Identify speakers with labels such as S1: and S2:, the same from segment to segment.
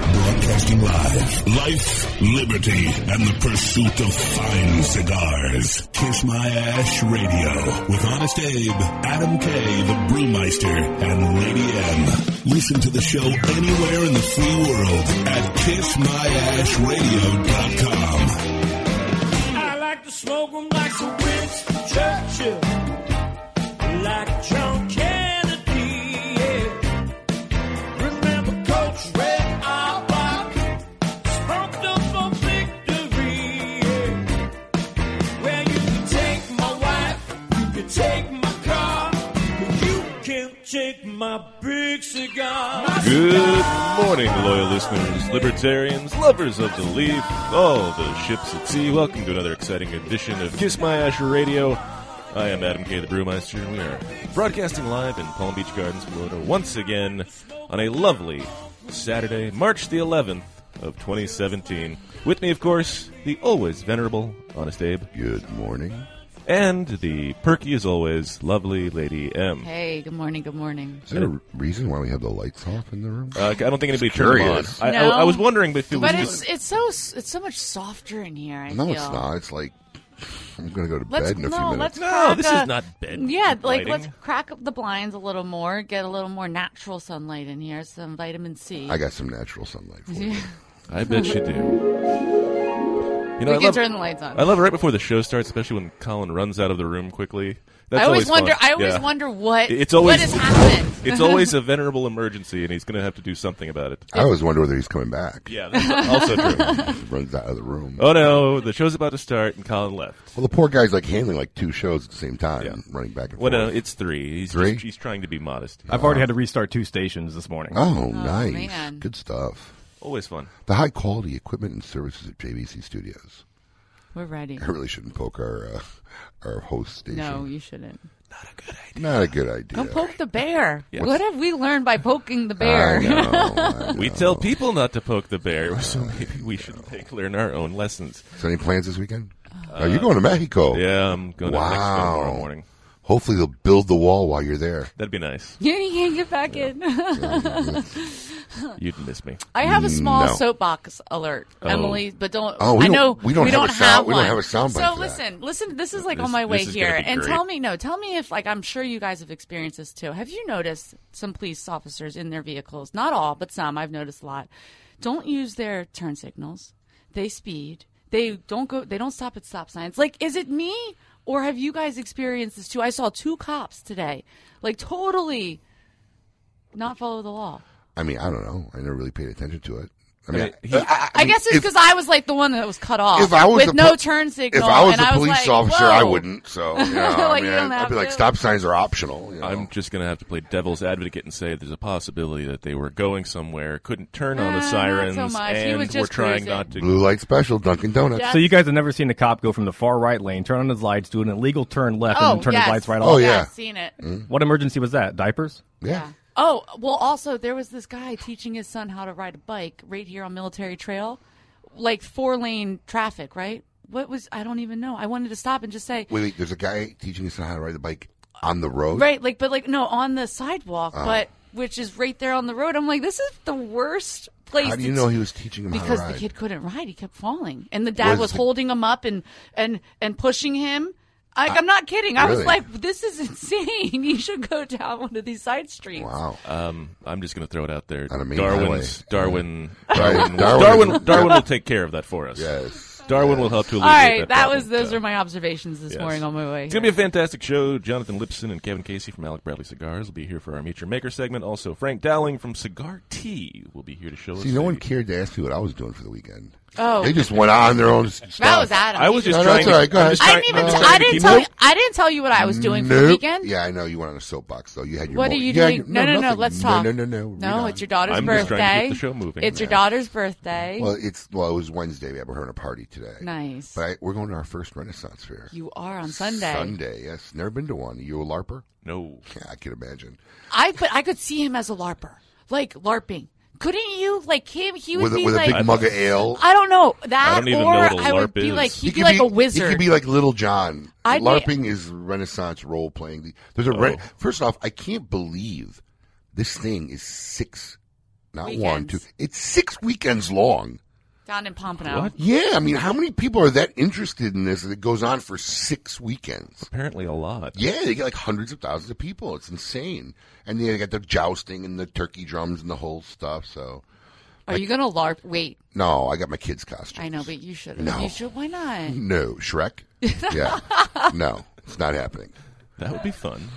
S1: Broadcasting live. Life, liberty, and the pursuit of fine cigars. Kiss My Ash Radio with Honest Abe, Adam K, the Brewmeister, and Lady M. Listen to the show anywhere in the free world at kissmyashradio.com.
S2: I like to smoke 'em like the Winston Churchill, like John Kennedy. Yeah. Remember Coach Red Auerbach, spunked up for victory. Yeah. Well, you can take my wife, you can take my car, but you can't take my big cigar. My
S3: Good morning, loyal listeners, libertarians, lovers of the leaf, all the ships at sea. Welcome to another exciting edition of Kiss My Ash Radio. I am Adam K. the Brewmeister, and we are broadcasting live in Palm Beach Gardens, Florida, once again on a lovely Saturday, March the 11th of 2017. With me, of course, the always venerable Honest Abe,
S4: Good morning.
S3: and the perky, as always, lovely Lady M.
S5: Hey, good morning, good morning.
S4: Is there a reason why we have the lights off in the room?
S3: Uh, I don't think anybody turned them on.
S4: Curious.
S3: I,
S5: No.
S3: I, I was wondering if it was
S5: But
S3: just
S5: it's it's so it's so much softer in here. I
S4: no,
S5: feel.
S4: it's not. It's like I'm gonna go to
S5: Let's
S4: bed in a
S5: no,
S4: few minutes.
S5: let's
S3: No,
S5: crack
S3: this is
S5: a-
S3: not bed
S5: Yeah, like
S3: lighting.
S5: let's crack up the blinds a little more, get a little more natural sunlight in here, some vitamin C.
S4: I got some natural sunlight for you.
S3: I bet you do. You know,
S5: we
S3: I
S5: can
S3: love,
S5: turn the lights on.
S3: I love it right before the show starts, especially when Colin runs out of the room quickly. That's
S5: I always,
S3: fun.
S5: wonder. I always
S3: Yeah.
S5: wonder what
S3: It's always
S5: what has happened.
S3: it's always a venerable emergency, and he's going to have to do something about it.
S4: I always wonder whether he's coming back.
S3: Yeah, that's also true.
S4: He runs out of the room.
S3: Oh no, the show's about to start, and Colin left.
S4: Well, the poor guy's like handling like two shows at the same time,
S3: Yeah.
S4: running back and
S3: Well, no,
S4: forth.
S3: it's three. He's
S4: Three?
S3: Just, he's trying to be modest.
S6: I've already had to restart two stations this morning.
S4: oh, nice,
S5: man.
S4: good stuff.
S3: Always fun.
S4: The high quality equipment and services at JVC Studios.
S5: We're ready.
S4: I really shouldn't poke our uh, our host station.
S5: No, you shouldn't.
S4: not a good idea.
S5: Don't poke the bear.
S3: Yeah.
S5: What have we learned by poking the
S4: I
S5: bear?
S4: know, I
S3: We
S4: know.
S3: tell people not to poke the bear, so maybe we should take, learn our own lessons.
S4: So any plans this weekend? oh, you're going to Mexico?
S3: Yeah, I'm going to Mexico
S4: Wow.
S3: tomorrow morning.
S4: Hopefully they'll build the wall while you're there.
S3: That'd be nice.
S5: You can't get back in.
S3: You'd miss me.
S5: I have a small
S4: No.
S5: soapbox alert, Emily, but don't.
S4: Oh, we
S5: I
S4: don't-
S5: know
S4: we don't have a sound- we don't
S5: one.
S4: have a sound
S5: So
S4: bite for that.
S5: listen, listen. This is like
S3: This-
S5: on my
S3: this
S5: way
S3: is gonna
S5: here,
S3: be
S5: and
S3: great.
S5: tell me no. Tell me if like I'm sure you guys have experienced this too. Have you noticed some police officers in their vehicles? Not all, but some. I've noticed a lot. Don't use their turn signals. They speed. They don't go. They don't stop at stop signs. Like, is it me or have you guys experienced this too? I saw two cops today, like totally not follow the law.
S4: I mean, I don't know. I never really paid attention to it. I mean,
S3: mean, he-
S5: I, guess it's
S4: if-
S5: because I was like the one that was cut off
S4: if I was
S5: with
S4: a
S5: no
S4: pol-
S5: turn signal.
S4: if I was
S5: and
S4: a
S5: I
S4: police
S5: like,
S4: officer, I
S5: whoa.
S4: wouldn't. So, you know, I
S5: Like,
S4: mean,
S5: you don't
S4: I'd, I'd
S5: have
S4: be like,
S5: to.
S4: stop signs are optional. You know?
S3: I'm just going to have to play devil's advocate and say there's a possibility that they were going somewhere, couldn't turn on
S5: Ah,
S3: the
S5: not so
S3: sirens,
S5: much. He was
S3: and
S5: just
S3: were trying
S5: cruising.
S3: not to.
S4: Blue light special, Dunkin' Donuts.
S5: Yeah.
S6: So you guys have never seen a cop go from the far right lane, turn on his lights, do an illegal turn left,
S5: Oh,
S6: and then turn
S5: yes.
S6: his lights right
S4: Oh,
S6: off.
S4: yeah. Mm-hmm.
S5: I've seen it.
S6: What emergency was that? Diapers?
S4: Yeah.
S5: Oh well, also there was this guy teaching his son how to ride a bike right here on Military Trail, like four lane traffic. Right? What was I don't even know. I wanted to stop and just say
S4: Wait, wait. There's a guy teaching his son how to ride the bike on the road.
S5: right, like but like no on the sidewalk, but which is right there on the road. I'm like, this is the worst place.
S4: How do you
S5: to
S4: know he was teaching him
S5: because
S4: how to
S5: the
S4: ride?
S5: kid couldn't ride he kept falling and the dad
S4: Was
S5: was,
S4: the-
S5: holding him up and and and pushing him I, i'm not kidding i
S4: Really?
S5: was like this is insane you should go down one of these side streets
S4: wow.
S3: Um, I'm just going to throw it out there.
S4: On a main
S3: Darwin's
S4: highway.
S3: Darwin.
S4: Darwin.
S3: Darwin. Darwin. will take care of that for us.
S4: Yes.
S3: Darwin will help to
S5: all
S3: alleviate
S5: right that,
S3: problem.
S5: was those were my observations this
S3: Yes.
S5: morning on my way
S3: It's going to be a fantastic show. Jonathan Lipson and Kevin Casey from Alec Bradley Cigars will be here for our Meet Your Maker segment. Also, Frank Dowling from Cigar Tea will be here to show us.
S4: See, no
S3: the-
S4: one cared to ask me what I was doing for the weekend.
S5: Oh.
S4: They just went on their own.
S5: that was adam
S3: I was just
S4: No, no,
S3: trying.
S4: it's all right.
S3: to,
S4: Go
S3: I'm
S4: ahead.
S3: just
S5: i
S3: trying-
S5: didn't even
S3: I'm
S5: t-
S3: just
S5: i
S3: trying to
S5: didn't
S3: keep
S5: tell
S3: it-
S5: you i didn't tell you what i was doing for the
S4: Nope.
S5: weekend
S4: Yeah, I know you went on a soapbox though. You had your.
S5: what
S4: mo-
S5: are you
S4: had
S5: doing?
S4: your-
S5: no, no, no.
S4: nothing.
S5: Let's talk.
S4: No, no, no. read
S5: No,
S4: on.
S5: it's your daughter's
S3: I'm just
S5: birthday.
S3: trying to keep the show moving.
S5: It's your
S3: Yeah.
S5: daughter's birthday.
S4: Well, it's well, it was Wednesday. Yeah, but we're having a party today.
S5: nice.
S4: But I, we're going to our first Renaissance fair.
S5: you are on Sunday.
S4: Sunday, yes. Never been to one. You a LARPer?
S3: No.
S4: Yeah, I can imagine.
S5: I but I could see him as a larper, like larping. Couldn't you? Like him, he would
S4: with a,
S5: be
S4: with
S5: like
S4: a big mug of ale.
S5: I don't know that,
S3: I don't even
S5: Uh, or
S3: know what a
S5: I would
S3: larp
S5: be
S3: is.
S5: like he'd be
S4: He could
S5: like a
S4: He
S5: wizard.
S4: could be like Little John.
S5: I'd be-
S4: LARPing is Renaissance role playing. There's a re-
S3: Oh.
S4: first off, I can't believe this thing is six Not one,
S5: Weekends.
S4: two. It's six weekends long.
S5: down in Pompano.
S3: What?
S4: Yeah, I mean, how many people are that interested in this that it goes on for six weekends?
S3: Apparently, a lot.
S4: Yeah, they get like hundreds of thousands of people. It's insane. And they got the jousting and the turkey drums and the whole stuff. So,
S5: Are you gonna LARP? Wait,
S4: no, I got my kids' costume.
S5: I know, but you should.
S4: No.
S5: You should. Why not?
S4: No, Shrek? Yeah. no, it's not happening.
S3: That would be fun.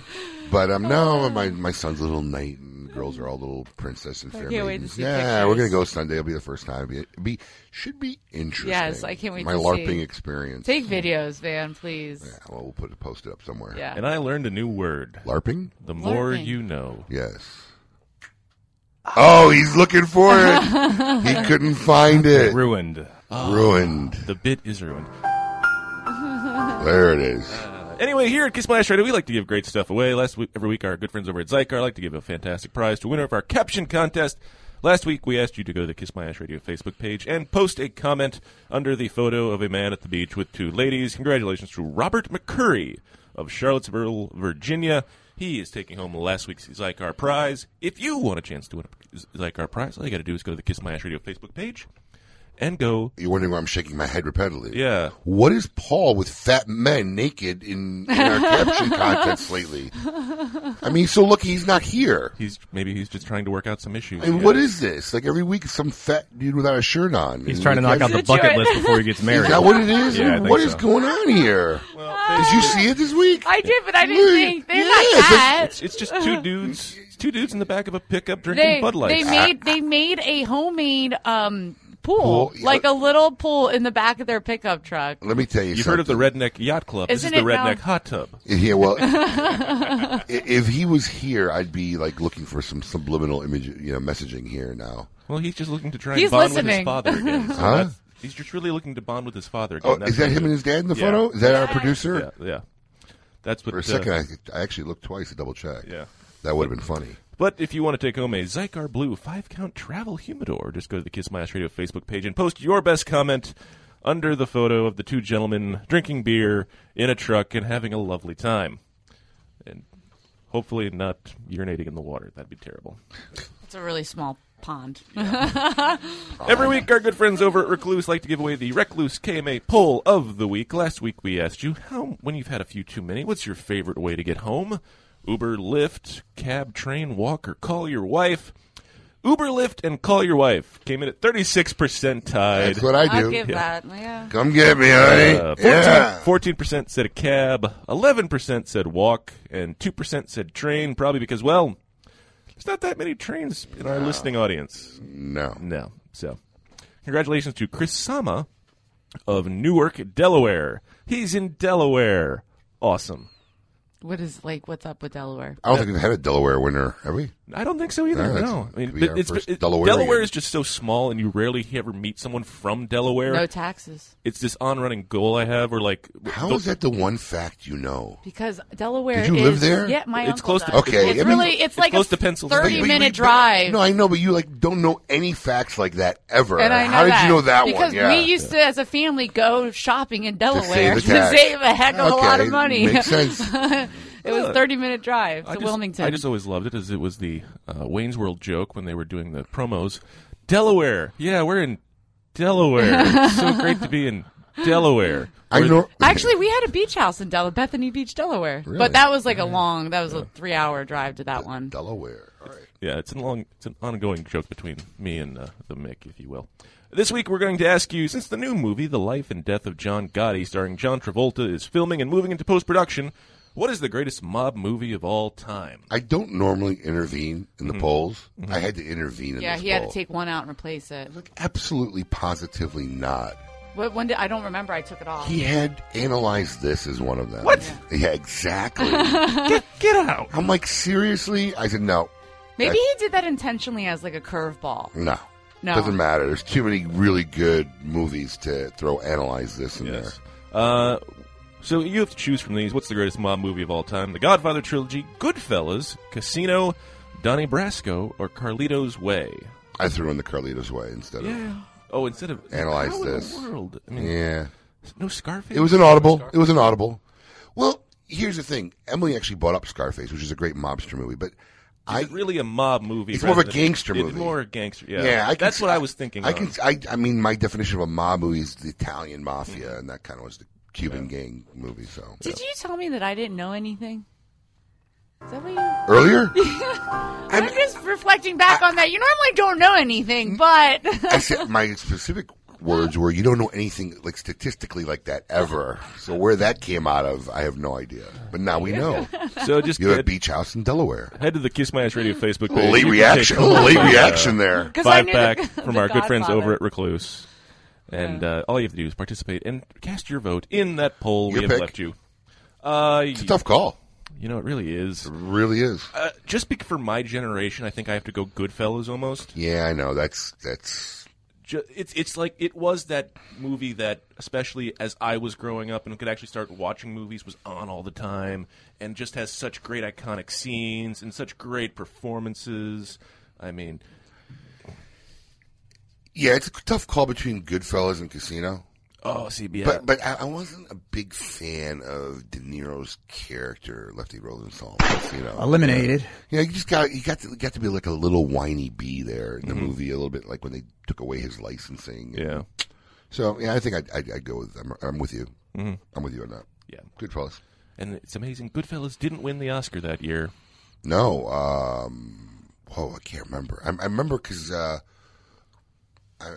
S4: But um, no, my my son's a little knight, and the girls are all little princess and
S5: I
S4: fair
S5: can't wait to
S4: maidens.
S5: see
S4: yeah,
S5: pictures.
S4: we're gonna go Sunday. It'll be the first time. It'll be, it'll be should be interesting.
S5: Yes, I can't wait
S4: My
S5: to see.
S4: LARPing experience.
S5: Take videos, Van, please.
S4: yeah, well, we'll put it post it up somewhere.
S5: Yeah.
S3: And I learned a new word.
S4: LARPing.
S3: The more
S5: Learning.
S3: you know.
S4: Yes. Oh, he's looking for it. he couldn't find it.
S6: Ruined.
S4: Ruined.
S3: The bit is ruined.
S4: There it is.
S3: Uh, Anyway, here at Kiss My Ash Radio, we like to give great stuff away. Last week, every week, our good friends over at Zycar like to give a fantastic prize to a winner of our caption contest. Last week, we asked you to go to the Kiss My Ash Radio Facebook page and post a comment under the photo of a man at the beach with two ladies. Congratulations to Robert McCurry of Charlottesville, Virginia. He is taking home last week's Zycar prize. If you want a chance to win a Zycar prize, all you got to do is go to the Kiss My Ash Radio Facebook page and go.
S4: You're wondering why I'm shaking my head repeatedly.
S3: Yeah.
S4: What is Paul with fat men naked in, in our caption contents lately? I mean, so look, he's not here.
S3: He's maybe he's just trying to work out some issues.
S4: And
S3: Yeah.
S4: what is this? Like every week, some fat dude without a shirt on.
S6: He's
S4: And
S6: trying to
S4: we
S6: knock out the
S4: can't-
S6: bucket list before he gets
S4: Is
S6: married.
S4: that what it is?
S6: Yeah, I think
S4: What is
S6: so.
S4: going on here? Did you see it this week?
S5: I did, but I didn't think they're not
S4: Yeah, but-
S5: that.
S3: It's just two dudes, it's two dudes in the back of a pickup drinking
S5: They,
S3: Bud Lights.
S5: they
S4: Ah.
S5: made they made a homemade um pool,
S4: Pool, yeah.
S5: like a little pool in the back of their pickup truck.
S4: Let me tell you
S3: Ah. You've
S4: something.
S3: heard of the Redneck Yacht Club.
S5: Isn't
S3: this is
S5: it
S3: the
S5: now-
S3: Redneck Hot Tub.
S4: Yeah, well, i- if he was here, I'd be like looking for some subliminal image, you know, messaging here now.
S3: Well, he's just looking to try
S5: He's
S3: and bond with
S5: listening.
S3: his father again. So
S4: Huh?
S3: that's- He's just really looking to bond with his father again.
S4: Oh,
S3: That's
S4: is that
S3: what
S4: him
S3: he-
S4: and his dad in the
S3: Yeah.
S4: photo? Is that our producer?
S3: Yeah, yeah. That's what.
S4: For a
S3: uh,
S4: second, I, I actually looked twice to double check.
S3: Yeah.
S4: That would have been funny.
S3: But if you want to take home a Zycar Blue five count travel humidor, just go to the Kiss My Ash Radio Facebook page and post your best comment under the photo of the two gentlemen drinking beer in a truck and having a lovely time. And hopefully not urinating in the water. That'd be terrible.
S5: It's a really small pond.
S3: Every week, our good friends over at Recluse like to give away the Recluse KMA poll of the week. Last week, we asked you how, when you've had a few too many, what's your favorite way to get home? Uber, Lyft, cab, train, walk, or call your wife? Uber, Lyft, and call your wife came in at 36% tied.
S4: That's what I
S5: I'll
S4: do.
S5: give that. Yeah.
S4: Come get me, honey.
S3: Uh, 14,
S4: yeah.
S3: 14% said a cab, 11% said walk, and 2% said train, probably because, well, there's not that many trains in our listening audience.
S4: No.
S3: No. So, congratulations to Chris Sama of Newark, Delaware. He's in Delaware. Awesome.
S5: What is like? What's up with Delaware?
S4: I don't think we've had a Delaware winner, have we?
S3: I don't think so either.
S4: Yeah,
S3: No,
S4: that's-
S3: I mean,
S4: we
S3: but
S4: are
S3: it's,
S4: first
S3: it-
S4: Delawarean.
S3: Delaware is just so small, and you rarely ever meet someone from Delaware.
S5: No taxes
S3: it's this on-running goal I have, or like
S4: How
S3: the-
S4: is that the one fact you know?
S5: because Delaware.
S4: Did you live
S5: is-
S4: there?
S5: Yeah, my
S3: It's
S5: uncle
S3: close to-
S5: does.
S4: Okay,
S5: It's
S4: I mean-
S5: really. It's,
S3: It's
S5: like
S3: close
S5: a
S3: to Pennsylvania.
S5: Thirty
S3: But- but-
S5: minute drive.
S4: No, I know, but you like don't know any facts like that ever.
S5: and I know
S4: How did
S5: that
S4: you know that
S5: because
S4: one? Yeah.
S5: we used to, as a family, go shopping in Delaware
S4: save
S5: to
S4: the
S5: save,
S4: tax.
S5: a heck of a
S4: Okay,
S5: lot of money.
S4: Makes sense.
S5: it was thirty minute drive to
S3: I just,
S5: Wilmington.
S3: I just always loved it as it was the uh, Wayne's World joke when they were doing the promos. Delaware. Yeah, we're in Delaware. It's so great to be in Delaware.
S4: I
S3: Where-
S4: know.
S5: Actually, we had a beach house in Del- Bethany Beach, Delaware,
S4: Really?
S5: but that was like a long. That was a three hour drive to that one.
S4: Delaware. All right.
S3: Yeah, it's an long, it's an ongoing joke between me and uh, the Mick, if you will. This week we're going to ask you, since the new movie *The Life and Death of John Gotti*, starring John Travolta, is filming and moving into post-production, what is the greatest mob movie of all time?
S4: I don't normally intervene
S3: Mm-hmm.
S4: in the polls. I had to intervene in
S5: Yeah,
S4: this
S5: he had to
S4: poll.
S5: take one out and replace it.
S4: Absolutely, positively not.
S5: What when did I don't remember? I took it off.
S4: He had analyzed this as one of them. What? Yeah, exactly.
S3: Get out!
S4: I'm like, seriously? I said, no,
S5: Maybe he did that intentionally as like a curveball.
S4: no.
S5: No.
S4: Doesn't matter. There's too many really good movies to throw analyze this in there.
S3: Yes. Uh, so you have to choose from these. What's the greatest mob movie of all time? The Godfather trilogy, Goodfellas, Casino, Donnie Brasco, or Carlito's Way?
S4: I threw in the Carlitos Way instead of.
S3: Oh, instead of
S4: Analyze
S3: how
S4: this.
S3: In the world. I mean,
S4: Yeah.
S3: no Scarface.
S4: It was an audible. It was an audible. Well, here's the thing. Emily actually brought up Scarface, which is a great mobster movie, but
S3: Is it really a mob movie?
S4: It's more of a
S3: rather than-
S4: gangster
S3: it's
S4: movie.
S3: More gangster. Yeah,
S4: Yeah, I can
S3: that's
S4: s-
S3: what I was thinking.
S4: I
S3: of.
S4: can. I, I mean, my definition of a mob movie is the Italian mafia,
S3: Mm-hmm.
S4: and that kind of was the Cuban gang movie. So
S5: Did you tell me that I didn't know anything? Is that what you?
S4: earlier,
S5: I'm, just reflecting back on that. You normally don't know anything, but
S4: Mm-hmm. I said my specific words were, "You don't know anything like statistically like that ever." So where that came out of, I have no idea. But now we know.
S3: So just
S4: You're at a
S3: head-
S4: beach house in Delaware.
S3: head to the Kiss My Ass Radio Facebook page.
S4: Late
S3: You can
S4: reaction.
S3: take a look
S4: Late
S3: at, uh,
S4: reaction there.
S5: because I
S3: Five
S5: knew
S3: pack
S5: the,
S3: from
S5: the
S3: our good friends
S5: Godfather.
S3: over at Recluse. And uh, all you have to do is participate and cast your vote in that poll
S4: Your
S3: we have
S4: pick.
S3: left you. Uh,
S4: It's a tough call.
S3: you know, it really is.
S4: It really is.
S3: Uh, just bec for my generation, I think I have to go Goodfellas almost.
S4: Yeah, I know. That's that's.
S3: Ju- it's it's like it was that movie that, especially as I was growing up and could actually start watching movies, was on all the time, and just has such great iconic scenes and such great performances. I mean,
S4: Yeah, it's a tough call between Goodfellas and Casino.
S3: oh, CBS.
S4: But but I, I wasn't a big fan of De Niro's character, Lefty Rosenthal. You know,
S7: Eliminated.
S4: yeah, you just got you got to, got to be like a little whiny bee there in the movie, a little bit like when they took away his licensing.
S3: Mm-hmm. yeah,
S4: So yeah, I think I'd, I'd, I'd go with I'm, I'm with you. Mm-hmm. I'm with you on that.
S3: yeah.
S4: Goodfellas.
S3: And it's amazing. Goodfellas didn't win the Oscar that year.
S4: No, um, whoa, I can't remember. I, I remember because uh, I-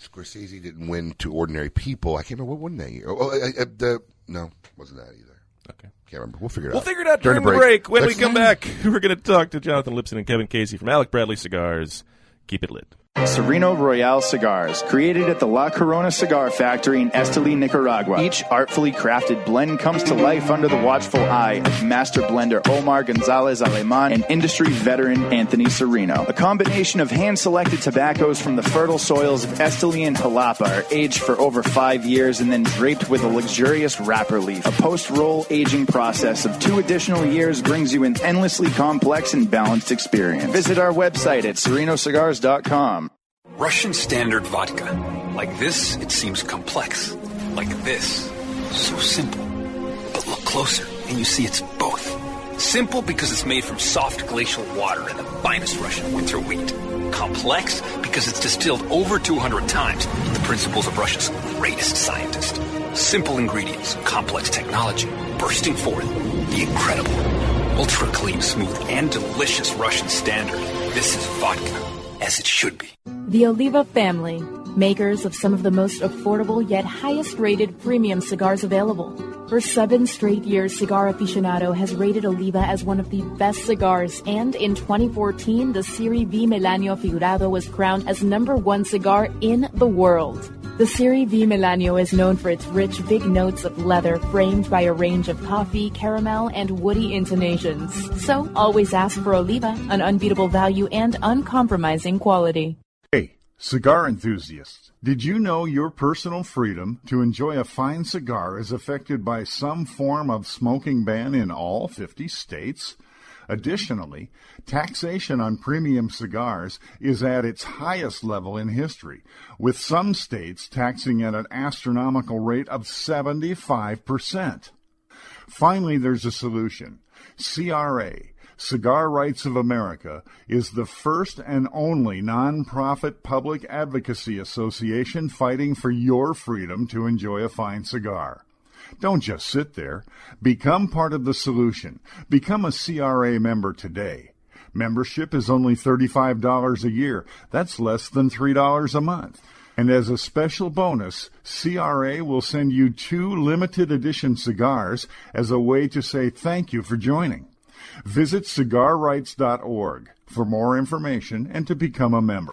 S4: Scorsese didn't win to Ordinary People. I can't remember what won that year. Oh, I, I, the no, wasn't that either.
S3: Okay.
S4: Can't remember. We'll figure it
S3: We'll
S4: out.
S3: figure it out during, the break. When we come back, we're going to talk to Jonathan Lipson and Kevin Casey from Alec Bradley Cigars. Keep it lit.
S8: Sereno Royale cigars, created at the La Corona Cigar Factory in Esteli, Nicaragua. Each artfully crafted blend comes to life under the watchful eye of master blender Omar Gonzalez Aleman and industry veteran Anthony Sereno. A combination of hand-selected tobaccos from the fertile soils of Esteli and Jalapa are aged for over five years and then draped with a luxurious wrapper leaf. A post-roll aging process of two additional years brings you an endlessly complex and balanced experience. Visit our website at serenocigars.com.
S9: Russian standard vodka. Like this, it seems complex. Like this, so simple. But look closer, and you see it's both. Simple because it's made from soft glacial water and the finest Russian winter wheat. Complex because it's distilled over 200 times with the principles of Russia's greatest scientist. Simple ingredients, complex technology, bursting forth the incredible. Ultra clean, smooth, and delicious Russian standard. This is vodka, as it should be.
S10: The Oliva family, makers of some of the most affordable yet highest rated premium cigars available. For seven straight years, Cigar Aficionado has rated Oliva as one of the best cigars, and in 2014, the Siri V Melanio Figurado was crowned as number one cigar in the world. The Siri V Melanio is known for its rich, big notes of leather framed by a range of coffee, caramel, and woody intonations. So always ask for Oliva, an unbeatable value and uncompromising quality.
S11: Hey, cigar enthusiasts, did you know your personal freedom to enjoy a fine cigar is affected by some form of smoking ban in all 50 states? Additionally, taxation on premium cigars is at its highest level in history, with some states taxing at an astronomical rate of 75%. Finally, there's a solution. CRA, Cigar Rights of America, is the first and only nonprofit public advocacy association fighting for your freedom to enjoy a fine cigar. Don't just sit there. Become part of the solution. Become a CRA member today. Membership is only $35 a year. That's less than $3 a month. And as a special bonus, CRA will send you two limited edition cigars as a way to say thank you for joining. Visit cigarrights.org for more information and to become a member.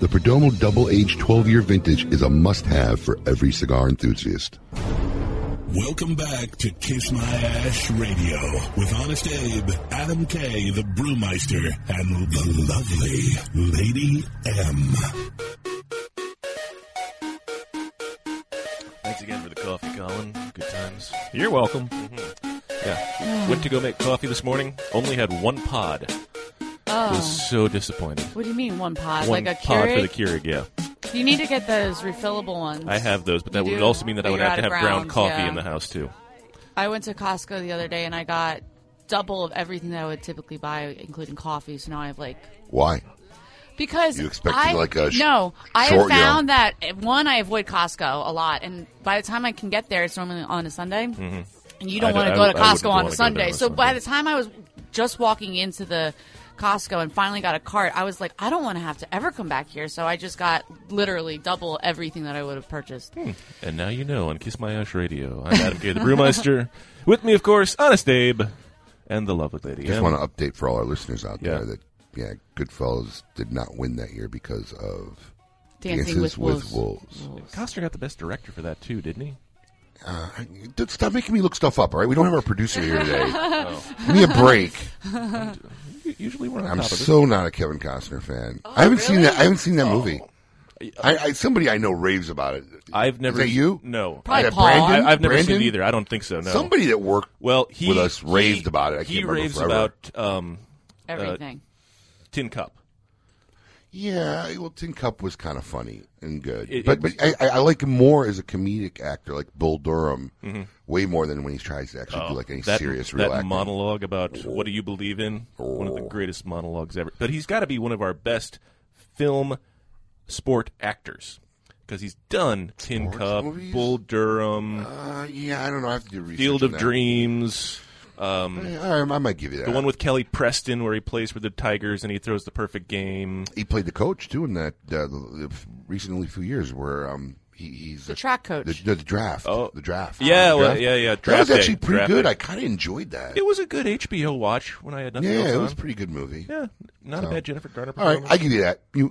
S12: the Perdomo Double Aged 12-year vintage is a must-have for every cigar enthusiast.
S1: Welcome back to Kiss My Ash Radio with Honest Abe, Adam K, the Brewmeister, and the lovely Lady M.
S3: Thanks again for the coffee, Colin. Good times. Mm-hmm.
S6: You're welcome.
S3: Yeah. Went to go make coffee this morning. Only had one pod.
S5: Oh.
S3: Was so disappointed.
S5: What do you mean one pod?
S3: one
S5: like a
S3: pod
S5: Keurig?
S3: for the Keurig. Yeah.
S5: You need to get those refillable ones.
S3: I have those,
S5: You
S3: but that would
S5: do?
S3: also mean that
S5: But
S3: I would
S5: you're
S3: have to
S5: out
S3: have
S5: of
S3: ground
S5: grounds,
S3: coffee
S5: yeah.
S3: in the house too.
S5: I went to Costco the other day and I got double of everything that I would typically buy, including coffee. So now I have like
S4: Why?
S5: because
S4: You expected,
S5: I
S4: like, a sh-
S5: no. I have
S4: short yarn.
S5: found that eh, one I avoid Costco a lot, and by the time I can get there, it's normally on a Sunday. And you don't
S2: Mm-hmm. I
S5: want to
S2: don't-
S5: go
S2: I
S5: to
S2: w- I wouldn't
S5: Costco on
S2: wanna
S5: a
S2: go
S5: Sunday.
S2: there on a
S5: so by the time I was just walking into the Costco and finally got a cart, I was like, I don't want to have to ever come back here. So I just got literally double everything that I would have purchased.
S2: Hmm.
S3: And now you know on Kiss My Ash Radio. I'm Adam K. the Brewmeister. With me, of course, Honest Abe and the lovely lady.
S4: Just
S3: M.
S4: want to update for all our listeners out
S3: Yeah.
S4: there that yeah, Goodfellas did not win that year because of
S3: Dancing with
S4: Dances with
S3: Wolves.
S4: Wolves.
S3: Costner got the best director for that too, didn't he?
S4: Uh, dude, stop making me look stuff up. All right, we don't have our producer here today.
S3: Oh.
S4: Give me a break.
S3: Usually we're on
S4: I'm
S3: top of it.
S4: so not a Kevin Costner fan.
S3: Oh,
S4: I haven't seen that. I haven't seen that movie. I, I somebody I know raves about it.
S3: I've never.
S4: Is that you?
S3: No.
S4: Is that Brandon?
S3: I, have never seen
S4: Brandon?
S3: it either. I don't think so. No.
S4: Somebody that worked
S3: well he,
S4: with us
S3: he-
S4: raved about it. I
S3: he
S4: can't remember
S3: raves
S4: forever.
S3: about um, uh,
S5: Everything.
S3: Tin Cup.
S4: Yeah, well, Tin Cup was kind of funny and good,
S3: It-
S4: but but
S3: it-
S4: I, I I like him more as a comedic actor, like Bull Durham,
S3: Mhm.
S4: way more than when he tries to actually do like any
S3: Oh, that,
S4: serious real
S3: that
S4: acting.
S3: monologue about what do you believe in? One of the greatest monologues ever. But he's got to be one of our best film sport actors because he's done Tin Cup, Bull Durham,
S4: Uh, yeah, I don't know. I have to do research.
S3: Field
S4: on
S3: of
S4: that.
S3: Dreams. Um,
S4: Yeah, I- I might give you that.
S3: The one with Kelly Preston where he plays for the Tigers and he throws the perfect game.
S4: He played the coach too in that uh, the, the recently few years where um he, he's
S5: The track coach.
S4: The, the, the draft. Oh, the draft.
S3: Yeah,
S4: The
S3: well,
S4: draft.
S3: yeah, yeah,
S4: that was
S3: draft day,
S4: actually pretty
S3: draft
S4: good.
S3: day.
S4: I kind of enjoyed that.
S3: It was a good HBO watch when I had nothing
S4: yeah,
S3: else
S4: it
S3: on.
S4: was a pretty good movie.
S3: Yeah, not
S4: So.
S3: a bad Jennifer Garner.
S4: All right,
S3: performance.
S4: I give you that. You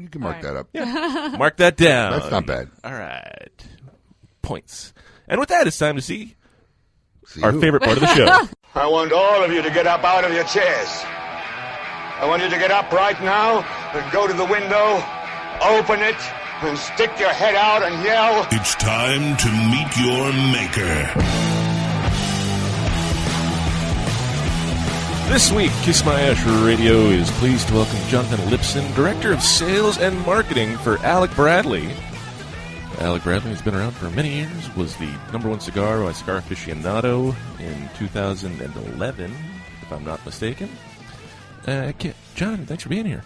S4: you can mark that up.
S3: Yeah. Mark that down.
S4: That's not bad.
S3: All right. Points. And with that, it's time to see,
S4: See
S3: our
S4: who?
S3: favorite part of the show.
S13: I want all of you to get up out of your chairs. I want you to get up right now and go to the window, open it, and stick your head out and yell.
S1: It's time to meet your maker.
S3: this week, Kiss My Ash Radio is pleased to welcome Jonathan Lipson, Director of Sales and Marketing for Alec Bradley. Alec Bradley has been around for many years, was the number one cigar by Cigar Aficionado in 2011, if I'm not mistaken. Uh, Ki- Jonathan, thanks for being here.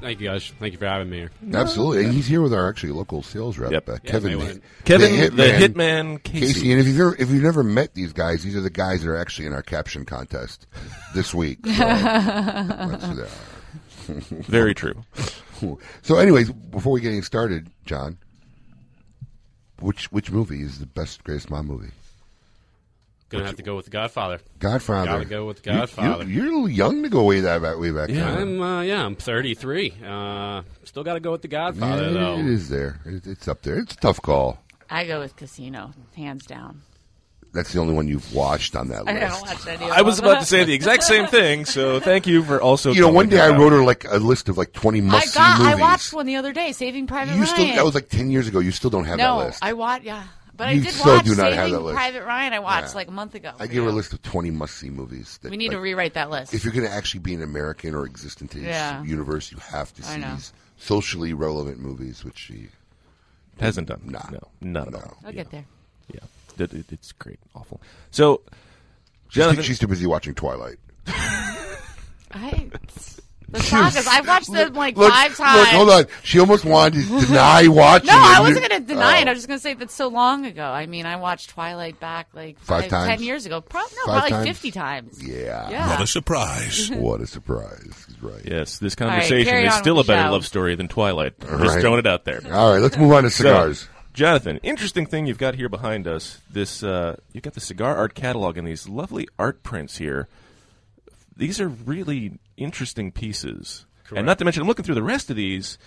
S14: Thank you guys. Thank you for having me here.
S4: Absolutely, and he's here with our actually local sales rep, uh,
S14: Yeah,
S4: Kevin.
S14: they
S4: the-
S14: went- Kevin, the Hitman Casey.
S4: And if you've ever, if you've never met these guys, these are the guys that are actually in our caption contest this week. So, that's who they are.
S3: Very true.
S4: So, anyways, before we get any started, John, which which movie is the best greatest mom movie?
S14: Gonna have to go with the Godfather.
S4: Godfather.
S14: Gotta go with the
S4: You- you-
S14: Godfather.
S4: You're, a little young to go way that back, way back.
S14: yeah,
S4: huh?
S14: I'm uh, yeah, I'm 33. Uh, still got to go with the Godfather
S4: Yeah,
S14: though.
S4: it is there. It, it's up there. It's a tough call.
S5: I go with Casino, hands down.
S4: That's the only one you've watched on that
S5: I
S4: list.
S5: don't watch any. Of
S3: I was
S5: them.
S3: about to say the exact same thing, so thank you for also.
S4: you know, one
S3: calling
S4: day
S3: that
S4: I
S3: out.
S4: wrote her like a list of like twenty
S5: I
S4: must
S5: got.
S4: see movies.
S5: I watched one the other day, Saving Private
S4: you
S5: Ryan.
S4: still that was like ten years ago. You still don't have
S5: no,
S4: that list.
S5: I watched. Yeah, but
S4: You
S5: I did
S4: so
S5: watch
S4: do not have
S5: Saving
S4: that list.
S5: Private Ryan. I watched
S4: Yeah.
S5: like a month ago.
S4: I give her a list of twenty must see movies. That,
S5: We need to
S4: like,
S5: rewrite that list.
S4: If you're going to actually be an American or exist in today's
S5: Yeah.
S4: universe, you have to
S5: I
S4: see
S5: know.
S4: these socially relevant movies, which she
S3: hasn't done. no, not at all.
S5: I'll get there.
S3: Yeah, That- it- it's great, awful. So,
S4: She's too,
S3: Jonathan,
S4: she's too busy watching Twilight.
S5: I The sagas. I've watched them like
S4: Look,
S5: five times.
S4: look, hold on. She almost wanted to deny watching
S5: No,
S4: it.
S5: I
S4: You-
S5: wasn't going to deny
S4: Oh.
S5: it. I was just going to say that's so long ago. I mean, I watched Twilight back like
S4: Five
S5: five-
S4: times?
S5: ten years ago. Probably no,
S4: Five
S5: probably
S4: times?
S5: fifty times.
S4: Yeah.
S5: yeah.
S4: surprise. what a surprise. Right.
S3: Yes, this
S5: right,
S3: conversation
S5: carry
S3: is
S5: on
S3: still a
S5: with the
S3: better
S5: show.
S3: love story than Twilight. I'm Just
S4: right.
S3: throwing it out there.
S4: All right, let's move on to
S3: So,
S4: cigars.
S3: Jonathan, interesting thing you've got here behind us. This uh, you've got the cigar art catalog and these lovely art prints here. These are really interesting pieces, and not to mention, I'm looking through the rest of these.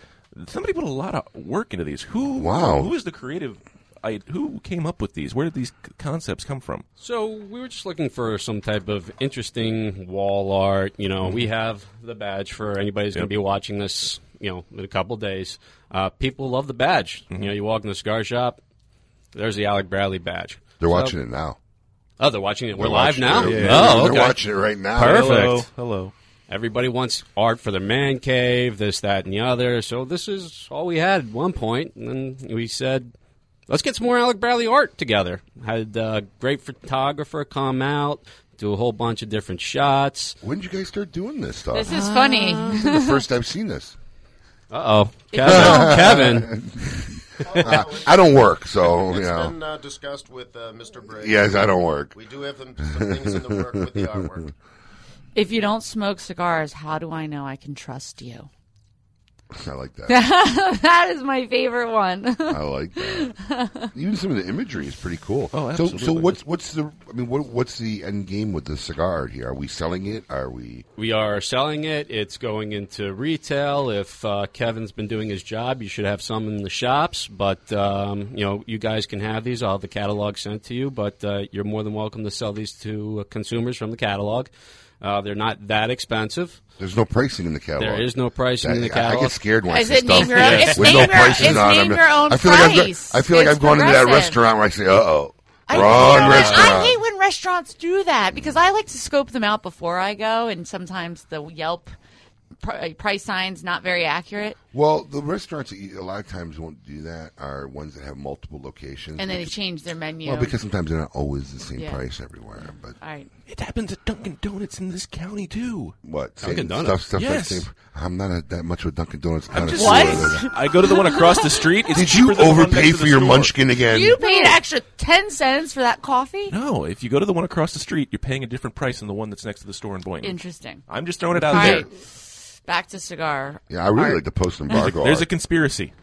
S3: Somebody put a lot of work into these. Who?
S4: Wow.
S3: Who is the creative? I, who came up with these? Where did these c- concepts come from?
S14: So we were just looking for some type of interesting wall art. You know, we have the badge for anybody who's going to be watching this. You know, in a couple days, uh, people love the badge. You know, you walk in the cigar shop, there's the Alec Bradley badge.
S4: They're
S14: So-
S4: watching it now.
S14: Oh, they're watching it. We're
S4: They're
S14: live
S4: watching
S14: now.
S4: it. Yeah.
S14: Oh,
S4: They're
S14: okay.
S4: watching it right now.
S14: Perfect.
S4: Hello.
S3: Hello.
S14: Everybody wants art for their man cave, this, that, and the other. So this is all we had at one point, and then we said, "Let's get some more Alec Bradley art together." Had a great photographer come out, do a whole bunch of different shots.
S4: When did you guys start doing this stuff?
S5: This is funny.
S4: This is the first I've seen this.
S14: Uh oh, Kevin. Kevin.
S4: Uh, I don't work, so, you
S15: It's
S4: know.
S15: been uh, discussed with uh, Mr. Briggs.
S4: Yes, I don't work.
S15: We do have some, some things in the work with the artwork.
S5: If you don't smoke cigars, how do I know I can trust you?
S4: I like that.
S5: that is my favorite one.
S4: I like that. Even some of the imagery is pretty cool.
S5: Oh,
S4: So, so
S5: absolutely.
S4: what's what's the? I mean, what, what's the end game with the cigar here? Are we selling it? Are we?
S14: We are selling it. It's going into retail. If uh, Kevin's been doing his job, you should have some in the shops. But um, you know, you guys can have these. I'll have the catalog sent to you. But uh, you're more than welcome to sell these to uh, consumers from the catalog. Uh, they're not that expensive.
S4: There's no pricing in the catalog.
S14: There is no pricing in the
S4: I- I- I
S14: catalog.
S4: get scared when
S5: Is
S4: I see
S5: it name
S4: stuff
S5: your own- it's
S4: with
S5: name
S4: no
S5: your-
S4: prices
S5: it's
S4: on
S5: name
S4: them.
S5: your own
S4: I feel like
S5: price.
S4: I've, I feel like
S5: It's
S4: I've gone into that
S5: progressive.
S4: restaurant where I say, "Uh oh,
S5: I-
S4: wrong
S5: you know what?
S4: restaurant."
S5: I hate when restaurants do that because I like to scope them out before I go, and sometimes the Yelp pri uh, price signs not very accurate.
S4: Well, the restaurants that you, a lot of times won't do that are ones that have multiple locations,
S5: And then they
S4: because-
S5: change their menu.
S4: Well, because sometimes they're not always the same
S5: Yeah.
S4: price everywhere. But
S5: All right.
S3: It happens at Dunkin' Donuts in this county too.
S4: what
S3: Dunkin'
S4: same
S3: Donuts.
S4: stuff? Stuff
S3: Yes.
S4: that's same. I'm not a, that much of a Dunkin' Donuts.
S3: I'm just
S4: connoisseur.
S3: I go to the one across the street. It's
S4: Did you
S3: cheaper than the one next
S4: overpay
S3: to
S4: for
S3: the
S4: your
S3: store.
S4: munchkin again?
S5: you paid an extra ten cents for that coffee.
S3: No, if you go to the one across the street, you're paying a different price than the one that's next to the store in Boynton.
S5: Interesting.
S3: I'm just throwing it out
S5: All
S3: there.
S5: right. Back to cigar.
S4: Yeah, I really
S5: Art.
S4: like the post
S3: There's a,
S4: embargo.
S3: there's a
S4: art.
S3: conspiracy.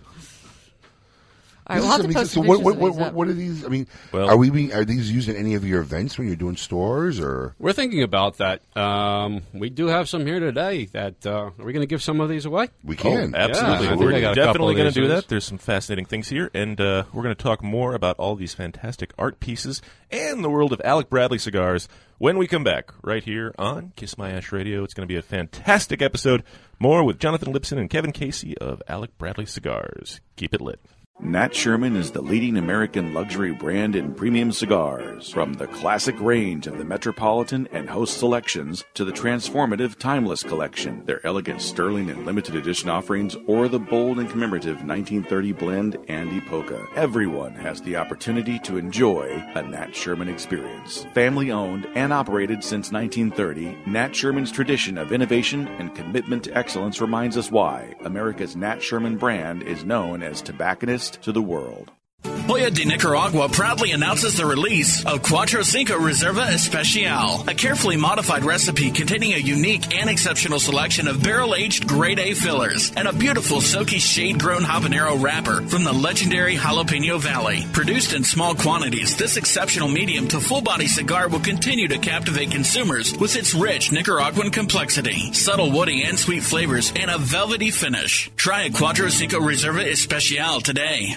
S5: All right,
S4: This
S5: we'll have
S4: is
S5: to
S4: amazing.
S5: post
S4: so
S5: some
S4: what,
S5: pictures
S4: what,
S5: of these up.
S4: what, what, what are these? I mean,
S14: Well-
S4: are we being, are these used in any of your events when you're doing stores or?
S14: We're thinking about that. Um, we do have some here today. That uh, are we going to give some of these away?
S4: We
S3: Oh,
S14: Yeah,
S3: absolutely.
S14: I think
S3: we're
S14: I got a couple
S3: definitely
S14: of
S3: gonna
S14: these
S3: do
S14: ones.
S3: that. There's some fascinating things here, and uh, we're going to talk more about all these fantastic art pieces and the world of Alec Bradley cigars when we come back, right here on Kiss My Ash Radio. It's going to be a fantastic episode. More with Jonathan Lipson and Kevin Casey of Alec Bradley Cigars. Keep it lit.
S16: Nat Sherman is the leading American luxury brand in premium cigars, from the classic range of the Metropolitan and Host selections to the transformative Timeless collection, their elegant Sterling and limited edition offerings, or the bold and commemorative 1930 blend Andy Polka. Everyone has the opportunity to enjoy a Nat Sherman experience. Family owned and operated since 1930, Nat Sherman's tradition of innovation and commitment to excellence reminds us why America's Nat Sherman brand is known as tobacconist to the world.
S17: Hoya de Nicaragua proudly announces the release of Cuatro Cinco Reserva Especial, a carefully modified recipe containing a unique and exceptional selection of barrel aged grade A fillers and a beautiful silky shade grown habanero wrapper from the legendary Jalapeno Valley. Produced in small quantities, this exceptional medium to full body cigar will continue to captivate consumers with its rich Nicaraguan complexity, subtle woody and sweet flavors, and a velvety finish. Try a Cuatro Cinco Reserva Especial today.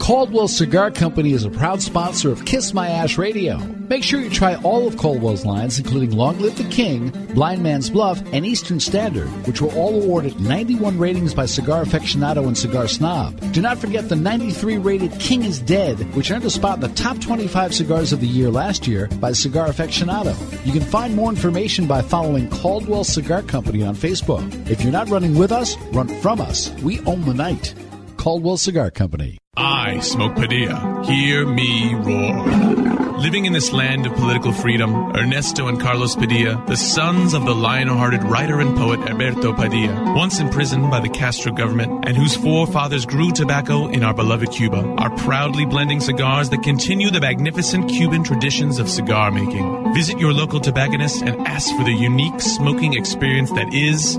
S18: Caldwell Cigar Company is a proud sponsor of Kiss My Ash Radio. Make sure you try all of Caldwell's lines, including Long Live the King, Blind Man's Bluff, and Eastern Standard, which were all awarded 91 ratings by Cigar Aficionado and Cigar Snob. Do not forget the 93 rated King is Dead, which earned a spot in the top 25 cigars of the year last year by Cigar Aficionado. You can find more information by following Caldwell Cigar Company on Facebook. If you're not running with us, run from us. We own the night. Caldwell Cigar Company.
S19: I, Smoke Padilla, hear me roar. Living in this land of political freedom, Ernesto and Carlos Padilla, the sons of the lion-hearted writer and poet Alberto Padilla, once imprisoned by the Castro government and whose forefathers grew tobacco in our beloved Cuba, are proudly blending cigars that continue the magnificent Cuban traditions of cigar making. Visit your local tobacconist and ask for the unique smoking experience that is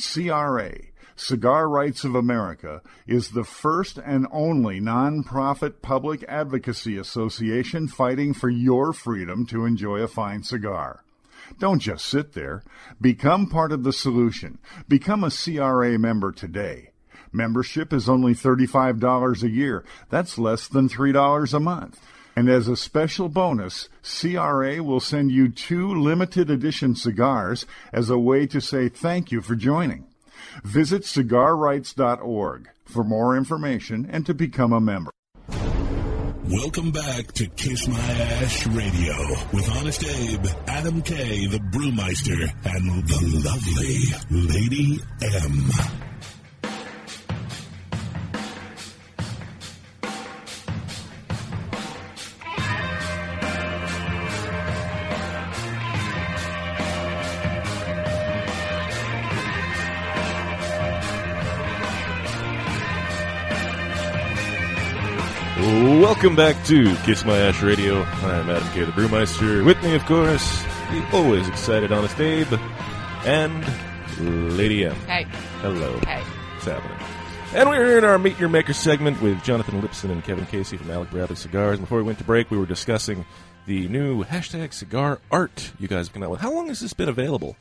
S11: CRA, Cigar Rights of America, is the first and only nonprofit public advocacy association fighting for your freedom to enjoy a fine cigar. Don't just sit there. Become part of the solution. Become a CRA member today. Membership is only $35 a year. That's less than $3 a month. And as a special bonus, CRA will send you two limited edition cigars as a way to say thank you for joining. Visit cigarrights.org for more information and to become a member.
S1: Welcome back to Kiss My Ash Radio with Honest Abe, Adam K, the Brewmeister, and the lovely Lady M.
S3: Welcome back to Kiss My Ash Radio. I'm Adam K. the Brewmeister. With me, of course, the always excited Honest Abe and Lady M.
S5: Hey.
S3: Hello. Hey. What's happening? And we're here in our Meet Your Maker segment with Jonathan Lipson and Kevin Casey from Alec Bradley Cigars. And before we went to break, we were discussing the new hashtag cigar art you guys have come out with. How long has this been available?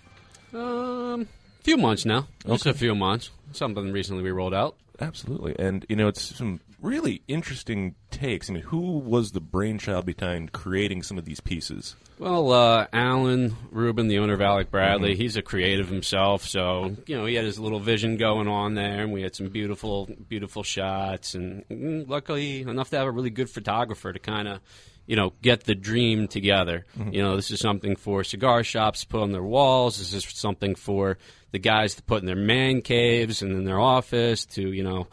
S14: Um, few months now. Just a few months. Something recently we rolled out.
S3: Absolutely. And, you know, it's some really interesting takes. I mean, who was the brainchild behind creating some of these pieces?
S14: Well, uh, Alan Rubin, the owner of Alec Bradley,
S3: Mhm.
S14: he's a creative himself, so you know he had his little vision going on there, and we had some beautiful, beautiful shots, and mm, luckily enough to have a really good photographer to kind of, you know, get the dream together.
S20: Mhm.
S14: You know, this is something for cigar shops to put on their walls. This is something for the guys to put in their man caves and in their office to, you know,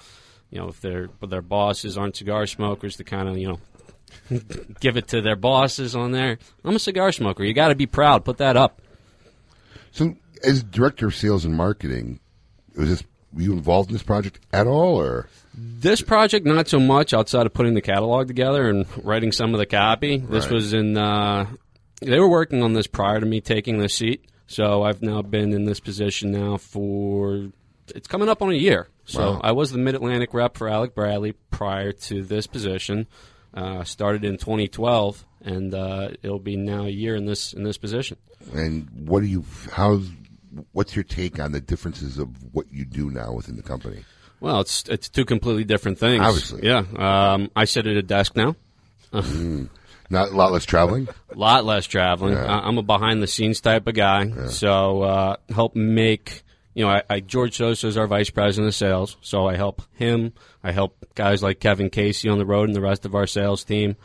S14: you know, if their their bosses aren't cigar smokers, to kind of, you know, give it to their bosses on there. I'm a cigar smoker. You got to be proud. Put that up.
S12: So, as director of sales and marketing, was this were you involved in this project at all, or
S14: This project, not so much outside of putting the catalog together and writing some of the copy. This
S12: Right.
S14: was in. Uh, they were working on this prior to me taking the seat, so I've now been in this position now for. It's coming up on a year. So
S20: Wow.
S14: I was the Mid Atlantic rep for Alec Bradley prior to this position. Uh, started in 2012, and uh, it'll be now a year in this in this position.
S12: and what do you? How's what's your take on the differences of what you do now within the company?
S14: Well, it's it's two completely different things.
S12: Obviously.
S14: yeah. Um, I sit at a desk now.
S4: Mm.
S12: Hmm. Not a lot less traveling.
S14: A lot less traveling.
S12: Yeah.
S14: I- I'm a behind the scenes type of guy, so uh, help make. You know, I, I George Sosa is our vice president of sales, so I help him. I help guys like Kevin Casey on the road and the rest of our sales team,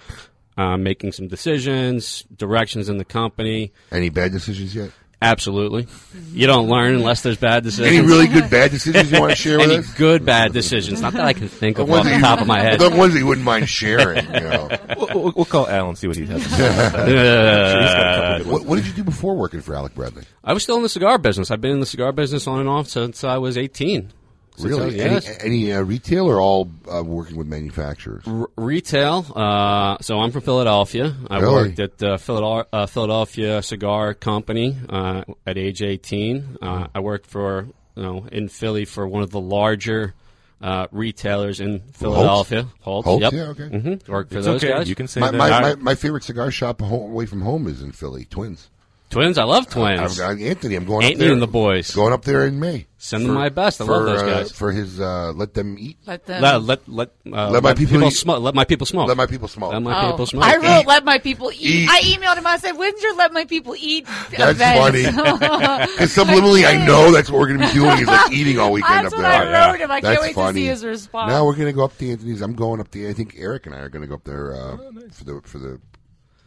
S14: uh, making some decisions, directions in the company.
S12: Any bad decisions yet?
S14: Absolutely. You don't learn unless there's bad decisions.
S12: Any really good bad decisions you want to share with
S14: Any
S12: us?
S14: good bad decisions? Not that I can think
S12: The
S14: of
S12: ones
S14: off
S12: that
S14: the
S12: you-
S14: top of my head.
S12: the ones that you wouldn't mind sharing, you know.
S3: We'll, we'll- we'll call Alan, see what he has to say. about that. I'm sure he's got a couple
S12: Uh,
S3: good
S12: what,
S3: ones.
S12: what did you do before working for Alec Bradley?
S14: I was still in the cigar business. I've been in the cigar business on and off since I was 18.
S4: Really?
S14: yes.
S4: Any, any uh, retail or all uh, working with manufacturers?
S14: R- retail. Uh, so I'm from Philadelphia. I
S4: Really?
S14: worked at uh, Philad- uh, Philadelphia Cigar Company uh, at age 18. Uh, I worked for you know in Philly for one of the larger. Uh, retailers in Philadelphia, Holtz.
S4: Holtz,
S14: yep.
S4: yeah, okay.
S14: Mhm. Worked for those guys.
S4: my, My, my, my favorite cigar shop ho- away from home is in Philly, Twins.
S14: Twins, I love Twins.
S4: I, I, Anthony, I'm going up
S14: Anthony
S4: there.
S14: and the boys.
S4: Going up there in May.
S14: Send them my best. I
S4: for,
S14: love those
S4: uh,
S14: guys.
S4: for his uh, Let Them Eat.
S5: Let them-
S14: Let let let, uh,
S4: Let my people eat.
S14: smoke. Let my people smoke. Let my
S4: people smoke.
S14: Let my
S5: Oh,
S14: people smoke.
S5: I wrote "Let my people eat."
S14: Eat.
S5: I emailed him. I said, "When's your let my people eat?"
S4: That's funny.
S5: event?"
S4: Because subliminally, I know that's what we're going to be doing is like eating all weekend
S5: That's
S4: up
S5: what
S4: there. Oh,
S5: I wrote him. I can't
S4: That's
S5: wait to see
S4: funny.
S5: his response.
S4: Now we're going to go up to Anthony's. I'm going up to. I think Eric and I are going to go up there uh, for the for the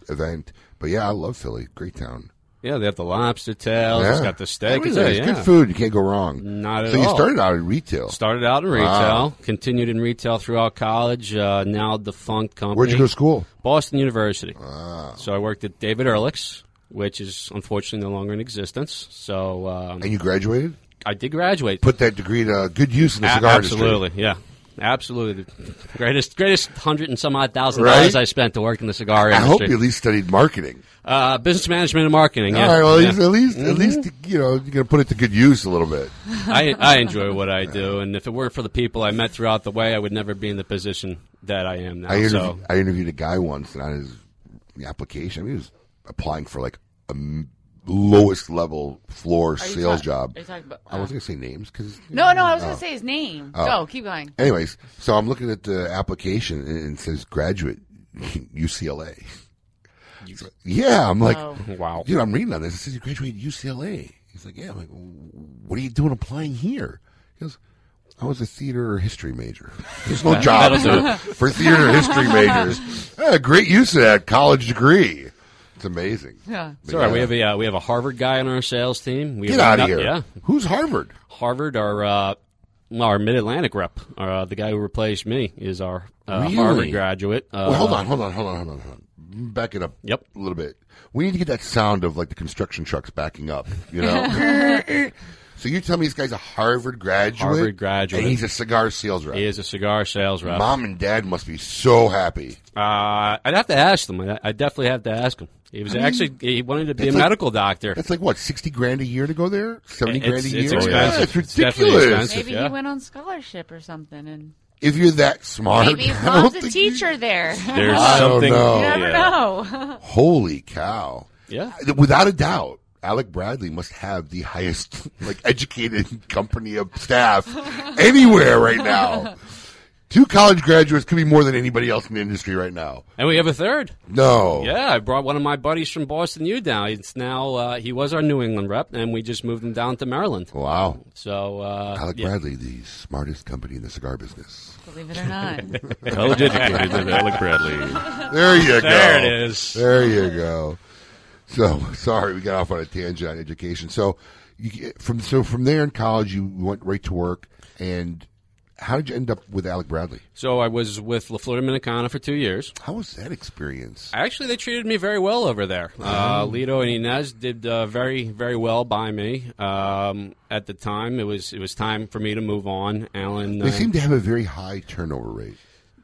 S4: event. But yeah, I love Philly. Great town.
S14: Yeah, they have the lobster tails. It's
S4: Yeah.
S14: got the steak.
S4: Everything.
S14: It's, yeah,
S4: It's
S14: yeah.
S4: good food. You can't go wrong.
S14: Not at
S4: so you
S14: all.
S4: started out in retail.
S14: Started out in retail,
S4: Wow.
S14: continued in retail throughout college. Uh, now defunct company.
S4: Where'd you go to school?
S14: Boston University. So I worked at David Ehrlich's, which is unfortunately no longer in existence. So um,
S4: And you graduated.
S14: I did graduate.
S4: Put that degree to good use in the
S14: A-
S4: cigar
S14: absolutely,
S4: industry.
S14: yeah. Absolutely, the greatest, greatest hundred and some odd thousand
S4: Right?
S14: dollars I spent to work in the cigar
S4: I
S14: industry.
S4: hope you at least studied marketing. Mm-hmm.
S14: uh, business management and marketing. Yeah.
S4: All right. Well,
S14: yeah. Mm-hmm.
S4: at least, at least, at least, you know, you're going to put it to good use a little bit.
S14: I, I enjoy what I do, and if it weren't for the people I met throughout the way, I would never be in the position that I am now.
S4: I interviewed,
S14: so
S4: I interviewed a guy once, and on his application, I mean, he was applying for like a m- lowest level floor sales
S5: talk-
S4: job.
S5: are you talking about- uh,
S4: I wasn't gonna say names because
S5: No, no, I was
S4: Oh.
S5: gonna say his name. Go, keep going.
S4: Anyways, so I'm looking at the application, and it says graduate UCLA. So, yeah, I'm like,
S12: Oh.
S14: wow,
S4: dude, I'm reading on this. It says you graduated UCLA. He's like, yeah. I'm like, what are you doing applying here? He goes. I was a theater or history major. There's no
S12: That-
S4: jobs
S12: that'll
S4: for,
S12: do it.
S4: for theater or history majors. Ah, great use of that college degree. It's amazing.
S5: Yeah.
S14: It's all right. We have a uh, we have a Harvard guy on our sales team. We
S4: Get
S14: have
S4: outta
S14: ano-
S4: here.
S14: Yeah.
S4: Who's Harvard?
S14: Harvard, our uh, our Mid Atlantic rep, uh, the guy who replaced me, is our uh,
S4: Really?
S14: Harvard graduate. Uh,
S4: Well, hold on, hold on, hold on, hold on, hold on. Back it up. Yep. A little bit. We need to get that sound of like the construction trucks backing up. You know. so you tell me this guy's a Harvard graduate?
S14: Harvard graduate.
S4: And he's a cigar sales rep.
S14: He is a cigar sales rep.
S4: Mom and dad must be so happy.
S14: Uh, I'd have to ask him. I, I definitely have to ask him. He was
S4: I mean,
S14: actually he wanted to be a
S4: that's like-
S14: medical doctor.
S4: That's like what sixty grand a year to go there. Seventy
S14: It's-
S4: grand a year.
S14: it's
S4: Yeah,
S14: expensive.
S4: it's
S14: It's
S4: ridiculous.
S14: definitely expensive,
S5: Maybe he went on scholarship or something, and
S4: If you're that smart,
S5: maybe his
S4: I don't
S5: mom's a teacher there.
S4: There's I don't something- know.
S5: You never
S4: Yeah.
S5: know.
S4: Holy cow!
S14: Yeah.
S4: without a doubt, Alec Bradley must have the highest like educated company of staff anywhere right now. Two college graduates could be more than anybody else in the industry right now.
S14: And we have a third.
S4: No.
S14: Yeah, I brought one of my buddies from Boston U down. It's now uh, he was our New England rep, and we just moved him down to Maryland.
S4: Wow.
S14: So uh,
S4: Alec
S14: yeah.
S4: Bradley, the smartest company in the cigar business.
S5: Believe it or not.
S14: College educated Alec Bradley.
S4: There you go.
S14: There it is.
S4: There you go. So sorry, we got off on a tangent on education. So you get- from so from there in college, you went right to work. And how did you end up with Alec Bradley?
S14: So I was with La Florida Minicana for two years.
S4: How was that experience? Oh.
S14: Actually, they treated me very well over there. Uh, Lito and Inez did uh, very, very well by me. Um, at the time, it was it was time for me to move on. Alan,
S4: They
S14: uh,
S4: seem to have a very high turnover rate.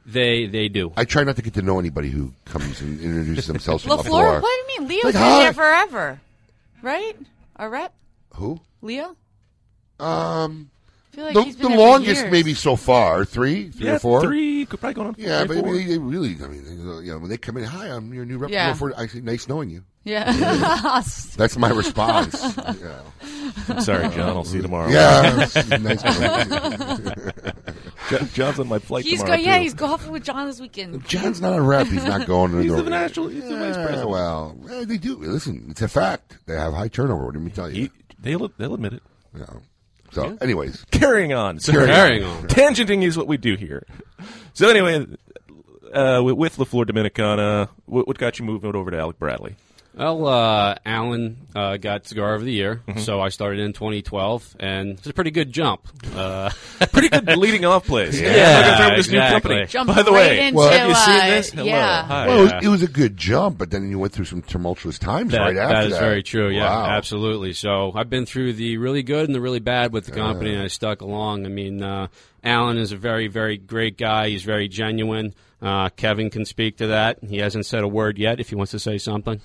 S14: they they do.
S4: I try not to get to know anybody who comes and introduces themselves from
S5: La
S4: the floor.
S5: Flor, what do you mean? Leo's
S4: Like,
S5: been
S4: hi.
S5: there forever, right? Our rep,
S4: Who?
S5: Leo.
S4: Um,
S5: I feel like
S4: the
S5: he's been
S4: the
S5: there for
S4: longest
S5: years.
S4: maybe so far three, three
S3: Yeah,
S4: or four,
S3: three, could probably go on for
S4: Yeah,
S3: three,
S4: but
S3: four.
S4: They, they really, I mean, they- you know, when they come in, hi, I'm your new rep.
S5: Yeah.
S4: Yeah. I say, nice knowing you.
S5: Yeah.
S4: That's my response. yeah.
S3: I'm sorry, John. I'll see you tomorrow.
S4: Yeah, nice knowing
S3: you. Jo- John's on my flight
S5: He's
S3: tomorrow.
S5: going. Yeah,
S3: too.
S5: he's golfing with John this weekend.
S4: John's not a rep. He's not going to
S3: He's
S4: the
S3: the national- he's the vice
S4: Yeah,
S3: president.
S4: Well, eh, they do. Listen, it's a fact. They have high turnover. Let me tell you.
S3: they'll, they'll admit it.
S4: Yeah. So, anyways,
S3: carrying on, so
S4: Carrying
S14: Carrying
S4: on. on.
S3: Tangenting is what we do here. So anyway, uh, with, with La Flor Dominicana, what, what got you moving over to Alec Bradley?
S14: Well, uh, Alan uh, got cigar of the year,
S3: Mm-hmm.
S14: so I started in 2012, and it's a pretty good jump. Uh,
S3: pretty good leading off place.
S14: Yeah,
S3: Looking for this new
S14: exactly.
S3: company. Jumped By the way, right
S4: well,
S3: have you seen into, uh, this? Hello.
S5: yeah.
S14: Hi.
S4: well, it was,
S14: Yeah.
S4: it was a good jump, but then you went through some tumultuous times
S14: That-
S4: right after
S14: that
S4: that.
S14: is very true. Yeah,
S4: Wow.
S14: absolutely. So I've been through the really good and the really bad with the company, and I stuck along. I mean, uh, Alan is a very, very great guy. He's very genuine. Uh, Kevin can speak to that. He hasn't said a word yet. If he wants to say something,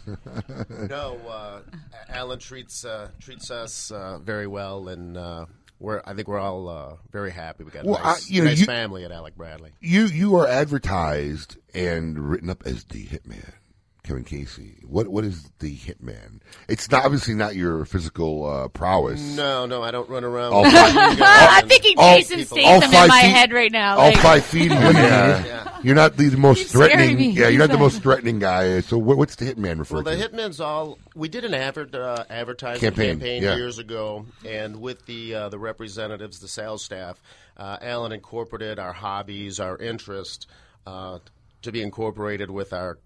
S15: no, uh, A- Alan treats uh, treats us uh, very well, and uh, we're I think we're all uh, very happy. We got a
S4: Well,
S15: nice,
S4: I- you know,
S15: nice
S4: you-
S15: family at Alec Bradley.
S4: You you are advertised and written up as the hitman, Kevin Casey. What what is the hitman? It's not obviously not your physical uh, prowess.
S15: No, no, I don't run around.
S4: All
S15: with
S4: five-
S15: you guys
S5: I'm
S15: and
S5: thinking
S4: all
S5: Jason
S4: people.
S5: Statham
S4: All
S5: in
S4: five
S5: my
S4: feet-
S5: head right now.
S4: All
S5: like-
S4: five feet. of you, yeah. You're not the most
S5: scaring
S4: threatening.
S5: me.
S4: Yeah, you're not the
S5: He's
S4: most threatening guy. So what, what's the hitman referred
S15: Well, the
S4: to?
S15: Hitman's all. We did an advert, uh, advertising
S4: Campaign,
S15: campaign,
S4: yeah.
S15: years ago, and with the uh, the representatives, the sales staff, uh, Alan incorporated our hobbies, our interest, uh, to be incorporated with our.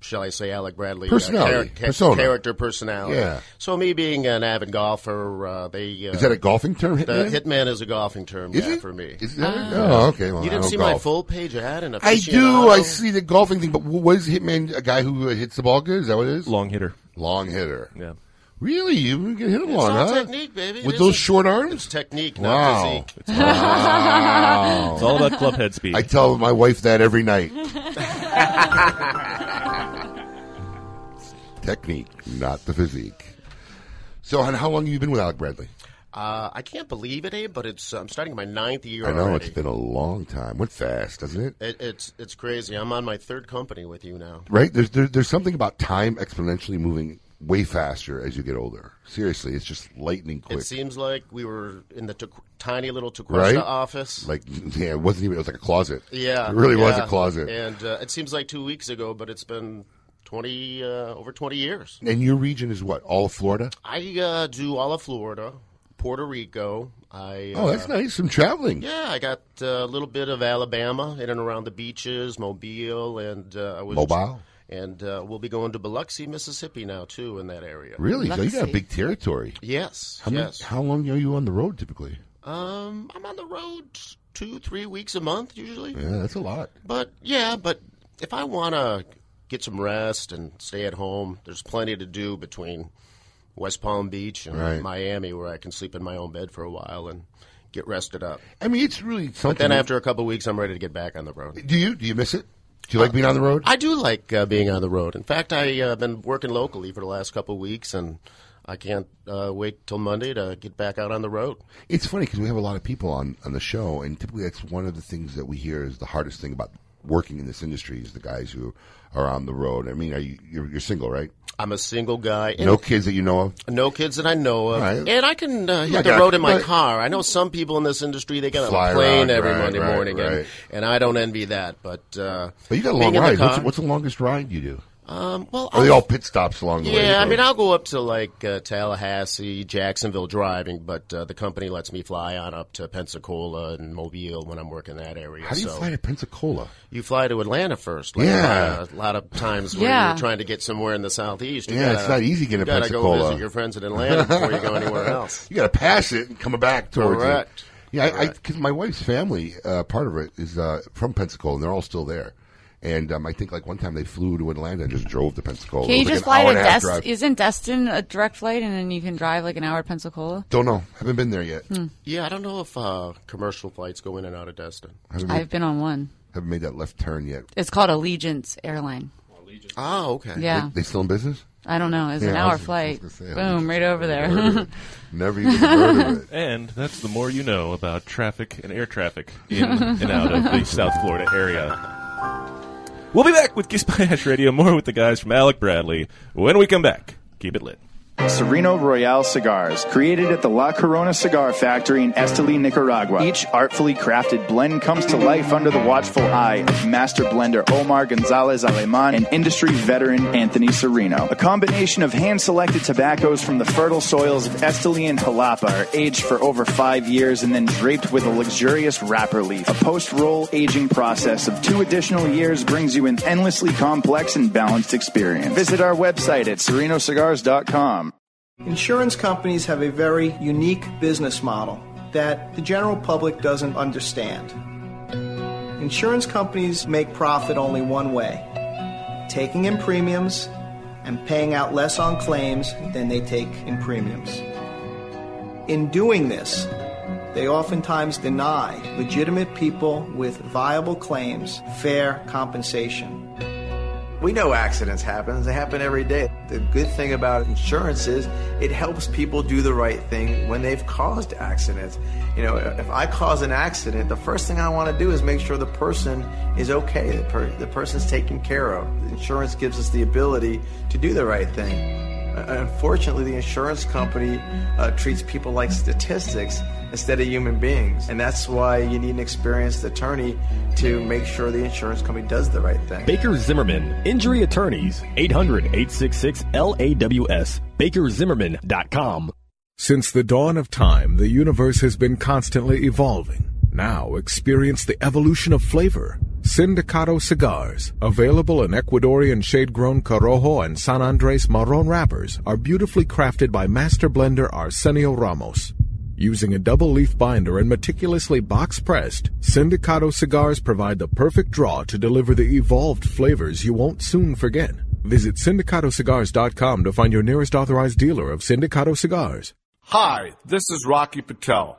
S15: Shall I say Alec Bradley? uh,
S4: Personality, persona.
S15: character, personality.
S4: Yeah.
S15: So me being an avid golfer, uh, they uh,
S4: Is that a golfing term, hitman?
S15: The hitman is a golfing term.
S4: Is
S15: yeah,
S4: it?
S15: for me.
S4: Is
S3: Uh,
S4: that it? Oh, okay. Well, I
S15: you didn't
S4: don't
S15: see my
S4: golf.
S15: full page ad in
S4: I do. I
S15: Aficionado?
S4: see the golfing thing, but wh- what is hitman? A guy who uh, hits the ball good? Is that what it is?
S3: Long hitter.
S4: Long hitter.
S3: Yeah.
S4: Really? You get hit a
S15: It's
S4: long,
S15: all
S4: huh?
S15: technique, baby. It
S4: With
S15: is
S4: those
S15: a-
S4: short arms?
S15: It's technique, not
S4: wow.
S15: physique.
S4: wow.
S3: It's all about club head speed.
S4: I tell my wife that every night. technique, not the physique. So, and how long have you been with Alec Bradley?
S15: Uh, I can't believe it, Abe, but it's I'm starting my ninth year.
S4: I know
S15: already.
S4: it's been a long time. Went fast, doesn't it?
S15: It, it's it's crazy. I'm on my third company with you now.
S4: Right? There's there, there's something about time exponentially moving way faster as you get older. Seriously, it's just lightning quick.
S15: It seems like we were in the Tequ- tiny little Tequesta
S4: right?
S15: office.
S4: Like yeah, it wasn't even. It was like a closet.
S15: yeah,
S4: it really was a
S15: yeah.
S4: closet.
S15: And uh, it seems like two weeks ago, but it's been twenty uh, over twenty years.
S4: And your region is what? All of Florida?
S15: I uh, do all of Florida, Puerto Rico. I
S4: Oh, that's
S15: uh,
S4: nice. Some traveling.
S15: Yeah, I got uh, a little bit of Alabama in and around the beaches, Mobile, and uh, I was
S4: Mobile?
S15: and uh, we'll be going to Biloxi, Mississippi now too in that area.
S4: Really? So you got a big territory.
S15: Yes,
S4: How many,
S15: yes.
S4: How long are you on the road typically?
S15: Um, I'm on the road two, three weeks a month usually.
S4: Yeah, that's a lot.
S15: But yeah, but if I want to get some rest and stay at home, there's plenty to do between West Palm Beach and
S4: Right.
S15: Miami, where I can sleep in my own bed for a while and get rested up.
S4: I mean, it's really
S15: But
S4: something-
S15: then after a couple weeks, I'm ready to get back on the road.
S4: Do you do you miss it? Do you like being on the road?
S15: I do like uh, being on the road. In fact, I've uh, been working locally for the last couple of weeks, and I can't uh, wait till Monday to get back out on the road.
S4: It's funny because we have a lot of people on on the show, and typically that's one of the things that we hear is the hardest thing about working in this industry is the guys who are on the road. I mean, are you you're, you're single, right?
S15: I'm a single guy. and-
S4: No kids that you know of.
S15: No kids that I know of.
S4: All right.
S15: And I can uh, hit
S4: Yeah,
S15: the
S4: yeah,
S15: road in my
S4: right.
S15: car. I know some people in this industry, they get on
S4: Fly
S15: a plane
S4: around,
S15: every
S4: right,
S15: Monday
S4: right,
S15: morning,
S4: right.
S15: And, and I don't envy that. But, uh,
S4: But you got a long
S15: being in the
S4: ride. What's,
S15: car-
S4: what's the longest ride you do?
S15: um, well,
S4: Are they
S15: I'll-
S4: all pit stops along the way?
S15: yeah, I
S4: so-
S15: mean, I'll go up to like uh, Tallahassee, Jacksonville driving, but uh, the company lets me fly on up to Pensacola and Mobile when I'm working that area.
S4: How do you
S15: so
S4: fly to Pensacola?
S15: you fly to Atlanta first.
S4: Yeah.
S15: a lot of, a lot of times when
S4: Yeah.
S15: you're trying to get somewhere in the southeast. You
S4: Yeah,
S15: gotta,
S4: it's not easy getting
S15: you
S4: to
S15: gotta go
S4: Pensacola.
S15: visit your friends in Atlanta before you go anywhere else.
S4: You got to pass it and come back towards
S15: Correct.
S4: it. Yeah, because I, 'cause my wife's family, uh, part of it is uh, from Pensacola, and they're all still there. And um, I think like one time they flew to Atlanta and just drove to Pensacola.
S5: Can
S4: It
S5: you
S4: was like
S5: just
S4: an
S5: fly
S4: hour
S5: to
S4: and a half
S5: Destin?
S4: drive.
S5: Isn't Destin a direct flight, and then you can drive like an hour to Pensacola?
S4: Don't know. Haven't been there yet.
S5: Hmm.
S15: Yeah, I don't know if uh, commercial flights go in and out of Destin.
S4: Haven't
S5: I've been on one.
S4: Haven't made that left turn yet.
S5: It's called Allegiance Airline.
S15: Oh, okay.
S5: Yeah.
S4: They, they still in business?
S5: I don't know. It's an
S4: Yeah, I
S5: hour
S4: was-
S5: flight.
S4: I was gonna say,
S5: Boom, right over
S4: heard
S5: there.
S4: of Never even heard of it.
S3: And that's the more you know about traffic and air traffic in and out of the South Florida area. We'll be back with Kiss by Ash Radio, more with the guys from Alec Bradley when we come back. Keep it lit.
S8: Sereno Royale cigars, created at the La Corona Cigar Factory in Esteli, Nicaragua. Each artfully crafted blend comes to life under the watchful eye of master blender Omar Gonzalez Aleman and industry veteran Anthony Sereno. A combination of hand selected tobaccos from the fertile soils of Esteli and Jalapa are aged for over five years and then draped with a luxurious wrapper leaf. A post roll aging process of two additional years brings you an endlessly complex and balanced experience. Visit our website at serenocigars.com.
S21: Insurance companies have a very unique business model that the general public doesn't understand. Insurance companies make profit only one way taking in premiums and paying out less on claims than they take in premiums. In doing this, they oftentimes deny legitimate people with viable claims fair compensation.
S20: We know accidents happen, they happen every day. The good thing about insurance is it helps people do the right thing when they've caused accidents. You know, if I cause an accident, the first thing I want to do is make sure the person is okay, the, per- the person's taken care of. Insurance gives us the ability to do the right thing. Uh, Unfortunately, the insurance company uh, treats people like statistics instead of human beings. And that's why you need an experienced attorney to make sure the insurance company does the right thing.
S22: Baker Zimmerman, Injury Attorneys, 800 866 LAWS, bakerzimmerman.com.
S7: Since the dawn of time, the universe has been constantly evolving. Now experience the evolution of flavor. Sindicato cigars, available in Ecuadorian shade-grown Corojo and San Andres Marron wrappers, are beautifully crafted by master blender Arsenio Ramos. Using a double leaf binder and meticulously box pressed, Sindicato cigars provide the perfect draw to deliver the evolved flavors you won't soon forget. Visit syndicatocigars.com to find your nearest authorized dealer of Sindicato cigars.
S23: Hi, this is Rocky Patel,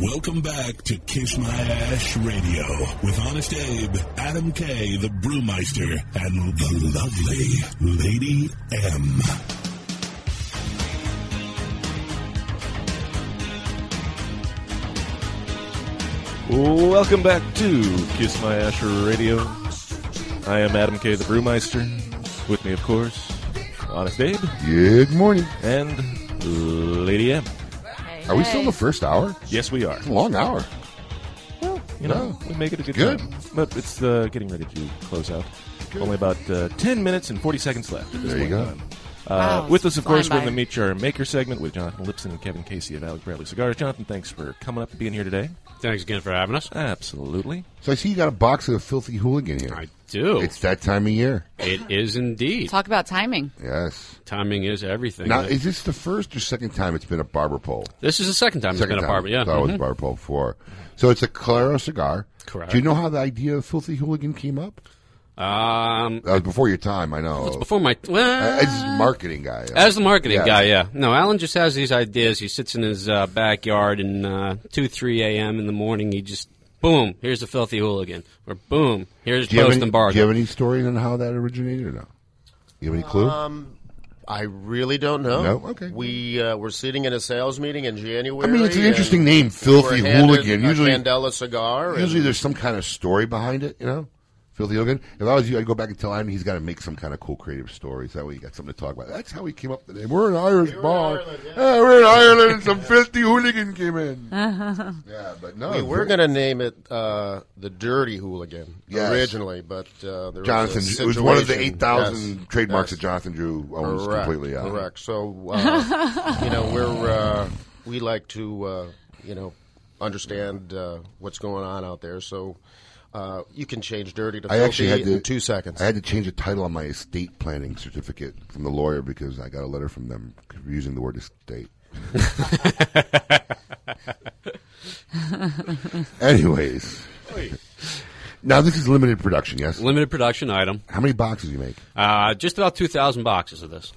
S1: Welcome back to Kiss My Ash Radio with Honest Abe, Adam K, the Brewmeister, and the lovely Lady M.
S3: Welcome back to Kiss My Asher Radio. I am Adam K. the Brewmeister. With me, of course, Honest Abe.
S4: Good morning.
S3: And Lady M.
S4: Are we still in the first hour?
S3: Yes, we are.
S4: It's a long hour.
S3: You know, we make it a good,
S4: Good.
S3: time. But it's uh, getting ready to close out. Only about uh, 10 minutes and 40 seconds left at this
S4: There you
S3: point in
S4: go.
S3: time. Uh,
S5: Wow,
S3: with us, of
S5: flying
S3: course, we're in
S5: by.
S3: the Meet Your Maker segment with Jonathan Lipson and Kevin Casey of Alec Bradley Cigars. Jonathan, thanks for coming up and being here today.
S14: Thanks again for having us.
S3: Absolutely.
S4: So I see you got a box of the filthy hooligan here. I
S14: do.
S4: It's that time of year.
S14: It is indeed.
S5: Talk about timing.
S4: Yes.
S14: Timing is everything.
S4: Now,
S14: Uh,
S4: is this the first or second time it's been a barber pole?
S14: This is the second time it's
S4: Second
S14: been a
S4: time.
S14: barber, yeah.
S4: Thought it was
S14: Mhm.
S4: a barber pole before. So it's a Claro cigar.
S14: Correct.
S4: Do you know how the idea of filthy hooligan came up?
S14: um,
S4: That was before your time, I know. Uh,
S14: It's before my well,
S4: as marketing guy.
S14: As the marketing
S4: Yes.
S14: guy, yeah. No, Alan just has these ideas. He sits in his uh, backyard and uh, two, three a.m. in the morning. He just boom, here's the filthy hooligan, or boom, here's
S4: Do you, have
S14: post and
S4: any, do you
S14: bargain.
S4: have any stories on how that originated or no? You have any
S5: Uh,
S4: clue?
S15: Um, I really don't know.
S4: No? Okay.
S15: We uh, were sitting in a sales meeting in January.
S4: I mean, it's an
S15: and
S4: interesting name,
S15: we
S4: Filthy
S15: were handed
S4: Hooligan.
S15: a
S4: Usually-
S15: Candela cigar. and-
S4: Usually there's some kind of story behind it, you know? Filthy Hogan. If I was you, I'd go back and tell him he's got to make some kind of cool creative stories. That way you got something to talk about. That's how Oh, he came up with the name. We're an Irish bar. Hey, we're in Ireland and some filthy hooligan came in. yeah, but no.
S15: we were going to name it uh, the Dirty Hooligan
S4: Yes.
S15: originally, but uh, there
S4: Jonathan,
S15: was a
S4: it was one of the
S15: situation-
S4: 8,000
S15: Yes,
S4: trademarks
S15: yes.
S4: that Jonathan Drew owns
S15: Correct,
S4: completely out.
S15: Correct. So uh, you know we're uh, we like to uh, you know understand uh, what's going on out there. So uh, you can change dirty to
S4: I
S15: filthy
S4: actually had to
S15: in two seconds.
S4: I had to change the title on my estate planning certificate from the lawyer because I got a letter from them using the word estate. Anyways,
S14: Oi.
S4: now this is limited production. Yes,
S14: Limited production item.
S4: How many boxes you make?
S14: Uh, just about two thousand boxes of this.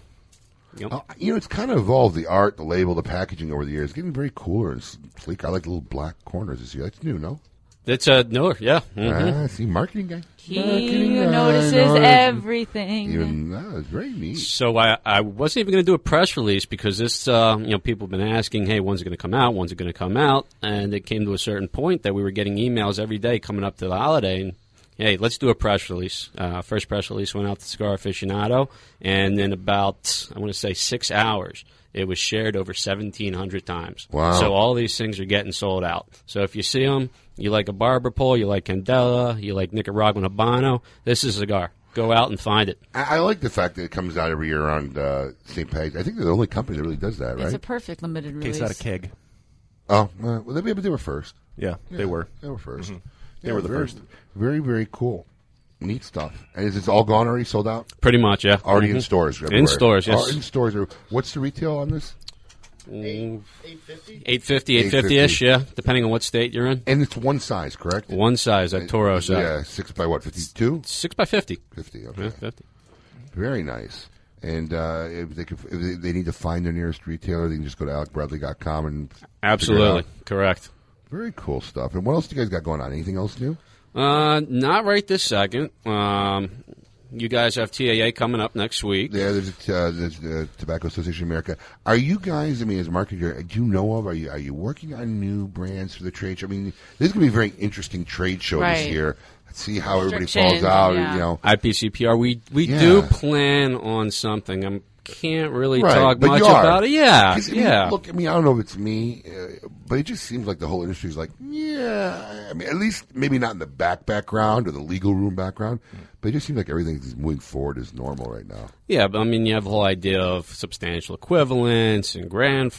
S14: Yep.
S4: Uh, you know, it's kind of evolved the art, the label, the packaging over the years. It's getting very cooler and sleek. I like the little black corners this year. That's new, no?
S14: That's a uh, no, yeah. Mm-hmm.
S4: Ah, see, marketing guy.
S5: He notices everything.
S4: Even that was very neat.
S14: So I, I wasn't even going to do a press release because this, uh, you know, people have been asking, hey, when's it going to come out? When's it going to come out? And it came to a certain point that we were getting emails every day coming up to the holiday. And, hey, let's do a press release. Uh, first press release went out to Cigar Aficionado. And in about, I want to say, six hours, it was shared over 1,700 times.
S4: Wow.
S14: So all these things are getting sold out. So if you see them, you like a barber pole, you like Candela, you like Nicaraguan Habano, this is a cigar. Go out and find it.
S4: I, I like the fact that it comes out every year around uh, St. Patrick's. I think they're the only company that really does that, right?
S5: It's a perfect limited release.
S4: keg. Oh, uh, well, they, but they were first.
S3: Yeah, they were.
S4: They were 1st
S3: Mhm. They were the
S4: very,
S3: first.
S4: Very, very cool. Neat stuff. And is this all gone already? Sold out?
S14: Pretty much, yeah.
S4: Already in
S14: Mhm.
S4: stores.
S14: In
S4: everywhere.
S14: stores, yes.
S4: Oh, in stores. are- What's the retail on this?
S14: Eight fifty, eight fifty ish,
S4: 850.
S14: yeah, depending on what state you're in.
S4: And it's one size, correct?
S14: One size, that Toro size.
S4: Yeah, six by what? Fifty-two.
S14: Six by fifty.
S4: Fifty.
S14: Yeah,
S4: Okay.
S14: 50.
S4: Very nice. And uh, if they could, if they, they need to find their nearest retailer, they can just go to alecbradley.com and figure it
S14: Absolutely.
S4: out.
S14: correct.
S4: Very cool stuff. And what else do you guys got going on? Anything else new?
S14: Uh, not right this second. Um, you guys have TAA coming up next week.
S4: Yeah, there's uh, there's the Tobacco Association of America. Are you guys? I mean, as a marketer, do you know of? Are you are you working on new brands for the trade show? I mean, this is going to be a very interesting trade show this
S14: Right.
S4: year. See how everybody falls
S14: Restrictions,
S4: out.
S14: yeah.
S4: You know,
S14: IPCPR. We we
S4: Yeah.
S14: do plan on something. I can't really
S4: Right,
S14: talk
S4: but
S14: much
S4: you are.
S14: about it. Yeah,
S4: 'Cause, I mean,
S14: yeah.
S4: Look, I mean, I don't know if it's me, uh, but it just seems like the whole industry is like, yeah. I mean, at least maybe not in the back background or the legal room background, but it just seems like everything's moving forward as normal right now.
S14: Yeah, but I mean, you have the whole idea of substantial equivalence and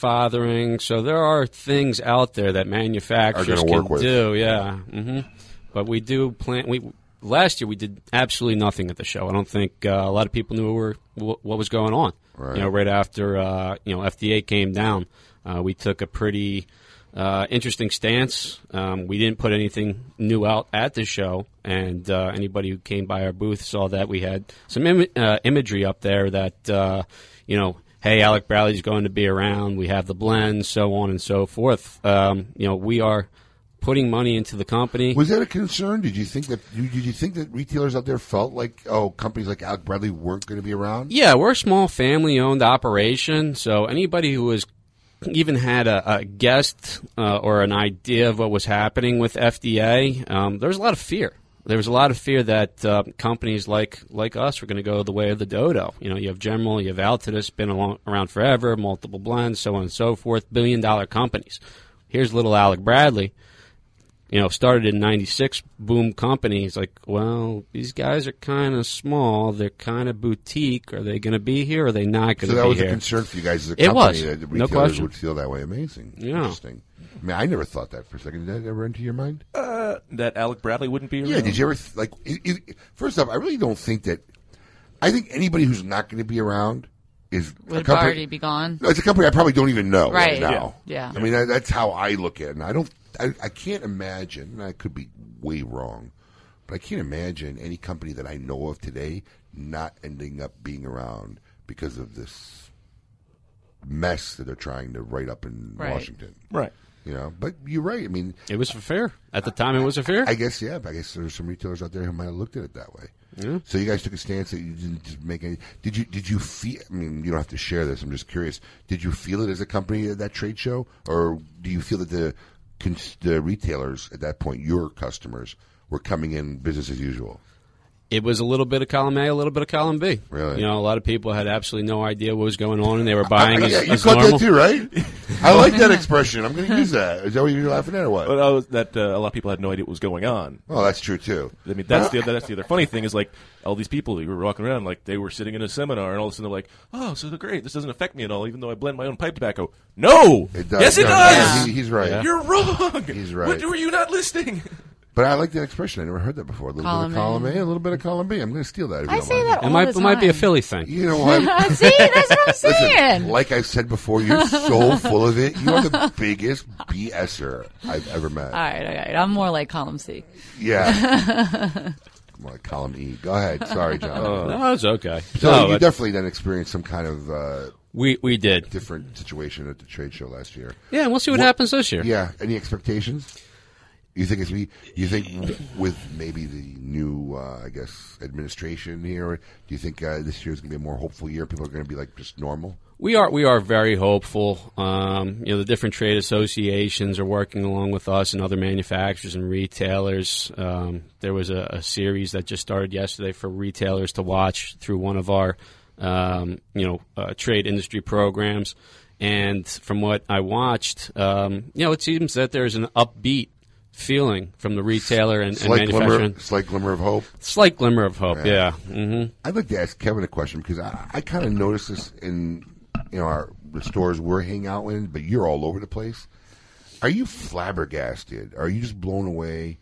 S14: grandfathering. So there are things out there that manufacturers
S4: Are gonna
S14: can
S4: work with.
S14: do. Yeah, hmm but we do plan. We last year we did absolutely nothing at the show. I don't think uh, a lot of people knew we were, wh- what was going on.
S4: Right.
S14: You know, right after uh, you know FDA came down, uh, we took a pretty uh, interesting stance. Um, we didn't put anything new out at the show, and uh, anybody who came by our booth saw that we had some Im- uh, imagery up there that uh, you know. Hey, Alec Bradley's going to be around. We have the blend, so on and so forth. Um, you know, we are putting money into the company.
S4: Was that a concern? Did you think that? Did you think that retailers out there felt like, oh, companies like Alec Bradley weren't going to be around?
S14: Yeah, we're a small family owned operation, so anybody who was even had a, a guest uh, or an idea of what was happening with FDA, um, there was a lot of fear. There was a lot of fear that uh, companies like like us were going to go the way of the dodo. You know, you have General, you have Altadis, been along, around forever, multiple blends, so on and so forth, billion dollar companies. Here's little Alec Bradley you know, started in 96, boom company. It's like, well, these guys are kind of small. They're kind of boutique. Are they going to be here? Or are they not going to
S4: So that
S14: be
S4: was
S14: here?
S4: a concern for you guys as a
S14: it
S4: company
S14: was.
S4: that the
S14: no
S4: retailers
S14: question.
S4: would feel that way. Amazing.
S14: Yeah.
S4: Interesting. I mean, I never thought that for a second. Did that ever enter your mind?
S3: Uh, that Alec Bradley wouldn't be around.
S4: Yeah. Did you ever th- like? It, it, first off, I really don't think that. I think anybody who's not going to be around is a
S5: Would
S4: company-
S5: already be gone.
S4: No, it's a company I probably don't even know
S5: Right.
S4: right, now.
S5: Yeah. Yeah.
S4: I mean, that, that's how I look at it. And I don't. I, I can't imagine. And I could be way wrong, but I can't imagine any company that I know of today not ending up being around because of this mess that they're trying to write up in
S14: Right.
S4: Washington.
S14: Right.
S4: You know, but you're right. I mean,
S14: it was fair at the time. It was a fair.
S4: I guess yeah. But I guess there's some retailers out there who might have looked at it that way. So you guys took a stance that you didn't just make any. Did you? Did you feel? I mean, you don't have to share this. I'm just curious. Did you feel it as a company at that trade show, or do you feel that the cons- the retailers at that point, your customers, were coming in business as usual?
S14: it was a little bit of column A, a little bit of column B.
S4: Really?
S14: You know, a lot of people had absolutely no idea what was going on, and they were buying.
S4: I- I-
S14: as,
S4: you
S14: as
S4: caught
S14: normal.
S4: that too, right? I like that expression. I'm going to use that. Is that what you're laughing at, or what?
S3: But I was, that uh, a lot of people had no idea what was going on.
S4: Well, that's true too.
S3: I mean, that's the other, that's the other funny thing is like all these people who were walking around like they were sitting in a seminar, and all of a sudden they're like, "Oh, so they're great. This doesn't affect me at all, even though I blend my own pipe tobacco." No,
S4: It does.
S3: yes, it
S4: No,
S3: does.
S4: he- he's right. Yeah.
S3: You're wrong.
S4: He's right.
S3: What, were you not listening?
S4: But I like that expression. I never heard that before. A little
S3: Column
S4: bit of column
S3: A.
S4: A, a little bit of column B. I'm going to steal that. if
S5: I
S4: you don't
S5: say
S4: mind.
S5: that It all might- the it might be a time.
S14: Philly thing.
S4: You know what?
S5: See, that's what I'm
S4: Listen,
S5: saying.
S4: like I said before, you're so full of it. You are the biggest BSer I've ever met.
S5: all right, all right. I'm more like column C.
S4: Yeah. Come on, column E. Go ahead. Sorry, John.
S14: Oh, no, it's okay.
S4: So
S14: No,
S4: you
S14: it-
S4: definitely then experienced some kind of uh,
S14: we we did
S4: different situation at the trade show last year.
S14: Yeah, and we'll see what happens this year.
S4: Yeah. Any expectations? You think it's we? You think with maybe the new, uh, I guess, administration here? Do you think uh, this year is going to be a more hopeful year? People are going to be like just normal.
S14: We are we are very hopeful. Um, you know, the different trade associations are working along with us and other manufacturers and retailers. Um, there was a, a series that just started yesterday for retailers to watch through one of our um, you know uh, trade industry programs. And from what I watched, um, you know, it seems that there's an upbeat feeling from the retailer and, and
S4: Slight glimmer-
S14: manufacturer.
S4: slight glimmer of hope.
S14: Slight glimmer of hope. Yeah. Mm-hmm.
S4: I'd like to ask Kevin a question because I, I kind of noticed this in you know our the stores we're hanging out in, but you're all over the place. Are you flabbergasted? Are you just blown away?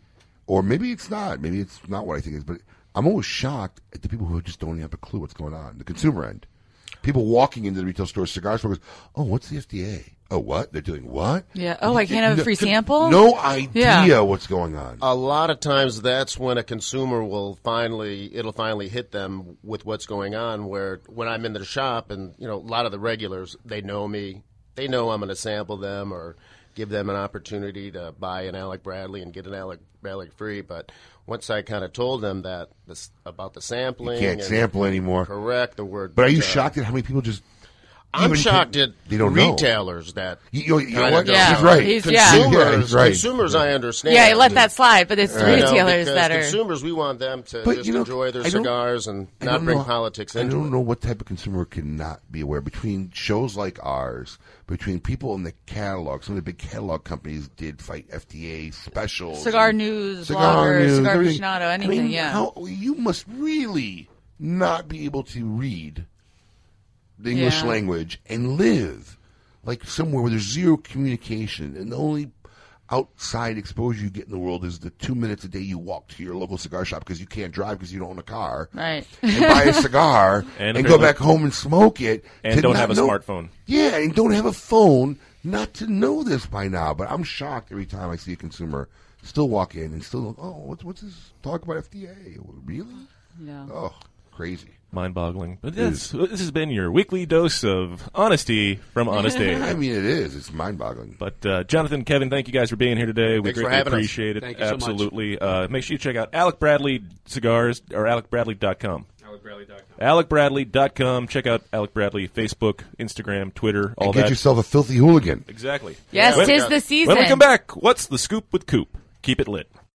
S4: Or maybe it's not. Maybe it's not what I think it is. But I'm always shocked at the people who just don't have a clue what's going on. The consumer end, people walking into the retail store, cigar store, goes, "Oh, what's the FDA? Oh, what they're doing? What?
S5: Yeah. Oh, I can't have a
S4: No-
S5: free sample.
S4: No idea
S5: Yeah.
S4: what's going on.
S15: A lot of times, that's when a consumer will finally it'll finally hit them with what's going on. Where when I'm in the shop, and you know, a lot of the regulars they know me, they know I'm going to sample them or give them an opportunity to buy an Alec Bradley and get an Alec Bradley free. But once I kind of told them that this, about the sampling,
S4: Can't
S15: and-
S4: sample anymore.
S15: Correct the word.
S4: But are you
S15: uh,
S4: shocked at how many people just?
S15: I'm
S4: even-
S15: shocked at
S4: they don't know.
S15: retailers that
S4: You- you- you know
S15: kinda
S4: what?
S15: don't
S4: Yeah, He's right. he's- yeah.
S15: consumers,
S4: Yeah, he's right.
S15: consumers, I understand.
S5: Yeah, I let that slide, but it's the
S15: You know,
S5: retailers
S15: because
S5: that are.
S15: consumers. We want them to
S4: But
S15: just
S4: you know,
S15: enjoy their
S4: I don't-
S15: cigars and
S4: I
S15: not
S4: don't
S15: bring
S4: know-
S15: politics
S4: I
S15: into
S4: don't
S15: it.
S4: know what type of consumer cannot be aware between shows like ours, between people in the catalog. Some of the big catalog companies did fight FDA specials,
S5: Cigar
S4: and
S5: news, blogger, cigar
S4: everything.
S5: aficionado,
S4: I mean,
S5: anything, yeah.
S4: how- Oh, you must really not be able to read the English
S5: Yeah.
S4: language and live like somewhere where there's zero communication and the only outside exposure you get in the world is the two minutes a day you walk to your local cigar shop because you can't drive because you don't own a car
S5: Right.
S4: and buy a cigar and,
S3: And
S4: go
S3: apparently-
S4: back home and smoke it
S3: And
S4: to
S3: don't
S4: not
S3: have a
S4: know-
S3: smartphone.
S4: Yeah, and don't have a phone not to know this by now. But I'm shocked every time I see a consumer still walk in and still oh what's what's this talk about FDA really?
S5: Yeah.
S4: Oh, crazy.
S3: Mind-boggling. But this this has been your weekly dose of honesty from Honest Abe.
S4: I mean, it is. It's mind-boggling.
S3: But uh, Jonathan, Kevin, thank you guys for being here today. We
S4: Thanks for
S3: greatly
S4: having us.
S3: appreciate it.
S4: Thank you so much.
S3: Absolutely. Uh, make sure you check out Alec Bradley Cigars or alecbradley.com. AlecBradley.com. AlecBradley.com. Check out Alec Bradley Facebook, Instagram, Twitter, all
S4: and get
S3: that.
S4: yourself a filthy hooligan.
S3: Exactly.
S5: Yes,
S3: When-
S5: tis the
S3: When we
S5: season.
S3: come back, what's the scoop with Coop? Keep it lit.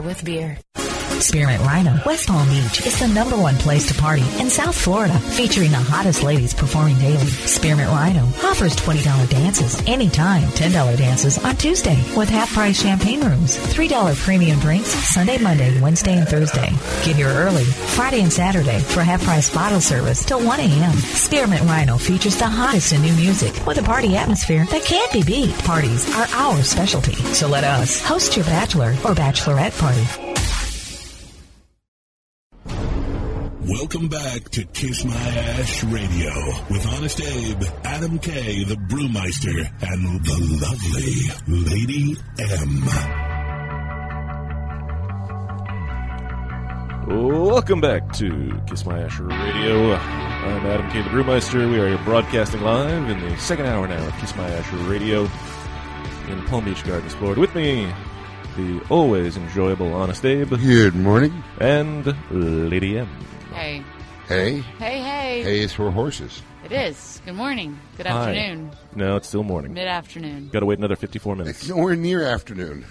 S2: with beer.
S9: Spirit Rhino, West Palm Beach is the number one place to party in South Florida, featuring the hottest ladies performing daily. Spearmint Rhino offers $20 dances anytime, $10 dances on Tuesday with half price champagne rooms, $3 premium drinks Sunday, Monday, Wednesday, and Thursday. Get here early Friday and Saturday for half price bottle service till 1 a.m. Spearmint Rhino features the hottest in new music with a party atmosphere that can't be beat. Parties are our specialty, so let us host your bachelor or bachelorette party.
S1: Welcome back to Kiss My Ash Radio with Honest Abe, Adam K, the Brewmeister, and the lovely Lady M.
S3: Welcome back to Kiss My Asher Radio. I'm Adam K. the Brewmeister. We are here broadcasting live in the second hour now of Kiss My Asher Radio in Palm Beach Gardens, Florida. With me, the always enjoyable Honest Abe.
S4: Good morning.
S3: And Lady M.
S5: Hey.
S4: Hey.
S5: Hey, hey.
S4: Hay is for horses.
S5: It is. Good morning. Good
S3: Hi.
S5: afternoon.
S3: No, it's still morning.
S5: Mid afternoon.
S3: Got to wait another 54 minutes.
S4: It's nowhere near afternoon.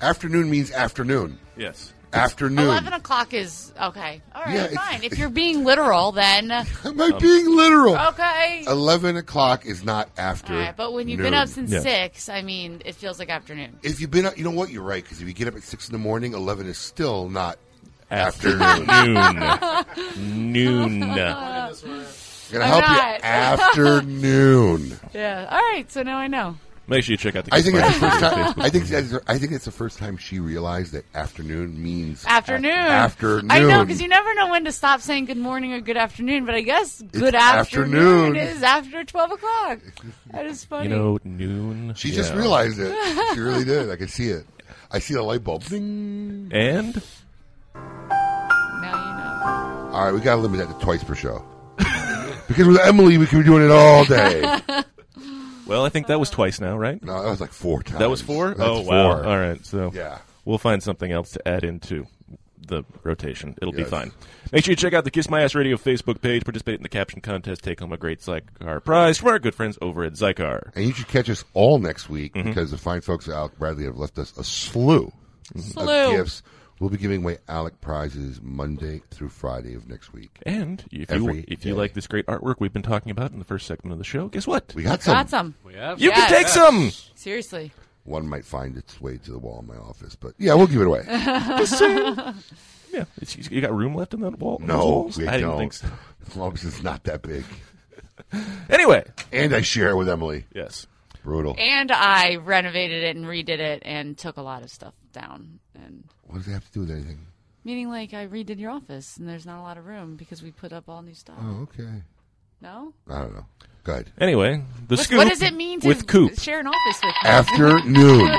S4: Afternoon means afternoon.
S3: Yes.
S4: Afternoon.
S5: 11 o'clock is okay. All right,
S4: Yeah, it's-
S5: fine. If you're being literal, then. Am
S4: I being literal? Uh,
S5: Okay.
S4: 11 o'clock is not after.
S5: oh All right, but when you've been up since 6, I mean, it feels like afternoon.
S4: If you've been up, you know what? You're right, because if you get up at 6 in the morning, 11 is still not afternoon.
S3: Noon.
S4: Gonna
S5: I'm
S4: help
S5: not.
S4: you afternoon.
S5: Yeah. All right, so now I know.
S3: Make sure you check out the
S4: I think
S3: Kiss My
S4: that's
S3: Ash
S4: the first
S3: Radio
S4: time.
S3: Facebook
S4: I think
S3: page.
S4: that's, I think it's the first time she realized that afternoon means
S5: Afternoon.
S4: afternoon.
S5: I know, because you never know when to stop saying good morning or good afternoon, but I guess good
S4: afternoon.
S5: afternoon. is after 12 o'clock. That is funny.
S3: You know, noon.
S4: She just
S3: Yeah.
S4: realized it. She really did. I can see it. I see the light bulb. Ding.
S3: And
S4: All right, we gotta limit that to twice per show. because with Emily, we can be doing it all day.
S3: Well, I think that was
S5: Uh,
S3: twice now, right?
S4: No, that was like four times.
S3: That was four.
S4: That's
S3: oh wow!
S4: four.
S3: All right, so
S4: Yeah.
S3: we'll find something else to add into the rotation. It'll be
S4: Yes.
S3: fine. Make sure you check out the Kiss My Ass Radio Facebook page. Participate in the caption contest. Take home a great Zycar prize from our good friends over at Zycar. Mm-hmm.
S4: And you should catch us all next week because the fine folks at Alec Bradley have left us a slew of
S3: Slew.
S4: gifts. We'll be giving away Alec prizes Monday through Friday of next week.
S3: And if
S4: Every
S3: you if you like this great artwork we've been talking about in the first segment of the show, guess what?
S4: We got some.
S5: Got some.
S3: You
S5: Yes.
S3: can take some.
S5: Seriously.
S4: One might find its way to the wall in my office, but yeah, we'll give it away.
S5: Just saying.
S3: Yeah, it's, you got room left in that wall? those
S4: No,
S3: walls?
S4: we
S3: I didn't
S4: don't.
S3: think so.
S4: As long as it's not that big.
S3: Anyway,
S4: and I share it with Emily.
S3: Yes,
S4: brutal.
S5: And I renovated it and redid it and took a lot of stuff down. And
S4: What does it have to do with anything?
S5: meaning, like, I redid your office, and there's not a lot of room because we put up all new stuff.
S4: Oh, okay.
S5: No?
S4: I don't know. Go ahead.
S3: Anyway, the
S5: What-
S3: scoop.
S5: What does it mean to
S3: with Coop?
S5: share an office with me?
S4: Afternoon.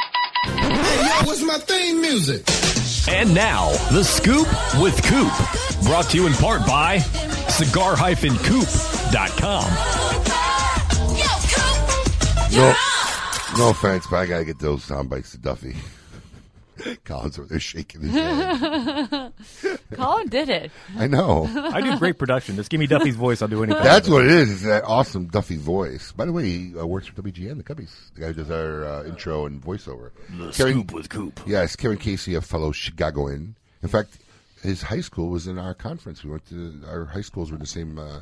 S9: What's my theme music?
S24: And now, The Scoop with Coop. Brought to you in part by cigar-coop.com.
S4: No, no offense, but I gotta get those sound bites to Duffy. Collins over there shaking his head.
S5: Colin did it.
S4: I know.
S6: I do great production. Just give me Duffy's voice. I'll do anything.
S4: That's what it is. It's that awesome Duffy voice. By the way, he uh, works for WGN, the Cubbies. The guy who does our uh, intro and voiceover.
S9: The Scoop with Coop.
S4: Yes, Kevin Casey, a fellow Chicagoan. In fact, his high school was in our conference. We went to our high schools were in the same uh,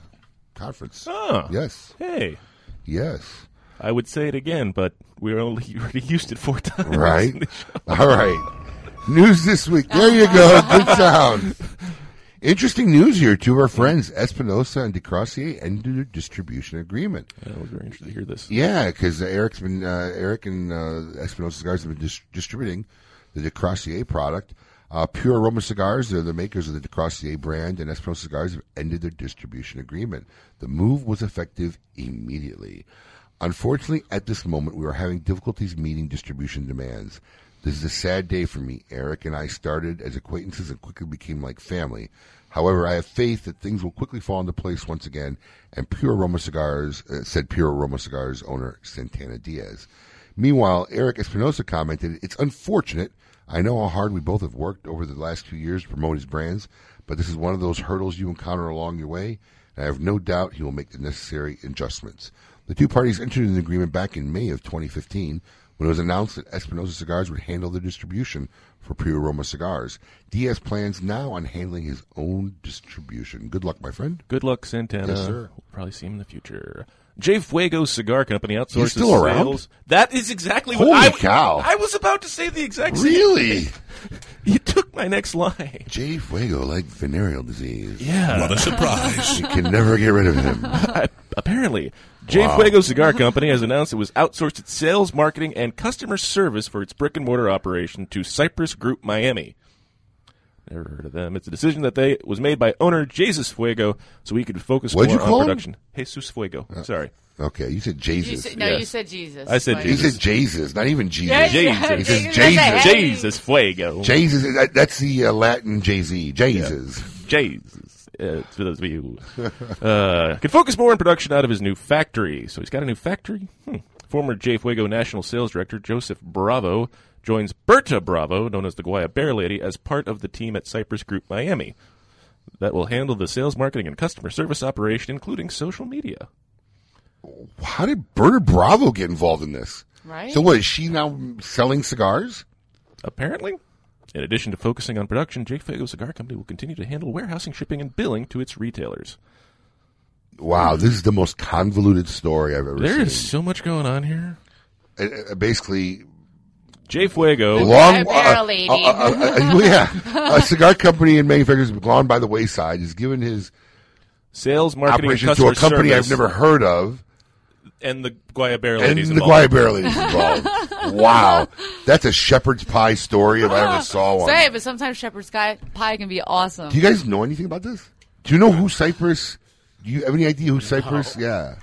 S4: conference.
S3: Oh.
S4: yes.
S3: Hey.
S4: Yes.
S3: I would say it again, but we only you already used it four times.
S4: Right. All right. News this week. There you go. Good sound. Interesting news here. Two of our friends, Espinosa and DeCrossier, ended their distribution agreement.
S3: I was very interested to hear this.
S4: Yeah, because Eric's been uh, Eric and uh, Espinosa Cigars have been dis- distributing the DeCrossier product. Uh, Pure Aroma Cigars, they're the makers of the DeCrossier brand, and Espinosa Cigars have ended their distribution agreement. The move was effective immediately. Unfortunately, at this moment, we are having difficulties meeting distribution demands. This is a sad day for me. Eric and I started as acquaintances and quickly became like family. However, I have faith that things will quickly fall into place once again. And Pure Aroma Cigars uh, said Pure Aroma Cigars owner Santana Diaz. Meanwhile, Eric Espinosa commented, "It's unfortunate. I know how hard we both have worked over the last few years to promote his brands, but this is one of those hurdles you encounter along your way. And I have no doubt he will make the necessary adjustments." The two parties entered an agreement back in May of 2015 when it was announced that Espinosa Cigars would handle the distribution for Pure Aroma Cigars. Diaz plans now on handling his own distribution. Good luck, my friend.
S3: Good luck, Santana.
S4: Yes, sir.
S3: We'll probably see him in the future. Jay Fuego Cigar Company outsources
S4: He's still around?
S3: sales. That is exactly
S4: Holy
S3: what I
S4: cow.
S3: I was about to say the exact same.
S4: Really?
S3: you took my next line.
S4: Jay Fuego, like venereal disease.
S3: Yeah. What a surprise.
S4: you can never get rid of him.
S3: Apparently, Jay
S4: Wow.
S3: Fuego Cigar Company has announced it was outsourced its sales, marketing, and customer service for its brick and mortar operation to Cypress Group Miami. Never heard of them. It's a decision that they was made by owner Jesus Fuego, so he could focus
S4: What'd
S3: more
S4: you call
S3: on
S4: him? Uh,
S3: production. Jesus Fuego. Sorry.
S4: Okay, you said Jesus.
S5: You said- no, you said Jesus.
S3: I said
S5: Like-
S4: He
S3: Jesus.
S4: said Jesus, not even Jesus.
S5: Yeah, yeah,
S4: He
S5: Jesus.
S4: says
S5: That's a
S4: Jesus.
S5: heavy-
S3: Jesus Fuego.
S4: Jesus. that- That's the uh, Latin Jay Z. Jesus.
S3: Jesus. Uh, for those of you who uh, can focus more on production out of his new factory. So he's got a new factory? Hmm. Former Jay Fuego National Sales Director Joseph Bravo joins Berta Bravo, known as the Guaya Bear Lady, as part of the team at Cypress Group Miami that will handle the sales, marketing, and customer service operation, including social media.
S4: How did Berta Bravo get involved in this?
S5: Right.
S4: So what is she now selling cigars?
S3: Apparently. In addition to focusing on production, Jay Fuego Cigar Company will continue to handle warehousing, shipping, and billing to its retailers.
S4: Wow, this is the most convoluted story I've ever
S3: There
S4: seen.
S3: is so much going on here.
S4: Uh, uh, basically,
S3: Jay Fuego,
S4: long,
S5: Barrel
S4: uh,
S5: lady.
S4: uh, uh, uh, uh, yeah, a cigar company and manufacturers have gone by the wayside. He's given his
S3: sales, marketing, and
S4: operations to a
S3: customer
S4: company
S3: service.
S4: I've never heard of,
S3: and the Guayabera
S4: and
S3: ladies
S4: the
S3: involved.
S4: Guayabera lady's involved. wow, that's a shepherd's pie story if I ever saw one.
S5: Say, but sometimes shepherd's guy, pie can be awesome.
S4: Do you guys know anything about this? Do you know who Cypress? Do you have any idea who Cypress? Yeah,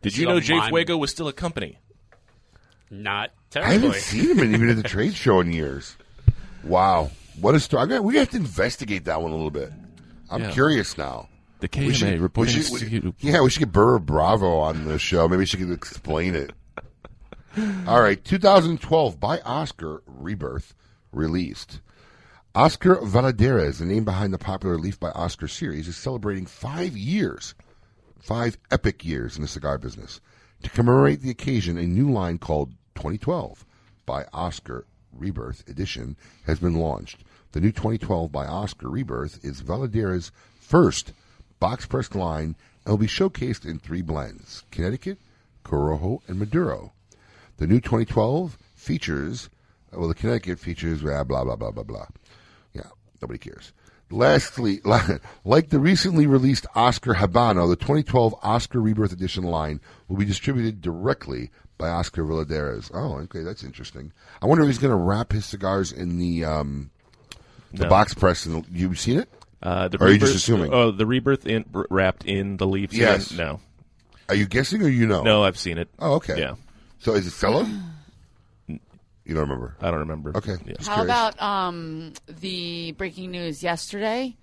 S3: Did you know Jay Fuego was still a company?
S14: Not
S4: I haven't
S14: terribly.
S4: seen him in, even at the trade show in years. Wow, what a story! I got- We have to investigate that one a little bit. I'm
S3: Yeah.
S4: curious now.
S3: The
S4: We
S3: KMA
S4: should- we
S3: reporting
S4: should- we-
S3: institute.
S4: yeah, we should get Burra Bravo on the show. Maybe she could explain it. All right, 2012 by Oscar Rebirth released. Oscar Valadares, the name behind the popular Leaf by Oscar series, is celebrating five years, five epic years in the cigar business. To commemorate the occasion, a new line called 2012 by Oscar Rebirth Edition has been launched. The new 2012 by Oscar Rebirth is Valadares' first box pressed line and will be showcased in three blends Connecticut, Corojo, and Maduro. The new 2012 features, well, the Connecticut features, blah, blah, blah, blah, blah, blah. Yeah, nobody cares. Lastly, like the recently released Oscar Habano, the 2012 Oscar Rebirth Edition line will be distributed directly by Oscar Villadares. Oh, okay, that's interesting. I wonder if he's going to wrap his cigars in the um, the
S3: No.
S4: box press. And you've seen it?
S3: Uh, the
S4: or are you just
S3: Rebirth-
S4: assuming?
S3: Oh, the rebirth in, r- wrapped in the leaves.
S4: Yes.
S3: and- No.
S4: Are you guessing or you know?
S3: No, I've seen it.
S4: Oh, okay.
S3: Yeah.
S4: So is it Cello? You don't remember?
S3: I don't remember.
S4: Okay. just
S5: How
S4: curious.
S5: about um, the breaking news yesterday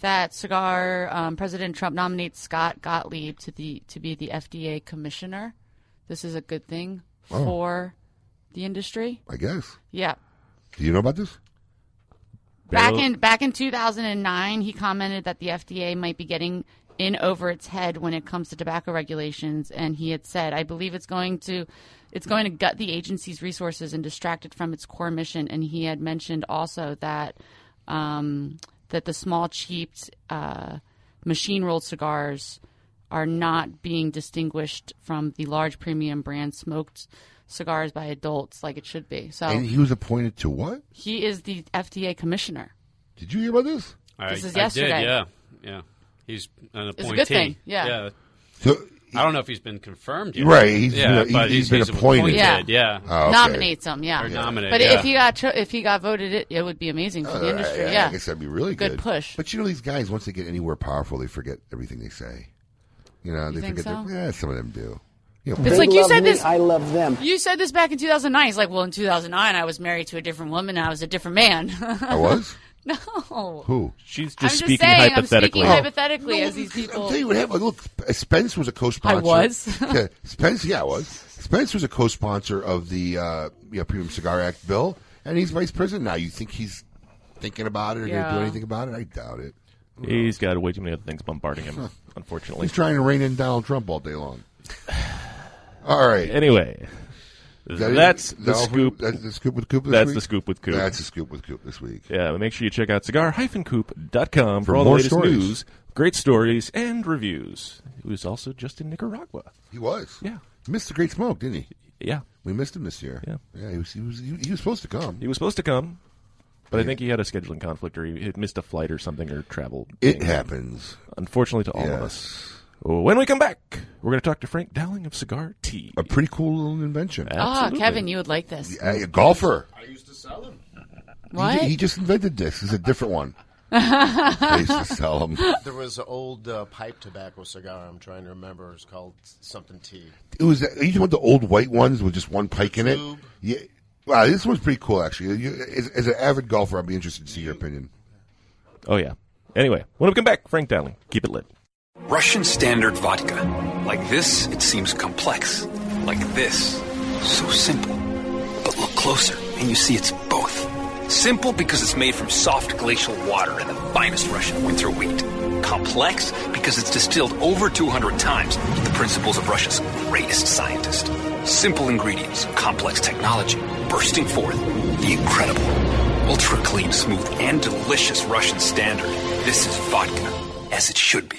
S5: that cigar um, President Trump nominates Scott Gottlieb to the to be the FDA commissioner? This is a good thing
S4: Oh.
S5: for the industry.
S4: I guess.
S5: Yeah.
S4: Do you know about this?
S5: Back in back in 2009, he commented that the FDA might be getting in over its head when it comes to tobacco regulations, and he had said, "I believe it's going to, it's going to gut the agency's resources and distract it from its core mission." And he had mentioned also that um, that the small, cheap, uh, machine-rolled cigars are not being distinguished from the large premium brand smoked cigars by adults like it should be. So
S4: And he was appointed to what?
S5: he is the FDA commissioner.
S4: Did you hear about this?
S14: I,
S5: This is
S14: I
S5: yesterday.
S14: did, yeah. Yeah. He's an appointee.
S5: It's a good thing, yeah.
S4: So-
S14: I don't know if he's been confirmed yet.
S4: Right, he's
S14: yeah,
S4: been- he-
S14: but
S4: he's been appointed. Ah.
S5: Yeah.
S14: yeah.
S5: nominates him. Yeah,
S14: Or nominate,
S5: But
S14: yeah.
S5: if he got cho- if he got voted, it, it would be amazing for the
S4: Uh,
S5: industry.
S4: I,
S5: yeah,
S4: I guess that'd be really
S5: Good
S4: good.
S5: push.
S4: But you know, these guys once they get anywhere powerful, they forget everything they say. You know,
S5: You
S4: they
S5: think
S4: forget.
S5: so?
S4: Their, yeah, some of them do. You know,
S5: It's
S4: they
S5: like you
S4: love
S5: said
S4: me,
S5: this.
S4: I love them.
S5: You said this back in 2009. He's like, well, in 2009, I was married to a different woman. I was a different man.
S4: I was?
S5: no.
S4: Who?
S3: She's
S5: I'm just saying, I'm speaking hypothetically
S4: No,
S5: as these people.
S4: I'll tell you what happened. Look, Spence was a co-sponsor.
S5: I was?
S4: yeah, Spence, yeah, I was. Spence was a co-sponsor of the uh, you know, Premium Cigar Act bill, and he's vice president now. You think he's thinking about it or going to do
S3: Yeah.
S4: anything about it? I doubt it.
S3: He's got way too many other things bombarding him, unfortunately.
S4: He's trying to rein in Donald Trump all day long. All right.
S3: Anyway,
S4: That is-
S3: that's the
S4: that all-
S3: scoop.
S4: That's the scoop with Coop this
S3: That's
S4: week?
S3: the scoop with Coop.
S4: That's the scoop with Coop this week.
S3: Yeah, but make sure you check out cigar-coop.com for,
S4: For
S3: all the
S4: more
S3: latest
S4: stories.
S3: news, great stories, and reviews. He was also just in Nicaragua.
S4: He was.
S3: Yeah.
S4: Missed the Great Smoke, didn't he?
S3: Yeah.
S4: We missed him this year. Yeah. Yeah, he was, he was, he, he was supposed to come.
S3: He was supposed to come, but I think he had a scheduling conflict or he had missed a flight or something or travel.
S4: It
S3: thing.
S4: happens.
S3: Unfortunately to all of us. When we come back, we're going to talk to Frank Dowling of Cigar Tea.
S4: A pretty cool little invention.
S5: Ah, Kevin, you would like this.
S4: Yeah, a golfer.
S5: I
S4: used
S5: to sell them.
S4: He-
S5: What?
S4: He, just invented this. It's a different one. I used to sell 'em.
S15: There was an old uh, pipe tobacco cigar. I'm trying to remember. It's called something tea.
S4: It was. You just want the old white ones with just one pike in it. Yeah. Wow, this one's pretty cool actually. You, as, as an avid golfer, I'd be interested to see your opinion.
S3: Oh, yeah. Anyway, when we come back, Frank Dowling, keep it lit.
S10: Russian standard vodka. Like this, it seems complex. Like this, so simple. But look closer, and you see it's both. Simple because it's made from soft glacial water and the finest Russian winter wheat. Complex because it's distilled over 200 times with the principles of Russia's greatest scientist. Simple ingredients, complex technology, bursting forth the incredible. Ultra clean, smooth, and delicious Russian standard. This is vodka, as it should be.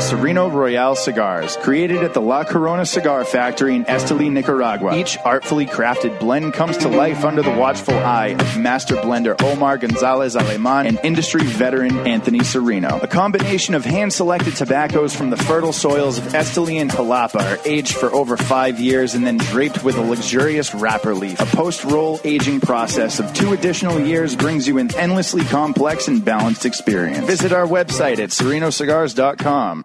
S8: Sereno Royale cigars, created at the La Corona Cigar Factory in Esteli, Nicaragua. Each artfully crafted blend comes to life under the watchful eye of master blender Omar Gonzalez Aleman and industry veteran Anthony Sereno. A combination of hand selected tobaccos from the fertile soils of Esteli and Jalapa are aged for over five years and then draped with a luxurious wrapper leaf. A post roll aging process of two additional years brings you an endlessly complex and balanced experience. Visit our website at serenocigars.com.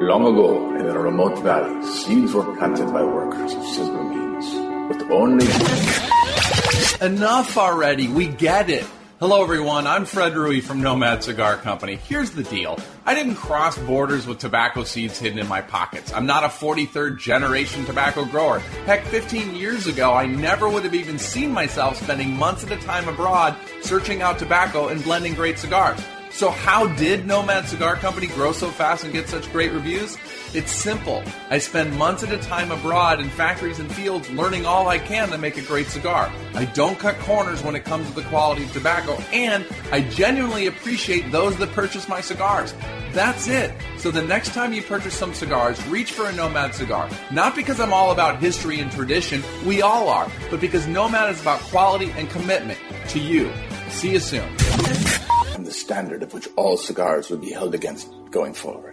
S16: Long ago, in a remote valley, seeds were planted by workers of silver means, with only.
S17: Enough already. We get it. Hello, everyone. I'm Fred Rui from Nomad Cigar Company. Here's the deal I didn't cross borders with tobacco seeds hidden in my pockets. I'm not a 43rd generation tobacco grower. Heck, 15 years ago, I never would have even seen myself spending months at a time abroad searching out tobacco and blending great cigars. So, how did Nomad Cigar Company grow so fast and get such great reviews? It's simple. I spend months at a time abroad in factories and fields learning all I can to make a great cigar. I don't cut corners when it comes to the quality of tobacco, and I genuinely appreciate those that purchase my cigars. That's it. So the next time you purchase some cigars, reach for a Nomad cigar. Not because I'm all about history and tradition, we all are, but because Nomad is about quality and commitment to you. See you soon.
S16: and the standard of which all cigars would be held against going forward.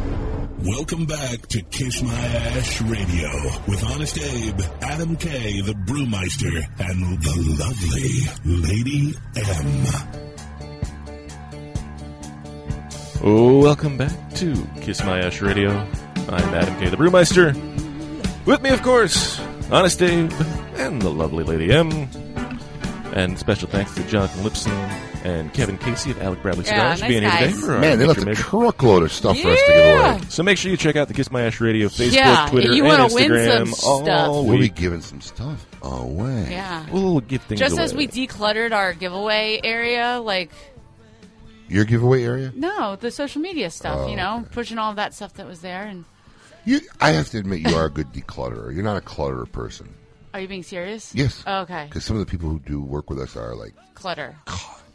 S1: Welcome back to Kiss My Ash Radio with Honest Abe, Adam K, the Brewmeister, and the lovely Lady M.
S3: Oh, welcome back to Kiss My Ash Radio. I'm Adam K. the Brewmeister. With me, of course, Honest Abe and the lovely Lady M. And special thanks to Jonathan Lipson and Kevin Casey of Alec Bradley
S5: Yeah, nice
S3: Cigars for being here
S5: guys.
S3: today. for our
S4: Man, they left
S3: picture
S4: a
S3: making.
S4: truckload of stuff for us to give away.
S3: So make sure you check out the Kiss My Ash Radio Facebook,
S5: Yeah,
S3: Twitter,
S5: you
S3: and
S5: wanna win
S3: Instagram.
S5: some
S3: all
S5: stuff. We'll
S3: week.
S5: be
S4: giving some stuff away.
S5: Yeah.
S3: We'll give things
S5: Ah. Just
S4: away.
S5: as we decluttered our giveaway area, like
S4: Your giveaway area?
S5: no, the social media stuff,
S4: Oh,
S5: you know, pushing all that stuff that was there. And
S4: You, I have to admit, you are a good declutterer. You're not a clutterer person.
S5: are you being serious?
S4: Yes.
S5: Oh, okay.
S4: Because some of the people who do work with us are like,
S5: Clutter.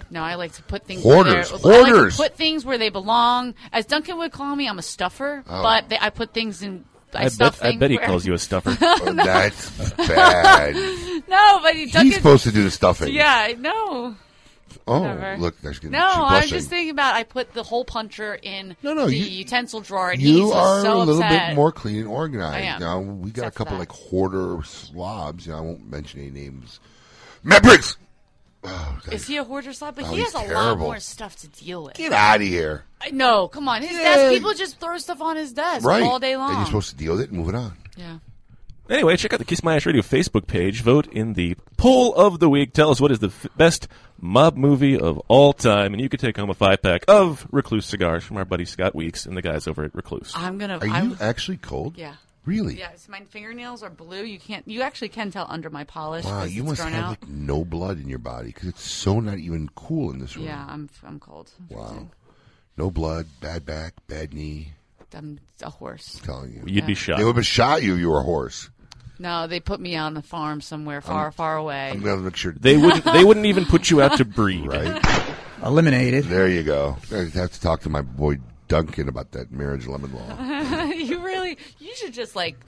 S5: No, I like to put things
S4: Hoarders,
S5: Where they're- I like to
S4: hoarders.
S5: put things where they belong. As Duncan would call me, I'm a stuffer,
S3: Oh.
S5: but they, I put things in. I,
S3: I
S5: stuff
S3: bet, I
S5: things
S3: bet he
S5: where-
S3: calls you a stuffer.
S5: Oh, No.
S4: that's bad.
S5: No, but he, Duncan,
S4: supposed to do the stuffing.
S5: Yeah, no.
S4: oh,
S5: Whatever.
S4: look, there's gonna
S5: No,
S4: be she
S5: I'm
S4: blushing.
S5: just thinking about I put the whole puncher in
S4: no,
S5: the
S4: you-
S5: utensil drawer, and he
S4: You
S5: was
S4: are
S5: so
S4: a little
S5: upset.
S4: bit more clean and
S5: I
S4: organized.
S5: am.
S4: Now we got
S5: Except
S4: a couple
S5: for
S4: like hoarder slobs. You know, I won't mention any names. Matt Briggs. Oh, God.
S5: Is he a hoarder slob? But
S4: Oh,
S5: he
S4: he's
S5: has a lot
S4: terrible.
S5: more stuff to deal with.
S4: Get out of here!
S5: I- No, come on. His
S4: Yeah.
S5: desk, people just throw stuff on his desk
S4: right,
S5: all day
S4: And you're
S5: long.
S4: supposed to deal with it and move it on.
S5: Yeah.
S3: Anyway, check out the Kiss My Ash Radio Facebook page. Vote in the poll of the week. Tell us what is the f- best mob movie of all time, and you could take home a five pack of Recluse cigars from our buddy Scott Weeks and the guys over at Recluse.
S5: I'm gonna- Are I'm- you
S4: actually cold?
S5: Yeah.
S4: Really?
S5: Yeah. So my fingernails are blue. You can't. You actually can tell under my polish.
S4: Wow,
S5: 'cause
S4: you
S5: it's
S4: must
S5: grown
S4: have
S5: out.
S4: like no blood in your body because it's so not even cool in this room.
S5: Yeah, I'm. I'm cold.
S4: Wow. No blood, bad back, bad knee.
S5: I'm a horse.
S4: I'm telling you,
S5: You'd be Yeah. shot.
S4: They would have shot you. if You were a horse.
S5: No, they put me on the farm somewhere far,
S4: I'm-
S5: far away.
S4: I'm gonna make sure
S3: They wouldn't- they wouldn't even put you out to breed.
S4: Right.
S11: Eliminated.
S4: There you go. I have to talk to my boy Duncan about that marriage lemon law.
S5: you really. You should just like.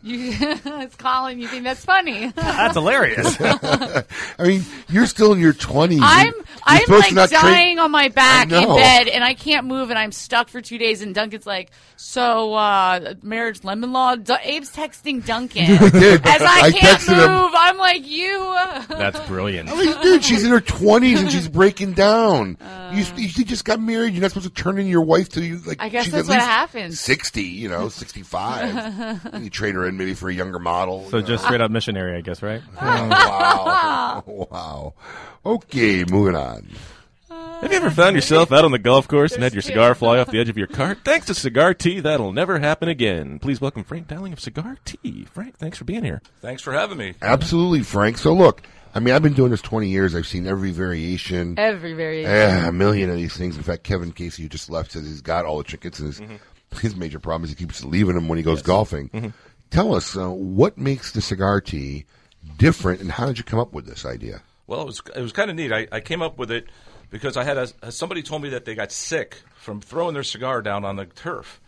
S5: You, it's Colin. You think that's funny?
S4: That's hilarious. I mean, you're still in your twenties.
S5: I'm I'm like
S4: trade-
S5: dying on my back
S4: I
S5: in
S4: know.
S5: bed and I can't move and I'm stuck for two days and Duncan's like, so uh, marriage lemon law. D- Abe's texting Duncan
S4: did.
S5: as I,
S4: I
S5: can't
S4: texted
S5: move.
S4: him.
S5: I'm like you.
S4: That's
S3: brilliant.
S4: I mean, dude, she's in her twenties and she's breaking down. you, you just got married. You're not supposed to turn in your wife till you like.
S5: Uh. I guess
S4: she's
S5: that's
S4: at
S5: what
S4: least
S5: happens.
S4: Sixty, you know, sixty-five.
S5: uh,
S4: And you trade her in maybe for a younger model.
S6: So
S4: you
S6: just
S4: know.
S6: straight up missionary, I guess, right?
S4: wow, wow. Okay, moving on.
S3: Have you ever found yourself out on the golf course and had your cigar fly off the edge of your cart? Thanks to Cigar Tea, that'll never happen again. Please welcome Frank Dowling of Cigar Tea. Frank, thanks for being here.
S12: Thanks for having me.
S4: Absolutely, Frank. So look, I mean, I've been doing this 20 years. I've seen every variation.
S5: Every variation.
S4: Eh, a million of these things. In fact, Kevin Casey, who just left, says he's got all the trinkets. And his,
S12: Mm-hmm.
S4: his major problem is he keeps leaving them when he goes golfing. Tell us, uh, what makes the cigar tea different, and how did you come up with this idea?
S12: Well, it was it was kind of neat. I, I came up with it because I had a somebody told me that they got sick from throwing their cigar down on the turf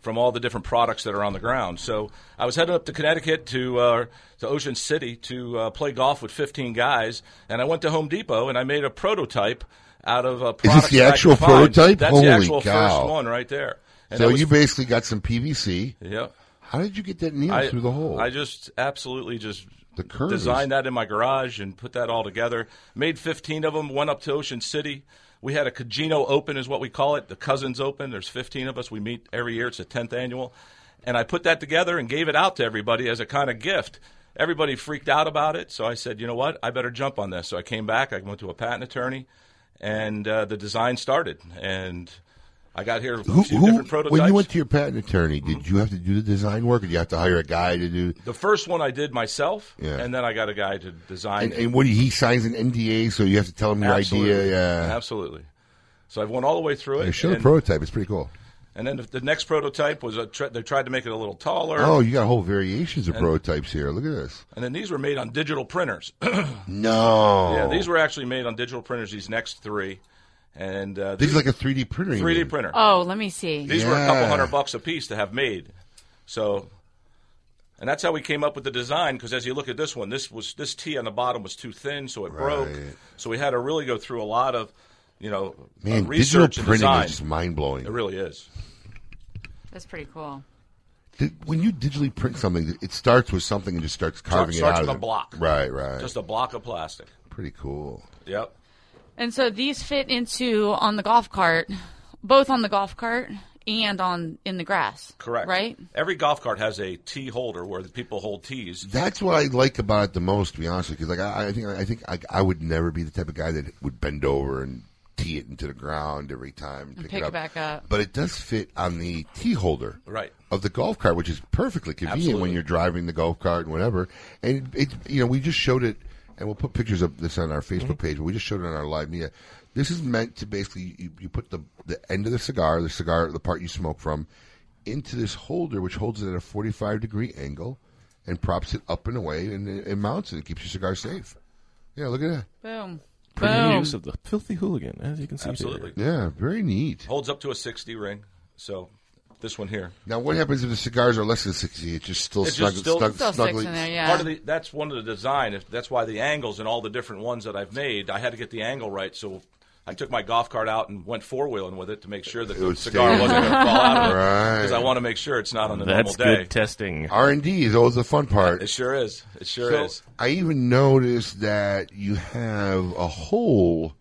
S12: from all the different products that are on the ground. So I was headed up to Connecticut to uh, to Ocean City to uh, play golf with 15 guys, and I went to Home Depot and I made a prototype out of a.
S4: Is this the actual prototype?
S12: That's
S4: Holy
S12: the actual
S4: cow.
S12: first one right there. And
S4: so
S12: that was-
S4: you basically got some PVC.
S12: Yeah.
S4: How did you get that needle
S12: I-
S4: through the hole?
S12: I just absolutely just
S4: The curve is-
S12: designed that in my garage and put that all together. Made 15 of them, went up to Ocean City. We had a Cajino Open, is what we call it, the Cousins Open. There's 15 of us. We meet every year. It's the 10th annual. And I put that together and gave it out to everybody as a kind of gift. Everybody freaked out about it. So I said, you know what? I better jump on this. So I came back. I went to a patent attorney, and uh, the design started. And I got here with
S4: Who,
S12: two
S4: who-
S12: different prototypes.
S4: when you went to your patent attorney, did you have to do the design work, or did you have to hire a guy to do?
S12: The first one I did myself,
S4: Yeah.
S12: and then I got a guy to design
S4: And,
S12: it.
S4: and what he signs an NDA, so you have to tell him your
S12: Absolutely.
S4: idea. Yeah,
S12: Absolutely. So I've went all the way through it.
S4: Hey, show the
S12: and-
S4: prototype. It's pretty cool.
S12: And then the, the next prototype was a tr- they tried to make it a little taller.
S4: Oh, you got whole variations of
S12: And-
S4: prototypes here. Look at this.
S12: And then these were made on digital printers.
S4: No.
S12: Yeah, these were actually made on digital printers. These next three, and uh,
S4: These are like a 3D printer. you
S12: 3D
S4: mean?
S12: printer.
S5: Oh, let me see.
S12: These were a couple
S4: Yeah.
S12: hundred bucks a piece to have made. So, and that's how we came up with the design. Because as you look at this one, this was this T on the bottom was too thin, so it broke.
S4: Right.
S12: So we had to really go through a lot of, you know, uh,
S4: Man, digital
S12: research
S4: printing
S12: and design.
S4: is just mind blowing.
S12: It really is.
S5: That's pretty cool.
S4: Did- When you digitally print something, it starts with something and just starts carving
S12: starts
S4: it out.
S12: with
S4: of
S12: a block.
S4: Right, right.
S12: Just a block of plastic.
S4: Pretty cool.
S12: Yep.
S5: And so these fit into on the golf cart, both on the golf cart and on in the grass.
S12: Correct.
S5: Right?
S12: Every golf cart has a tee holder where the people hold tees.
S4: That's what I like about it the most, to be honest with you. Because like I, I think I think I, I would never be the type of guy that would bend over and tee it into the ground every time and pick,
S5: pick
S4: it
S5: it
S4: up.
S5: back up.
S4: But it does fit on the tee holder,
S12: Right.
S4: of the golf cart, which is perfectly convenient when
S12: Absolutely.
S4: you're driving the golf cart and whatever. And it, you know, we just showed it, and we'll put pictures of this on our Facebook
S13: Mm-hmm.
S4: page. But we just showed it on our live media. This is meant to basically you, you put the the end of the cigar, the cigar, the part you smoke from, into this holder, which holds it at a 45 degree angle, and props it up and away, and it, it mounts it. It keeps your cigar safe. Yeah, look at that.
S5: Boom.
S13: Pretty
S5: Boom.
S13: use of the filthy hooligan, as you can see.
S12: Absolutely.
S4: Yeah, very neat.
S12: Holds up to a 60 ring. So this one here.
S4: Now, what happens if the cigars are less than 60? It just still
S12: It
S4: snug,
S12: just still-
S4: snug, snugly.
S12: Part of the, that's one of the design. If, that's why the angles and all the different ones that I've made, I had to get the angle right. So I took my golf cart out and went four wheeling with it to make sure that
S4: It
S12: the
S4: would stay
S12: cigar
S4: in
S12: wasn't
S4: there.
S12: going to fall out of it.
S4: Right.
S12: Because I want to make sure it's not on the normal
S4: That's
S12: day.
S4: good
S13: testing.
S4: R&D is always the fun part.
S12: It sure is. It sure
S4: So,
S12: is.
S4: I even noticed that you have a hole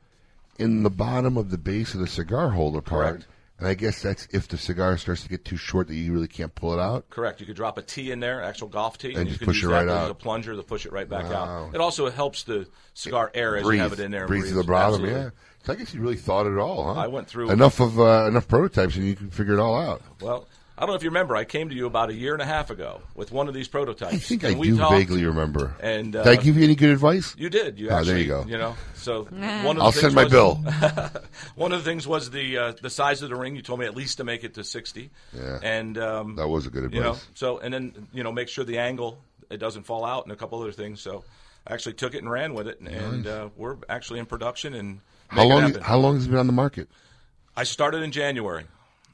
S4: in the bottom of the base of the cigar holder part. And I guess that's if the cigar starts to get too short that you really can't pull it out.
S12: Correct. You could drop a tee in there, actual golf tee,
S4: And
S12: you
S4: just
S12: could
S4: push
S12: use
S4: it
S12: that
S4: right
S12: as
S4: out.
S12: a plunger to push it right back
S4: Wow.
S12: out. It also helps the cigar air as you have it in there. and
S4: breathe to the
S12: breathes.
S4: bottom,
S12: Absolutely.
S4: yeah. So I guess you really thought it all, huh?
S12: I went through-
S4: enough of uh, enough prototypes, and you can figure it all out.
S12: Well, I don't know if you remember, I came to you about a year and a half ago with one of these prototypes.
S4: I think
S12: and
S4: I
S12: we
S4: do
S12: talked,
S4: vaguely remember.
S12: And uh,
S4: did I give you any good advice?
S12: You did. You
S4: Ah,
S12: actually,
S4: there you go.
S12: know, so
S4: Nah.
S12: one of the
S4: I'll
S12: things
S4: send my
S12: was-
S4: bill.
S12: one of the things was the uh, the size of the ring. You told me at least to make it to sixty.
S4: Yeah.
S12: And um,
S4: That was a good
S12: You know,
S4: advice.
S12: so and then you know make sure the angle it doesn't fall out and a couple other things. So I actually took it and ran with it, and
S4: Nice.
S12: uh, we're actually in production and
S4: How
S12: making it
S4: long?
S12: happen.
S4: How long has it been on the market?
S12: I started in January.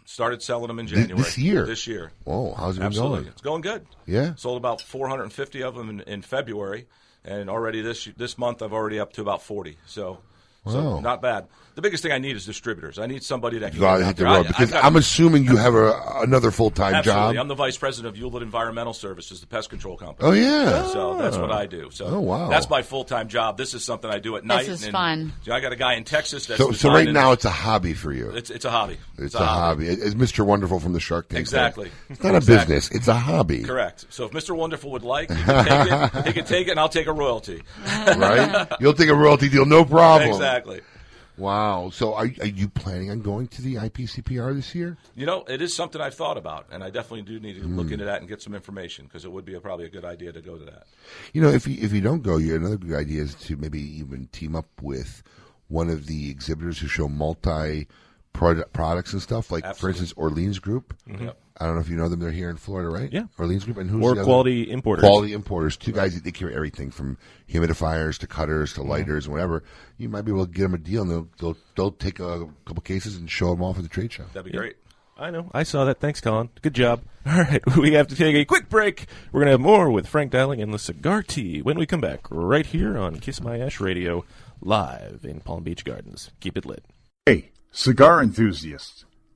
S12: Started selling them in
S4: Th-
S12: January
S4: This year.
S12: This year.
S4: Whoa, how's it been
S12: Absolutely.
S4: going?
S12: It's going good.
S4: Yeah?
S12: Sold about 450 of them in, in February, and already this this month I've already up to about 40. So,
S4: Wow.
S12: so not bad. The biggest thing I need is distributors. I need somebody that can
S4: You got
S12: get
S4: to
S12: out
S4: hit the
S12: there. I-
S4: road because
S12: I've got-
S4: I'm assuming you have a, another full time
S12: Absolutely.
S4: job.
S12: I'm the vice president of Hewlett Environmental Services, the pest control company.
S4: Oh, yeah.
S12: So that's
S4: Oh.
S12: what I do. So
S4: Oh, wow.
S12: That's my full time job. This is something I do at night.
S5: is
S12: and-
S5: fun.
S12: So I got a guy in Texas that's
S4: so, so right
S12: designing-
S4: now it's a hobby for you.
S12: It's, it's a hobby.
S4: It's a, hobby. It- It's Mr. Wonderful from the Shark Tank.
S12: Exactly.
S4: It's not a
S12: Exactly.
S4: business. It's a hobby.
S12: Correct. So if Mr. Wonderful would like, he can take it, he can take it and I'll take a royalty.
S4: right? You'll take a royalty deal, no problem.
S12: Exactly.
S4: Wow. So are, are you planning on going to the IPCPR this year?
S12: You know, it is something I've thought about, and I definitely do need to
S4: Hmm.
S12: look into that and get some information because it would be a, probably a good idea to go to that.
S4: You know, if you, if you don't go, you another good idea is to maybe even team up with one of the exhibitors who show multi product products and stuff. Like, for
S13: Absolutely.
S4: instance, Orleans Group.
S13: Mhm. Yep.
S4: I don't know if you know them. They're here in Florida, right?
S13: Yeah.
S4: Orleans Group and who's
S13: Or
S4: the other-
S13: Quality Importers.
S4: Quality importers. Two guys that they carry everything from humidifiers to cutters
S13: Mm-hmm.
S4: to lighters and whatever. You might be able to get them a deal, and they'll they'll, they'll take a couple cases and show them off at the trade show.
S12: That'd be
S13: Yeah.
S12: great.
S13: I know. I saw that. Thanks, Colin. Good job. All right, we have to take a quick break. We're going to have more with Frank Dowling and the Cigar Tea when we come back, right here on Kiss My Ash Radio, live in Palm Beach Gardens. Keep it lit.
S11: Hey, cigar enthusiasts.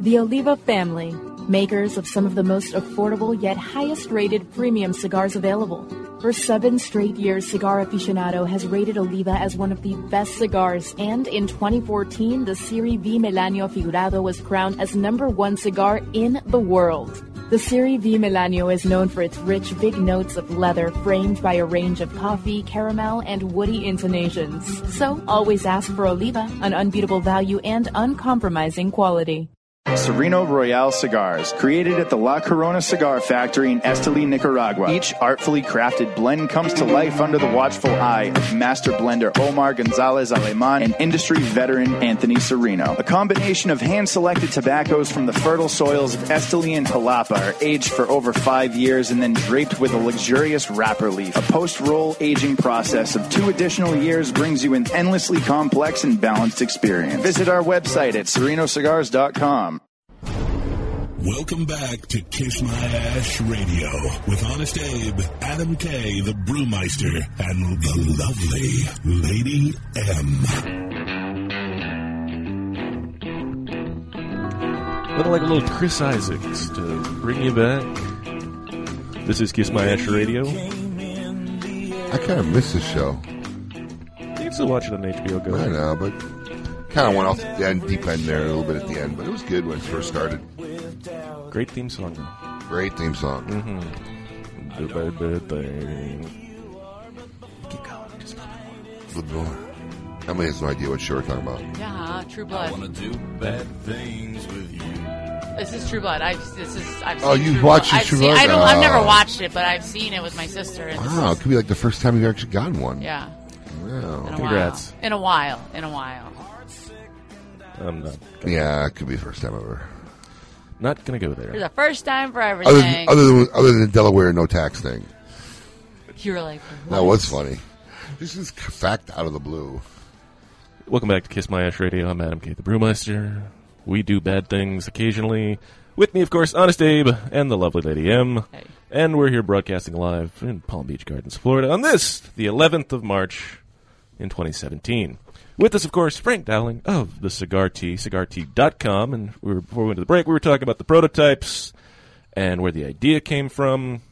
S10: The Oliva family, makers of some of the most affordable yet highest rated premium cigars available. For seven straight years, Cigar Aficionado has rated Oliva as one of the best cigars, and in 2014, the Siri V Melanio Figurado was crowned as number one cigar in the world. The Siri V Melanio is known for its rich, big notes of leather framed by a range of coffee, caramel, and woody intonations. So always ask for Oliva, an unbeatable value and uncompromising quality.
S8: Sereno Royale cigars, created at the La Corona Cigar Factory in Esteli, Nicaragua. Each artfully crafted blend comes to life under the watchful eye of master blender Omar Gonzalez Aleman and industry veteran Anthony Sereno. A combination of hand selected tobaccos from the fertile soils of Esteli and Jalapa are aged for over five years and then draped with a luxurious wrapper leaf. A post roll aging process of two additional years brings you an endlessly complex and balanced experience. Visit our website at serenocigars.com.
S1: Welcome back to Kiss My Ash Radio with Honest Abe, Adam K, the Brewmeister, and the lovely Lady M.
S3: Little like a little Chris Isaacs to bring you back. This is Kiss My Ash Radio.
S4: I kind of miss this show.
S3: You can still watch it on HBO Go.
S4: I know, but kind of went off the end, deep end there a little bit at the end, but it was good when it first started.
S3: Great theme song.
S4: Great theme song.
S3: Mm-hmm. Do my bad thing. Keep going. Just a little bit
S4: Emily has no idea what show we're talking about.
S5: Yeah, True Blood.
S4: Bad things with you.
S5: This is True Blood. I've this is I've
S4: Oh,
S5: seen
S4: you've
S5: True
S4: watched
S5: Blood. I've
S4: True
S5: seen-
S4: Blood?
S5: I don't. I've never
S4: Oh.
S5: watched it, but I've seen it with my sister. And
S4: Wow, it could be like the first time you've actually gotten one.
S5: Yeah.
S4: Wow.
S5: In a While. In a while. In a while.
S3: I'm not.
S4: Yeah, it could be the first time ever.
S3: Not gonna go there.
S5: For the first time for
S4: Other than,
S5: everything.
S4: other than other than the Delaware no tax thing.
S5: you were like,
S4: That was funny. This is fact out of the blue.
S3: Welcome back to Kiss My Ash Radio. I'm Adam K. the Brewmeister. We do bad things occasionally. With me, of course, Honest Abe and the lovely Lady M. And we're here broadcasting live in Palm Beach Gardens, Florida on this, the 11th of March in 2017. With us, of course, Frank Dowling of the Cigar Tea, cigartea.com. And we were, before we went to the break, we were talking about the prototypes and where the idea came from.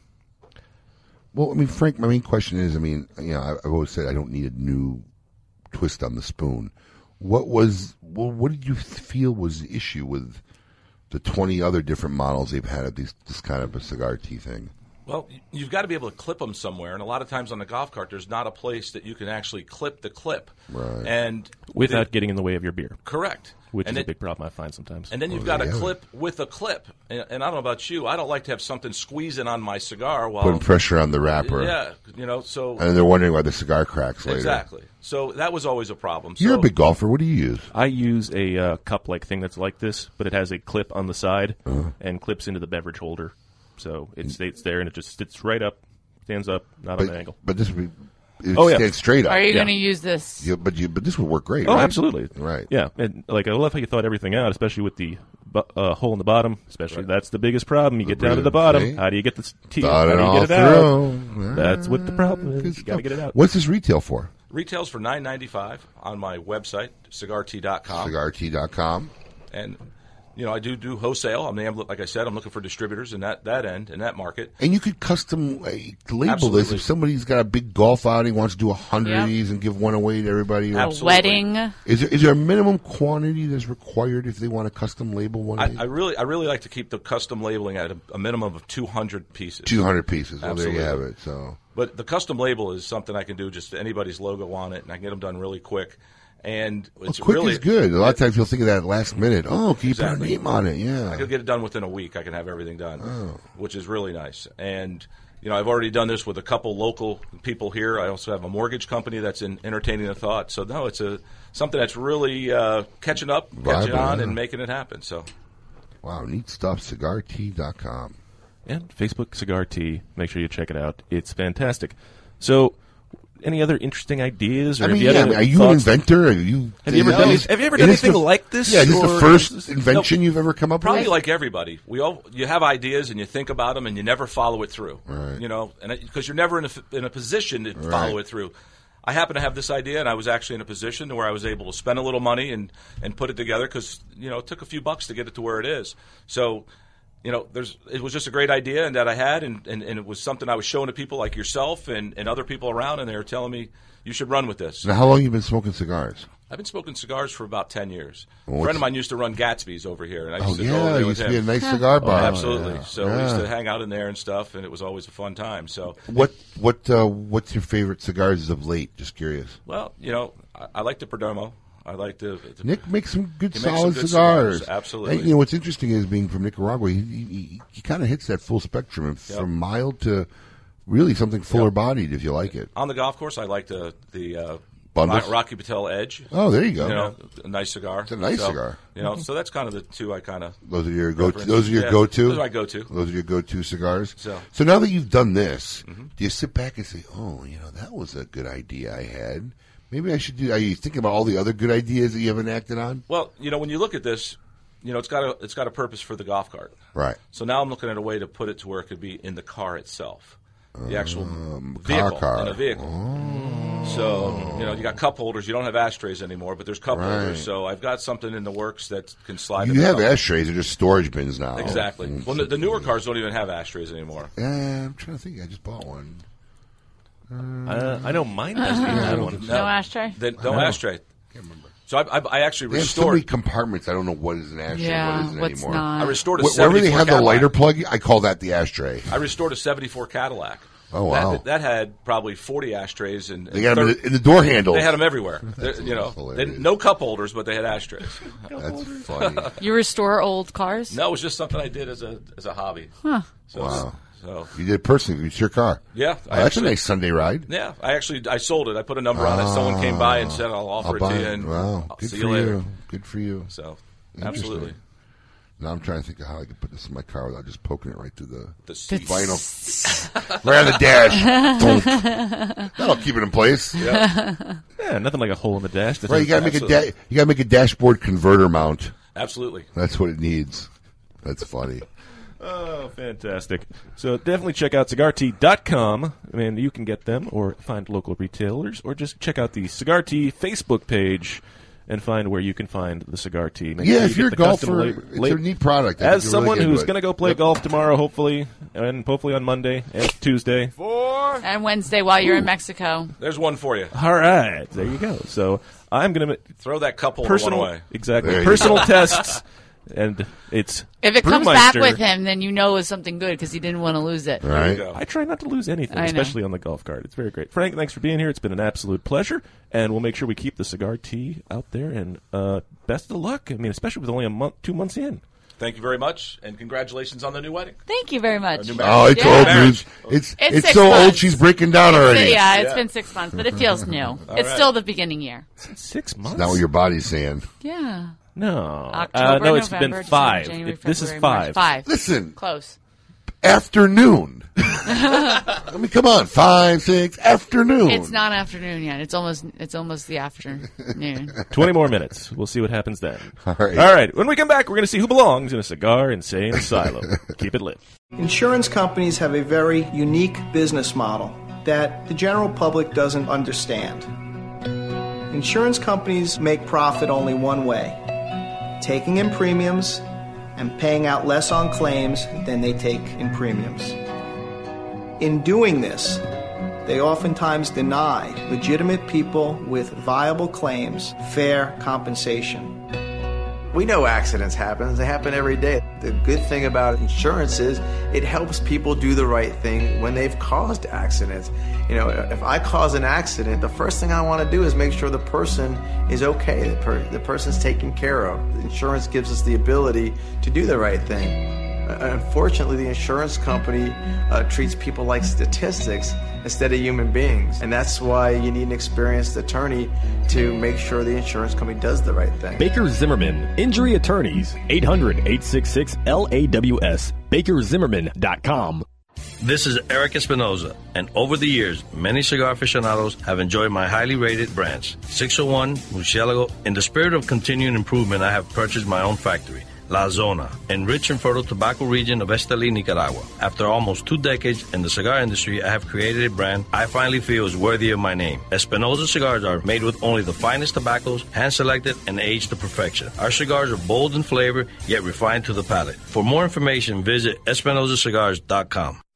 S4: Well, I mean, Frank, my main question is, I mean, you know, I- I've always said I don't need a new twist on the spoon. What was, well, what did you th- feel was the issue with the 20 other different models they've had of these, this kind of a cigar tea thing?
S12: Well, y- you've got to be able to clip them somewhere, and a lot of times on the golf cart, there's not a place that you can actually clip the clip.
S3: Right.
S12: And
S3: Without getting in the way of your beer.
S12: Correct.
S3: which
S12: And
S3: is
S12: it-
S3: a big problem I find sometimes.
S12: And then
S4: Oh,
S12: you've got a clip with a clip. And, and I don't know about you. I don't like to have something squeezing on my cigar while
S4: Putting pressure on the wrapper.
S12: Yeah, you know. So
S4: and they're wondering why the cigar cracks later.
S12: exactly. So that was always a problem.
S4: You're
S12: So-
S4: a big golfer. What do you use?
S3: I use a uh, cup-like thing that's like this, but it has a clip on the side
S4: Uh-huh.
S3: and clips into the beverage holder, so it stays there and it just sits right up, stands up, not on
S4: Mm. But,
S3: an angle.
S4: but this would be it
S3: Oh, yeah.
S4: stands straight up.
S5: Are you
S3: Yeah.
S5: going to use this?
S4: Yeah, but you but this would work great.
S3: Oh,
S4: right?
S3: absolutely.
S4: Right.
S3: Yeah, and like I love how you thought everything out, especially with the bu- uh, hole in the bottom. Especially that's the biggest problem. You get down to the bottom.
S4: See?
S3: How do you get this? Tea?
S4: Thought
S3: How
S4: it
S3: do
S4: all
S3: you get it
S4: through.
S3: out? That's what the problem is. You got to get it out.
S4: What's this retail for?
S12: Retails for nine ninety five on my website cigartea.com.
S4: CigarT.com.
S12: and you know I do do wholesale. I mean, I'm, like I said, I'm looking for distributors in that that end in that market.
S4: And you could custom like, label this
S12: Absolutely.
S4: if somebody's got a big golf outing, wants to do a hundred
S5: Yep.
S4: of these and give one away to everybody. or-
S5: A wedding?
S4: Is there, is there a minimum quantity that's required if they want to custom label one? of
S12: I,
S4: these?
S12: I really, I really like to keep the custom labeling at a, a minimum of two hundred pieces.
S4: 200 pieces. Well, there you
S12: Absolutely.
S4: have it. So
S12: But the custom label is something I can do just anybody's logo on it, and I can get them done really quick. And it's
S4: quick
S12: really
S4: is good. A lot of times you'll think of that last minute. Oh, can you put
S12: Exactly.
S4: our name on it?
S12: I
S4: Yeah.
S12: could get it done within a week. I can have everything done,
S4: Oh.
S12: which is really nice. And you know, I've already done this with a couple local people here. I also have a mortgage company that's in entertaining the thought. So no, it's a something that's really uh, catching up, catching
S4: Viable,
S12: on,
S4: yeah.
S12: and making it happen. So
S4: Wow, neat stuff. um, CigarT.com.
S3: and Facebook Cigar Tea. Make sure you check it out. It's fantastic. So, any other interesting ideas? Or
S4: I
S3: have
S4: mean,
S3: you had
S4: yeah, I
S3: any
S4: mean, are you an
S3: thoughts?
S4: inventor? Are you?
S3: Have you ever
S4: Yeah.
S3: done?
S4: Is-
S3: Have you ever
S4: is
S3: done
S4: this
S3: anything
S4: the-
S3: like this?
S4: Yeah, is this the
S3: or-
S4: first invention you've ever come up
S12: probably
S4: with?
S12: like everybody, we all you have ideas and you think about them and you never follow it through.
S4: Right.
S12: You know, and because you're never in a f- in a position to follow
S4: Right.
S12: it through. I happen to have this idea, and I was actually in a position where I was able to spend a little money and and put it together because you know it took a few bucks to get it to where it is. So. You know, there's. It was just a great idea, and that I had, and, and, and it was something I was showing to people like yourself and, and other people around, and they were telling me you should run with this.
S4: Now, how long you been smoking cigars?
S12: I've been smoking cigars for about ten years.
S4: Well,
S12: a friend
S4: what's-
S12: of mine used to run Gatsby's over here, and I
S4: Oh,
S12: used to
S4: yeah,
S12: go over there
S4: it
S12: with
S4: used to be
S12: him.
S4: a nice cigar
S12: Oh,
S4: bar.
S12: absolutely.
S4: Yeah.
S12: So we used
S4: Yeah.
S12: to hang out in there and stuff, and it was always a fun time. So,
S4: What what uh, what's your favorite cigars of late? Just curious.
S12: well, you know, I, I like the Perdomo. I like the, the
S4: Nick makes some good
S12: he makes some
S4: solid
S12: good
S4: cigars.
S12: Absolutely.
S4: And, you know what's interesting is being from Nicaragua, he he, he, he kind of hits that full spectrum of-
S12: Yep.
S4: from mild to really something fuller bodied if you like it.
S12: on the golf course, I like the the uh,
S4: Bundles?
S12: Ro- Rocky Patel Edge.
S4: Oh, there you go.
S12: know, a nice cigar. It's
S4: a nice
S12: So,
S4: cigar.
S12: You know, so that's kind of the two I kind of
S4: Those are your go. Those are your go to.
S12: Those are my go to.
S4: Those are your go to cigars.
S12: So- Mm-hmm.
S4: now that you've done this, do you sit back and say, "Oh, you know, that was a good idea I had. Maybe I should do." Are you thinking about all the other good ideas that you haven't acted on?
S12: Well, you know, when you look at this, you know, it's got a it's got a purpose for the golf cart.
S4: Right.
S12: So now I'm looking at a way to put it to where it could be in the car itself, the actual
S4: Um, car
S12: vehicle,
S4: car. Oh.
S12: in a vehicle. So you know, you got cup holders. You don't have ashtrays anymore, but there's cup
S4: Right.
S12: holders. So I've got something in the works that can slide. in
S4: You
S12: the
S4: have
S12: cup.
S4: ashtrays; they're just storage bins now.
S12: Exactly.
S4: Mm.
S12: Well, the, the newer cars don't even have ashtrays anymore.
S4: Uh, I'm trying to think. I just bought one.
S12: Uh, I know mine doesn't even have one.
S5: No ashtray?
S12: They, no
S4: No.
S12: ashtray. Can't remember. So I, I, I actually
S4: They have so
S12: restored.
S4: many compartments. I don't know what is an ashtray,
S12: Yeah,
S4: what isn't
S12: what's
S4: anymore.
S12: not. I restored a
S4: Wh- Wherever they
S12: 74
S4: have the
S12: Cadillac.
S4: lighter plug, I call that the ashtray.
S12: I restored a '74 Cadillac.
S4: Oh, wow.
S12: That, that had probably 40 ashtrays and
S4: They got 'em in the- in the door handles.
S12: They had them everywhere.
S4: That's
S12: They- you know,
S4: hilarious.
S12: they- no cup holders, but they had ashtrays.
S4: That's funny.
S5: You restore old cars?
S12: no, it was just something I did as a as a hobby.
S5: Huh.
S12: So,
S4: wow.
S12: So
S4: You did it personally. It's your car.
S12: Yeah,
S4: Oh,
S12: I
S4: that's
S12: actually-
S4: a nice Sunday ride.
S12: yeah, I actually I sold it. I put a number on it. Someone came by and said, "I'll offer
S4: Ah, buy
S12: it to you." And
S4: wow.
S12: I'll
S4: Good
S12: see
S4: for
S12: you later.
S4: Good for you.
S12: So,
S4: Interesting.
S12: absolutely.
S4: Now I'm trying to think of how I could put this in my car without just poking it right through the,
S12: The seat.
S4: vinyl. right on the dash. Thunk. That'll keep it in place.
S3: Yeah. Yeah, nothing like a hole in the dash.
S4: Right, you gotta make a
S3: Absolutely.
S4: da- you gotta make a dashboard converter mount.
S12: Absolutely.
S4: that's what it needs. That's funny.
S3: Oh, fantastic. So definitely check out cigartea.com. I mean, you can get them or find local retailers or just check out the Cigar Tea Facebook page and find where you can find the Cigar Tea. Make
S4: Yeah,
S3: sure
S4: if
S3: you
S4: you're
S3: get
S4: a
S3: the custom
S4: golfer,
S3: lab-
S4: it's
S3: lab-
S4: a neat product. I think
S3: As
S4: you're really
S3: someone
S4: into
S3: who's
S4: it.
S3: going to go play golf tomorrow, hopefully, and hopefully on Monday and Tuesday.
S5: And Wednesday while you're in Mexico.
S12: There's one for you.
S3: All right, there you go. So I'm going to
S12: Throw that couple
S3: personal
S12: one away.
S3: exactly
S12: There you
S3: personal
S12: go.
S3: tests and it's
S5: If it comes back
S3: Brewmeister.
S5: with him, then you know it was something good because he didn't want to lose it.
S3: There you go. I try not to lose anything,
S5: I know.
S3: especially on the golf cart. It's very great. Frank, thanks for being here. It's been an absolute pleasure, and we'll make sure we keep the cigar tea out there. And uh, best of luck. I mean, especially with only a month, two months in.
S12: Thank you very much, and congratulations on the new wedding.
S5: Thank you very much.
S12: new
S4: Oh, it's
S12: Yeah.
S4: old,
S12: Marriage.
S4: man. It's it's,
S5: It's six
S4: so old.
S5: months.
S4: She's breaking down already.
S5: Yeah, it's been six months, but it feels new.
S4: All
S5: it's
S4: right.
S5: still the beginning year.
S3: Six
S4: It's not what your body's saying.
S5: Yeah.
S3: No.
S5: October,
S3: uh, no, it's
S5: November,
S3: been five.
S5: December, January,
S3: It- this is
S5: February, March.
S3: five.
S5: Five.
S4: Listen.
S5: Close.
S4: Afternoon. I mean, come on, five, six, afternoon.
S5: It's not afternoon yet. It's almost it's almost the afternoon.
S3: 20 more minutes. We'll see what happens then. All
S4: right.
S3: All right. When we come back, we're going to see who belongs in a cigar insane asylum. Keep it lit.
S2: Insurance companies have a very unique business model that the general public doesn't understand. Insurance companies make profit only one way taking in premiums and paying out less on claims than they take in premiums. In doing this, they oftentimes deny legitimate people with viable claims fair compensation.
S20: We know accidents happen, they happen every day. The good thing about insurance is it helps people do the right thing when they've caused accidents. You know, if I cause an accident, the first thing I want to do is make sure the person is okay, the, per- the person's taken care of. Insurance gives us the ability to do the right thing. Uh, Unfortunately, the insurance company uh, treats people like statistics instead of human beings. And that's why you need an experienced attorney to make sure the insurance company does the right thing.
S24: Baker Zimmerman, Injury Attorneys, 800 866 LAWS, bakerzimmerman.com.
S25: This is Eric Espinoza, and over the years, many cigar aficionados have enjoyed my highly rated brands, 601, Mucielago. In the spirit of continuing improvement, I have purchased my own factory, La Zona, in rich and fertile tobacco region of Esteli, Nicaragua. After almost two decades in the cigar industry, I have created a brand I finally feel is worthy of my name. Espinoza cigars are made with only the finest tobaccos, hand selected and aged to perfection. Our cigars are bold in flavor, yet refined to the palate. For more information, visit EspinozaCigars.com.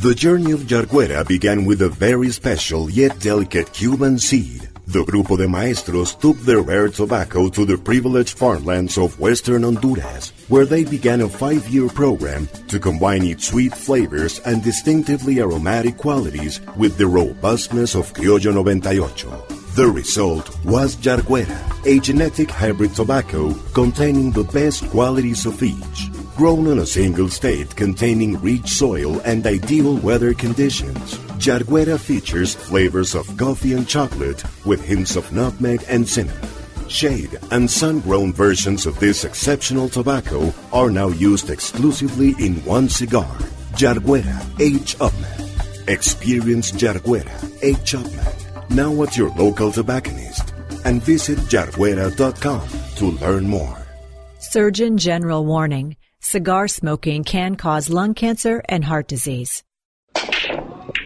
S26: The journey of Jarguera began with a very special yet delicate Cuban seed. The Grupo de Maestros took their rare tobacco to the privileged farmlands of western Honduras, where they began a five-year program to combine its sweet flavors and distinctively aromatic qualities with the robustness of Criollo 98. The result was Jarguera, a genetic hybrid tobacco containing the best qualities of each. Grown in a single state containing rich soil and ideal weather conditions, Jarguera features flavors of coffee and chocolate with hints of nutmeg and cinnamon. Shade and sun grown versions of this exceptional tobacco are now used exclusively in one cigar, Jarguera H. Upman. Experience Jarguera H. Upman, now at your local tobacconist, and visit jarguera.com to learn more.
S27: Surgeon General warning cigar smoking can cause lung cancer and heart disease.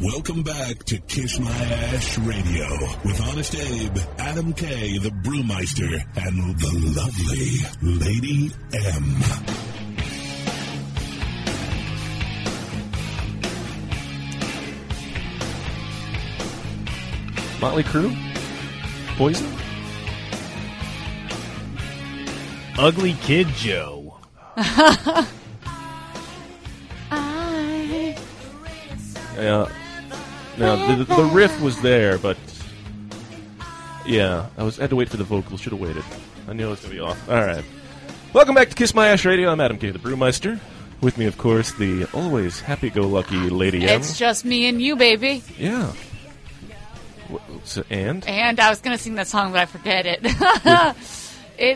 S1: Welcome back to Kiss My Ash Radio with Honest Abe, Adam K, the Brewmeister, and the lovely Lady M.
S3: Motley Crue? Poison?
S6: Ugly Kid Joe.
S5: I
S3: Yeah. Now the, the riff was there, but yeah, I was I had to wait for the vocals. Should have waited. I knew it was gonna be off. All right. Welcome back to Kiss My Ash Radio. I'm Adam K, the Brewmeister. With me, of course, the always happy-go-lucky Lady M.
S5: It's just me and you, baby.
S3: Yeah. Wh- So, and
S5: And I was gonna sing that song, but I forget it. it's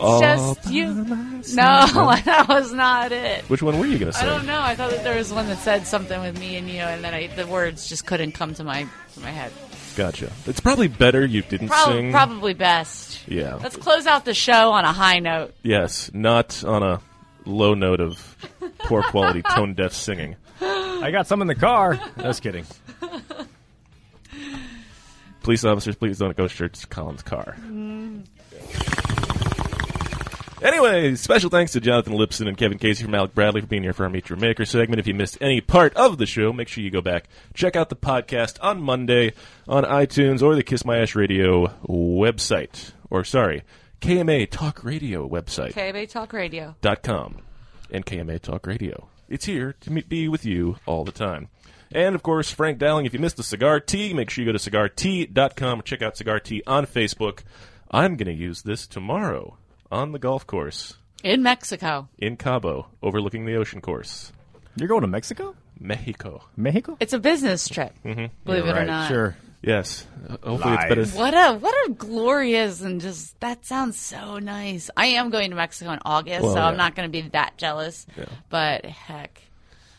S3: All
S5: just
S3: by
S5: you. No,
S3: myself.
S5: that was not it.
S3: which one were you gonna say?
S5: I don't know. I thought that there was one that said something with me and you, and then I, the words just couldn't come to my to my head.
S3: Gotcha. It's probably better you didn't
S5: Probably,
S3: sing.
S5: probably best.
S3: Yeah.
S5: Let's close out the show on a high note.
S3: Yes, not on a low note of poor quality tone deaf singing.
S6: I got some in the car. Just kidding.
S3: Police officers, please don't go search Colin's car. Anyway, special thanks to Jonathan Lipson and Kevin Casey from Alec Bradley for being here for our Meet Your Maker segment. If you missed any part of the show, make sure you go back, check out the podcast on Monday on iTunes or the Kiss My Ash Radio website, or sorry, KMA Talk Radio website
S5: KB Talk Radio.
S3: dot com and KMA Talk Radio. It's here to meet, be with you all the time. And of course, Frank Dowling, if you missed the Cigar Tea, make sure you go to cigartea.com or check out Cigar Tea on Facebook. I'm going to use this tomorrow on the golf course
S5: In Mexico.
S3: in Cabo overlooking the ocean course.
S6: You're going to Mexico?
S3: Mexico.
S6: Mexico?
S5: It's a business trip.
S3: Mm-hmm.
S5: Believe it or not.
S3: Yes. Uh, Hopefully it's better.
S5: What a what a glorious and just that sounds so nice. I am going to Mexico in August,
S3: Well,
S5: so I'm
S3: yeah.
S5: not going to be that jealous.
S3: Yeah.
S5: But heck,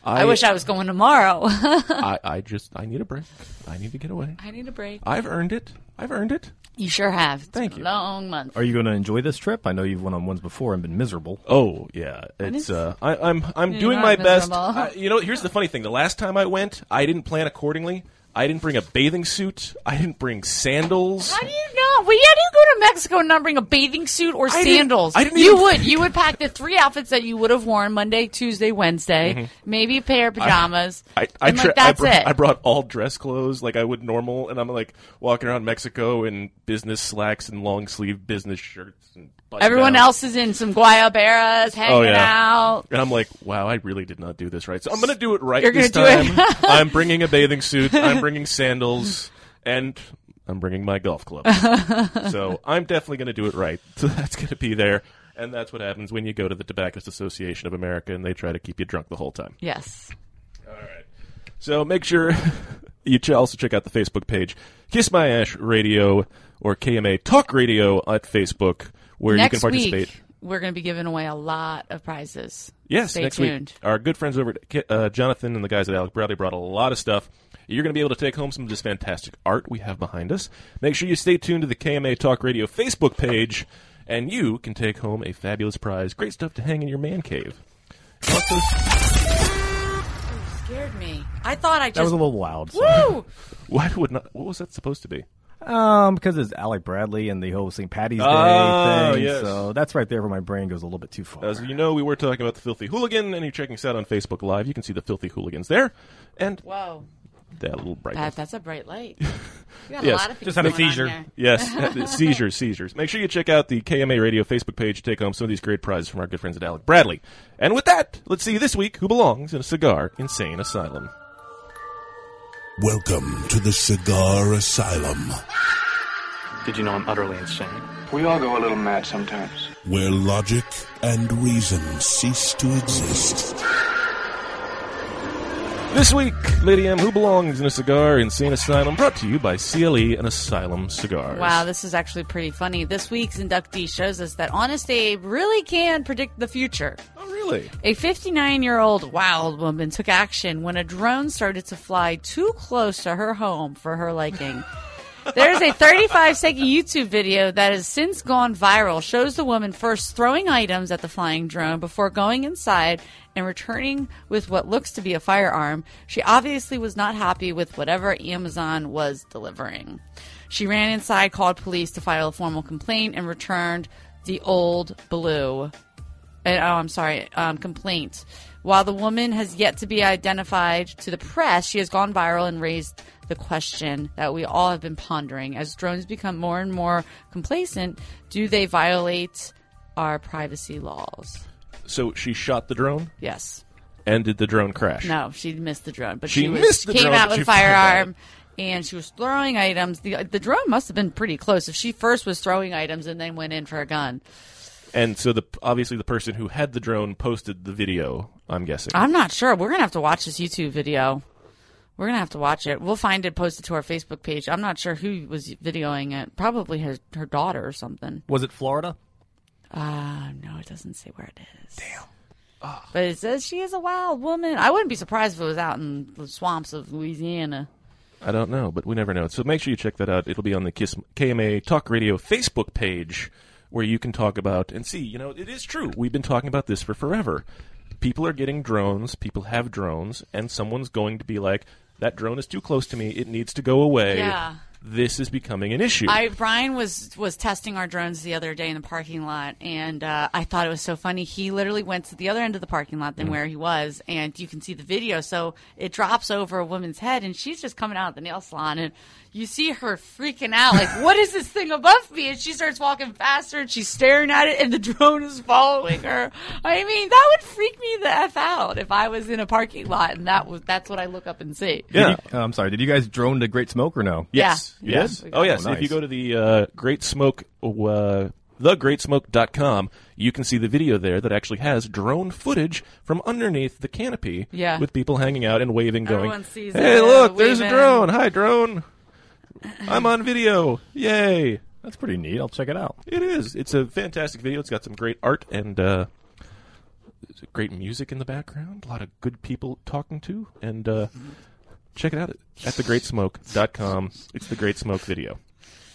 S3: I-
S5: I, wish I was going tomorrow.
S3: I, I just, I need a break. I need to get away.
S5: I need a break.
S3: I've earned it. I've earned it.
S5: You sure have. It's
S3: Thank
S5: been
S3: you.
S5: A long month.
S6: Are you going to enjoy this trip? I know you've went on ones before and been miserable.
S3: Oh yeah,
S5: And
S3: it's
S5: it's-
S3: uh, I, I'm I'm
S5: You're
S3: doing
S5: not
S3: my best.
S5: miserable.
S3: I, you know, here's the funny thing: the last time I went, I didn't plan accordingly. I didn't bring a bathing suit. I didn't bring sandals.
S5: How do you know? Well, how do you go to Mexico and not bring a bathing suit or
S9: didn't-
S5: sandals?
S9: I didn't
S5: you
S9: even
S5: would. You would pack the three outfits that you would have worn Monday, Tuesday, Wednesday,
S3: Mhm.
S5: maybe a pair of pajamas.
S3: I, I,
S5: and, like,
S3: tra- I
S5: that's
S3: brought,
S5: it.
S3: I brought all dress clothes like I would normal, and I'm like walking around Mexico in business slacks and long sleeve business shirts and button
S5: Everyone
S3: downs.
S5: else is in some guayaberas, hanging
S3: Oh yeah,
S5: out.
S3: and I'm like, wow, I really did not do this right. So I'm gonna do it right
S5: You're
S3: this
S5: gonna
S3: time.
S5: do it.
S3: I'm bringing a bathing suit. I'm bringing sandals, and I'm bringing my golf club. so I'm definitely gonna do it right. So that's gonna be there, and that's what happens when you go to the Tobacconist Association of America and they try to keep you drunk the whole time.
S5: Yes.
S3: So make sure you ch- also check out the Facebook page, Kiss My Ash Radio or KMA Talk Radio at Facebook, where
S5: next
S3: you can participate.
S5: Week, we're going to be giving away a lot of prizes.
S3: Yes,
S5: Stay
S3: next
S5: tuned.
S3: week. Our good friends over at Ki- uh, Jonathan and the guys at Alec Bradley brought a lot of stuff. You're going to be able to take home some of this fantastic art we have behind us. Make sure you stay tuned to the KMA Talk Radio Facebook page, and you can take home a fabulous prize. Great stuff to hang in your man cave. Also,
S5: Scared me. I thought I just
S6: That was a little loud, so-
S5: Woo!
S3: why would not? What was that supposed to be?
S6: Um, because it's Alec Bradley and the whole St. Patty's Day
S3: Oh,
S6: thing.
S3: yes.
S6: So that's right there where my brain goes a little bit too far.
S3: As you know, we were talking about the Filthy Hooligan, and you're checking us out on Facebook Live. You can see the Filthy Hooligans there, and
S5: Whoa.
S3: that little bright.
S5: That, that's a bright light. You got
S3: yes.
S5: a lot of things going on there.
S3: Yes, Uh, seizures, seizures. Make sure you check out the KMA Radio Facebook page to take home some of these great prizes from our good friends at Alec Bradley. And with that, let's see this week who belongs in a cigar insane asylum.
S1: Welcome to the Cigar Asylum,
S10: Did you know I'm utterly insane? We all go a little mad sometimes.
S1: where logic and reason cease to exist.
S3: This week, Lady M, who belongs in a cigar insane asylum, brought to you by CLE and Asylum Cigars.
S5: Wow, this is actually pretty funny. This week's inductee shows us that Honest Abe really can predict the future.
S3: Oh, really?
S5: A 59 year old wild woman took action when a drone started to fly too close to her home for her liking. There's a 35 second YouTube video that has since gone viral. Shows the woman first throwing items at the flying drone before going inside and returning with what looks to be a firearm, she obviously was not happy with whatever Amazon was delivering. She ran inside, called police to file a formal complaint, and returned the old blue. And, oh, I'm sorry, um, complaint. While the woman has yet to be identified to the press, she has gone viral and raised the question that we all have been pondering. As drones become more and more complacent, do they violate our privacy laws?
S3: So she shot the drone?
S5: Yes.
S3: And did the drone crash?
S5: No, she missed the drone, but
S3: She
S5: she, was,
S3: missed
S5: she
S3: the
S5: came
S3: drone,
S5: out with
S3: but she
S5: a
S3: fired
S5: firearm and she was throwing items. The, the drone must have been pretty close if she first was throwing items and then went in for a gun.
S3: And so the obviously the person who had the drone posted the video, I'm guessing.
S5: I'm not sure. We're going to have to watch this YouTube video. We're going to have to watch it. We'll find it posted to our Facebook page. I'm not sure who was videoing it. Probably her, her daughter or something.
S6: Was it Florida?
S5: Uh, no, it doesn't say where it is. Damn. But it says she is a wild woman. I wouldn't be surprised if it was out in the swamps of Louisiana.
S3: I don't know, but we never know. So make sure you check that out. It'll be on the Kiss KMA Talk Radio Facebook page where you can talk about and see, you know, it is true. We've been talking about this for forever. People are getting drones, people have drones, and someone's going to be like, that drone is too close to me. It needs to go away.
S5: Yeah.
S3: This is becoming an issue.
S5: I Brian was was testing our drones the other day in the parking lot, and uh, I thought it was so funny. He literally went to the other end of the parking lot than
S9: Mm.
S5: where he was, and you can see the video. So it drops over a woman's head, and she's just coming out of the nail salon, and you see her freaking out, like, "What is this thing above me?" And she starts walking faster, and she's staring at it, and the drone is following her. I mean, that would freak me the f out if I was in a parking lot, and that was that's what I look up and see.
S6: Yeah. I'm sorry. Did you guys drone the Great Smoke or no?
S3: Yes.
S5: Yeah.
S6: You
S3: Yes.
S6: did?
S3: Oh, yes.
S6: Oh,
S3: If you
S6: nice.
S3: go to the uh, Great Smoke, uh, thegreatsmoke.com, you can see the video there that actually has drone footage from underneath the canopy
S5: Yeah.
S3: with people hanging out and waving, going,
S5: Everyone sees
S3: Hey,
S5: it,
S3: look, there's a
S5: waving."
S3: drone. Hi, drone. I'm on video. Yay.
S6: That's pretty neat. I'll check it out.
S3: It is. It's a fantastic video. It's got some great art and uh, great music in the background, a lot of good people talking to, and uh, check it out at thegreatsmoke.com. It's the Great Smoke video.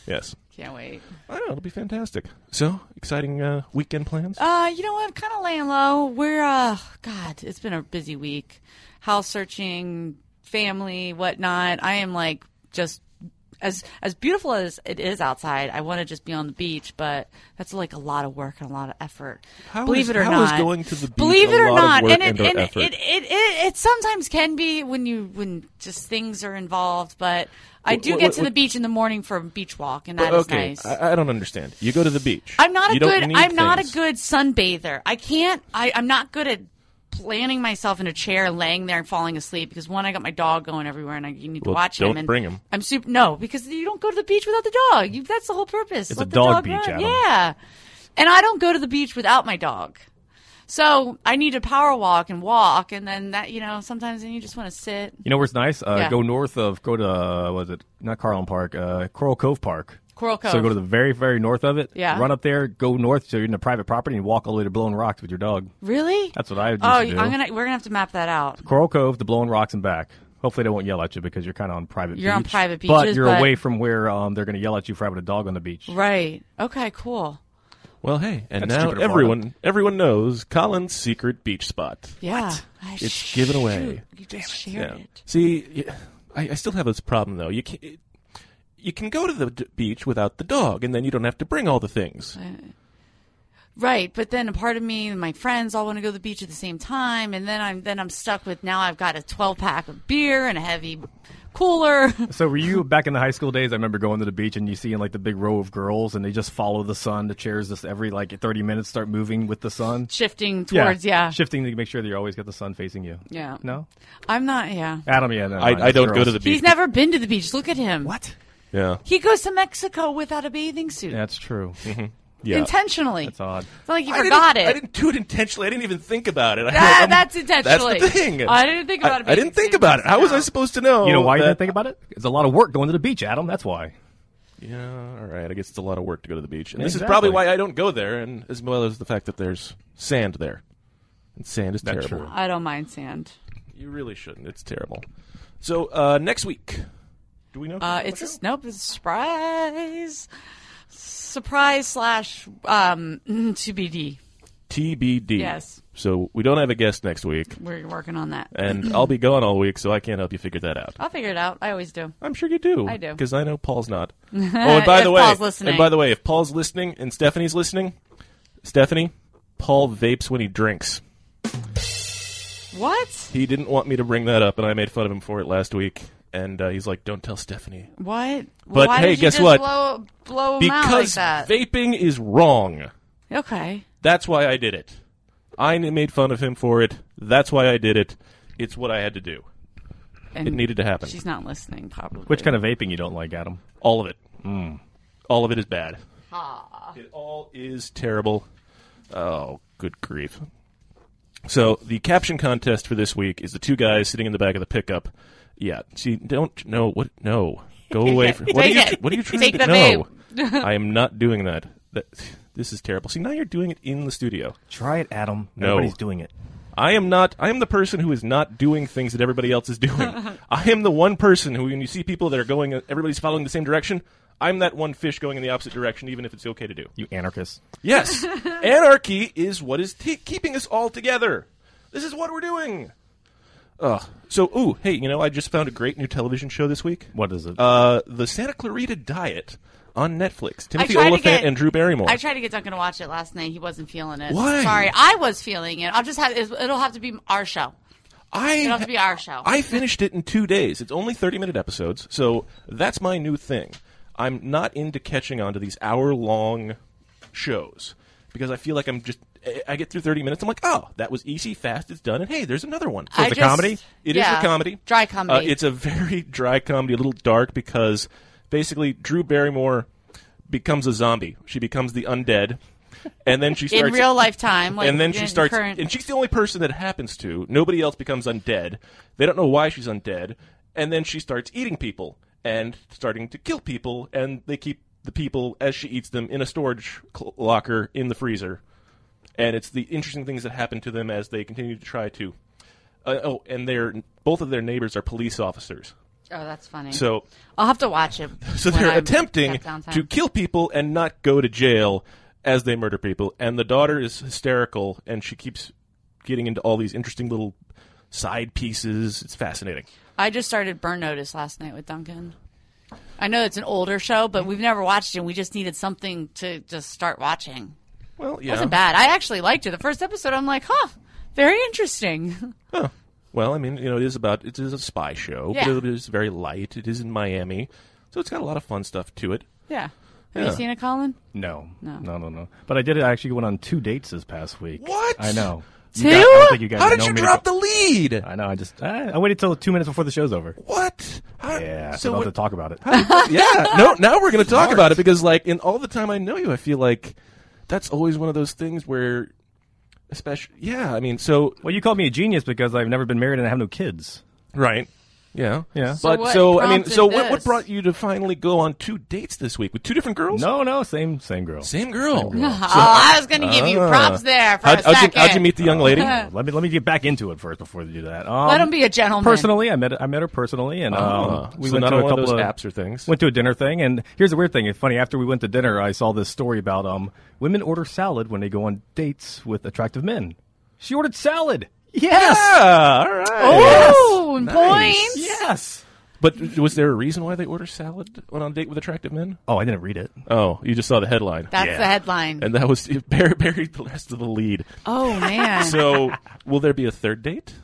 S3: Yes.
S5: Can't wait.
S3: I know it'll be fantastic. So exciting uh, weekend plans.
S5: Uh, you know what? Kind of laying low. We're uh, God, it's been a busy week. House searching, family, whatnot. I am like just as as beautiful as it is outside. I want to just be on the beach, but that's like a lot of work and a lot of effort.
S3: How
S5: Believe
S3: is-
S5: it or
S3: how is
S5: not,
S3: going to the beach
S5: believe
S3: a
S5: it or
S3: lot of
S5: not,
S3: work
S5: and, it,
S3: and/or
S5: and it,
S3: effort?
S5: it, it it it sometimes can be when you when just things are involved. But I
S3: Wh-
S5: do
S3: wh-
S5: get
S3: wh-
S5: to the beach in the morning for a beach walk, and that
S3: But
S5: is
S3: okay,
S5: nice.
S3: I, I don't understand. You go to the beach.
S5: I'm not
S3: You
S5: a
S3: don't
S5: good.
S3: need
S5: I'm not a
S3: things.
S5: good sunbather. I can't. I, I'm not good at planting myself in a chair, laying there and falling asleep because one, I got my dog going everywhere, and I you need
S3: Well,
S5: to watch him.
S3: don't
S5: And
S3: bring him.
S5: I'm super. No, because you don't go to the beach without the dog. You, that's the whole purpose.
S6: It's
S5: Let
S6: a
S5: the
S6: dog
S5: dog
S6: beach,
S5: run.
S6: Adam.
S5: Yeah, and I don't go to the beach without my dog. So I need to power walk and walk, and then that you know sometimes then you just want to sit.
S6: You know where's nice? Uh,
S5: Yeah.
S6: Go north of go to uh, was it not Carlin Park? Uh, Coral Cove Park.
S5: Coral
S6: So
S5: Cove.
S6: go to the very very north of it.
S5: Yeah.
S6: Run up there, go north, so you're in a private property, and walk all the way to Blowing Rocks with your dog.
S5: Really?
S6: That's what I used
S5: Oh,
S6: to do.
S5: I'm gonna. We're gonna have to map that out.
S6: Coral Cove to Blowing Rocks and back. Hopefully they won't yell at you because you're kind of on private.
S5: You're on
S6: beach,
S5: private
S6: but
S5: beaches,
S6: you're
S5: but-
S6: away from where um, they're going to yell at you for having a dog on the beach.
S5: Right. Okay. Cool.
S3: Well, hey, and
S6: That's stupid
S3: now
S6: of Florida.
S3: everyone everyone knows Colin's secret beach spot.
S5: Yeah. What? I
S3: it's given away.
S5: You just shared it.
S3: See, y- I, I still have this problem though. You can you can go to the d- beach without the dog, and then you don't have to bring all the things.
S5: Uh, Right, but then a part of me and my friends all want to go to the beach at the same time, and then I'm then I'm stuck with now I've got a 12 pack of beer and a heavy cooler.
S6: So were you back in the high school days? I remember going to the beach and you seeing like the big row of girls and they just follow the sun. The chairs just every like thirty minutes start moving with the sun,
S5: Shifting towards- yeah.
S6: shifting to make sure that you always got the sun facing you.
S5: Yeah.
S6: No,
S5: I'm not. Yeah.
S6: Adam, yeah, no,
S3: I-
S6: no,
S3: I don't go
S6: girls.
S3: to the
S5: He's never been to the beach. Look at him. What?
S3: Yeah,
S5: He goes to Mexico without a bathing suit.
S6: that's true.
S3: Mm-hmm.
S5: Intentionally.
S6: That's odd.
S5: It's not like you
S3: I
S5: forgot it.
S3: didn't- I didn't do it intentionally. I didn't even think about it. I-
S5: That-
S3: I'm-
S5: that's intentionally.
S3: Um, That's the thing.
S5: I didn't think about it
S3: I, I didn't think about it. How was I supposed to know?
S6: You know why you
S3: that-
S6: didn't think about it? It's a lot of work going to the beach, Adam. That's why.
S3: Yeah, all right. I guess it's a lot of work to go to the beach, and this is
S6: Exactly.
S3: probably why I don't go there, and as well as the fact that there's sand there, and sand is
S6: That's
S3: terrible.
S5: I don't mind sand.
S3: You really shouldn't. It's terrible. So uh, next week, do we know?
S5: Uh, it's a nope. It's a surprise. Surprise slash um, TBD.
S3: TBD.
S5: Yes.
S3: So we don't have a guest next week,
S5: We're working on that.
S3: and I'll be gone all week, so I can't help you figure that out.
S5: I'll figure it out. I always do.
S3: I'm sure you do.
S5: I do.
S3: because I know Paul's not. oh, and by
S5: If
S3: the way,
S5: Paul's listening.
S3: and by the way, if Paul's listening and Stephanie's listening, Stephanie, Paul vapes when he drinks.
S5: What?
S3: He didn't want me to bring that up, and I made fun of him for it last week. And uh, he's like, "Don't tell Stephanie."
S5: What?
S3: But
S5: Why
S3: hey,
S5: did you
S3: guess
S5: just
S3: what?
S5: Blow, blow 'em out like
S3: because
S5: that.
S3: vaping is wrong.
S5: okay.
S3: That's why I did it. I n- made fun of him for it. That's why I did it. It's what I had to do. it
S5: And
S3: needed to happen.
S5: She's not listening, probably.
S6: Which kind of vaping you don't like, Adam? Mm.
S3: All of it. All of it is bad. It all is terrible. Oh, good grief. So the caption contest for this week is the two guys sitting in the back of the pickup. Yeah, see, don't no what no. Go away. From, what are
S5: Take
S3: you?
S5: it.
S3: What are you trying
S5: Take
S3: to
S5: the
S3: no?
S5: vape.
S3: I am not doing that. that. This is terrible. See, now you're doing it in the studio.
S6: Try it, Adam.
S3: No.
S6: Everybody's doing it.
S3: I am not. I am the person who is not doing things that everybody else is doing. I am the one person who, when you see people that are going, everybody's following the same direction. I'm that one fish going in the opposite direction, even if it's okay to do.
S6: You anarchist.
S3: Yes, anarchy is what is t- keeping us all together. This is what we're doing. Ugh. So, ooh, hey, you know, I just found a great new television show this week.
S6: What is it?
S3: Uh, the Santa Clarita Diet on Netflix. Timothy
S5: tried to
S3: Oliphant
S5: get-
S3: and Drew Barrymore.
S5: I tried to get Duncan to watch it last night. He wasn't feeling it.
S3: Why?
S5: Sorry, I was feeling it. I'll just have it'll have to be our show.
S3: I
S5: it'll have to be our show.
S3: I finished it in two days. It's only 30 minute episodes, so that's my new thing. I'm not into catching on to these hour long shows because I feel like I'm just. I- I get through 30 minutes, I'm like, oh, that was easy, fast, it's done, and hey, there's another one.
S5: So it's I a just- comedy?
S3: It is
S5: yeah,
S3: a comedy.
S5: dry comedy.
S3: Uh, it's a very dry comedy, a little dark because basically Drew Barrymore becomes a zombie. She becomes the undead. And then she
S5: In
S3: starts
S5: real lifetime, like,
S3: and then
S5: in
S3: she starts,
S5: current-
S3: and she's the only person that it happens to. Nobody else becomes undead. They don't know why she's undead, and then she starts eating people and starting to kill people, and they keep the people as she eats them in a storage cl- locker in the freezer. And it's the interesting things that happen to them as they continue to try to. Uh, oh, and their both of their neighbors are police officers.
S5: Oh, that's funny.
S3: So-
S5: I'll have to watch it.
S3: So
S5: when
S3: they're
S5: I'm-
S3: attempting
S5: got downtime.
S3: to kill people and not go to jail as they murder people. And the daughter is hysterical, and she keeps getting into all these interesting little side pieces. It's fascinating.
S5: I just started Burn Notice last night with Duncan. I know it's an older show, but we've never watched it. and We just needed something to just start watching.
S3: Well,
S5: It wasn't bad. I actually liked it. The first episode, I'm like, huh, very interesting.
S3: Well, I mean, you know, it is about it is a spy show,
S5: Yeah.
S3: but it is very light. It is in Miami, so it's got a lot of fun stuff to it.
S5: yeah. Have you
S6: Yeah.
S5: seen it, Colin?
S6: No.
S5: No.
S6: No, no, no. But I did I actually went on two dates this past week.
S5: What?
S6: I know. You
S5: Two?
S6: guys- I don't think you guys
S5: How did
S6: know
S5: you
S6: me
S5: drop
S6: to-
S5: the lead?
S6: I know. I just I, I waited till two minutes before the show's over.
S3: What?
S6: yeah.
S3: so
S6: So don't
S3: what-
S6: have to talk about it.
S3: yeah. No, now we're going to talk about it because, like, in all the time I know you, I feel like that's always one of those things where, especially, yeah. I mean, so
S6: well, you called me a genius because I've never been married and I have no kids.
S3: Right. Yeah.
S6: Yeah.
S3: but so I mean, so what, what brought you to finally go on two dates this week with two different girls?
S6: No, no, same same girl.
S3: Same girl.
S5: Oh, I was going to give you
S6: Ah.
S5: props there for
S6: How'd-
S5: a
S6: how'd you-
S5: second.
S6: how'd you meet
S3: the young lady?
S6: Oh, let me let me get back into it first before you do that. Um,
S5: Let him be a gentleman.
S6: Personally, I met I met her personally, and
S3: Ah,
S6: um, we
S3: so
S6: went
S3: not
S6: to a
S3: on one of
S6: couple
S3: those
S6: of
S3: apps or things.
S6: Went to a dinner thing, and here's the weird thing. It's funny. After we went to dinner, I saw this story about um women order salad when they go on dates with attractive men. She ordered salad. Yes.
S3: Yeah, all right.
S5: Oh, and points.
S6: Yes.
S3: But was there a reason why they order salad when on a date with attractive men?
S6: Oh, I didn't read it.
S3: Oh, you just saw the headline.
S5: That's the headline.
S3: and that was it bur- buried the rest of the lead.
S5: Oh, man.
S3: so, will there be a third date?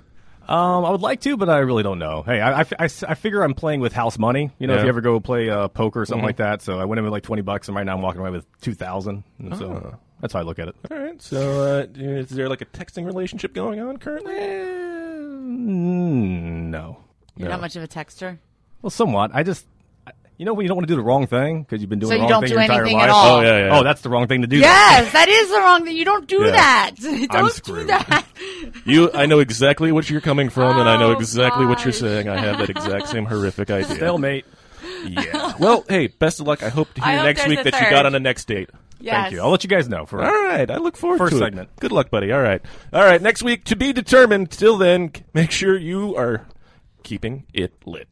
S6: Um, I would like to, but I really don't know. Hey, I, I, I- I figure I'm playing with house money. You know, if
S3: Yeah.
S6: you ever go play uh, poker or something
S3: Mhm.
S6: like that. So I went in with like twenty bucks, and right now I'm walking away with two thousand. And so
S3: Ah.
S6: that's how I look at it.
S3: All right. So, uh, is there like a texting relationship going on currently?
S6: Mm, Eh, no.
S5: You're not much of a texter.
S6: Well, somewhat. I just, I- you know, when you don't want to do the wrong thing because you've been doing
S5: So
S6: the
S5: you don't
S6: wrong thing
S5: do
S6: your entire
S5: anything
S6: life.
S5: at all.
S6: Oh
S5: yeah,
S3: yeah.
S6: Oh, that's the wrong thing to do.
S5: Yes, that is the wrong thing. You don't do
S3: Yeah.
S5: that. Don't
S3: I'm
S5: do
S3: screwed.
S5: that.
S3: You, I know exactly what you're coming from, and I
S6: Oh,
S3: know exactly what you're saying. I have that exact same horrific idea.
S6: Stalemate.
S3: Yeah. Well, hey, best of luck. I hope to
S6: I
S3: hear
S6: hope
S3: next
S6: there's
S3: week
S6: a
S3: that you
S6: third.
S3: got on the next date.
S6: Thank you. I'll let you guys know for
S3: All right. I look forward
S6: First
S3: to it.
S6: segment.
S3: Good luck, buddy. All right. All right. Next week, to be determined. Till then, make sure you are keeping it lit.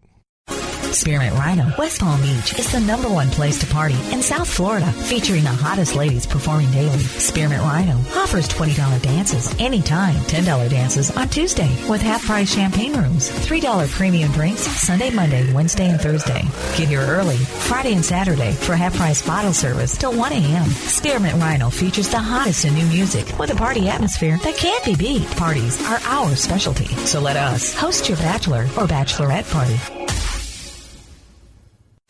S9: Spearmint Rhino. West Palm Beach is the number one place to party in South Florida, featuring the hottest ladies performing daily. Spearmint Rhino offers $20 dances anytime, $10 dances on Tuesday with half price champagne rooms, $3 premium drinks Sunday, Monday, Wednesday, and Thursday. Get here early Friday and Saturday for half price bottle service till 1 a.m. Spearmint Rhino features the hottest in new music with a party atmosphere that can't be beat. Parties are our specialty, so let us host your bachelor or bachelorette party.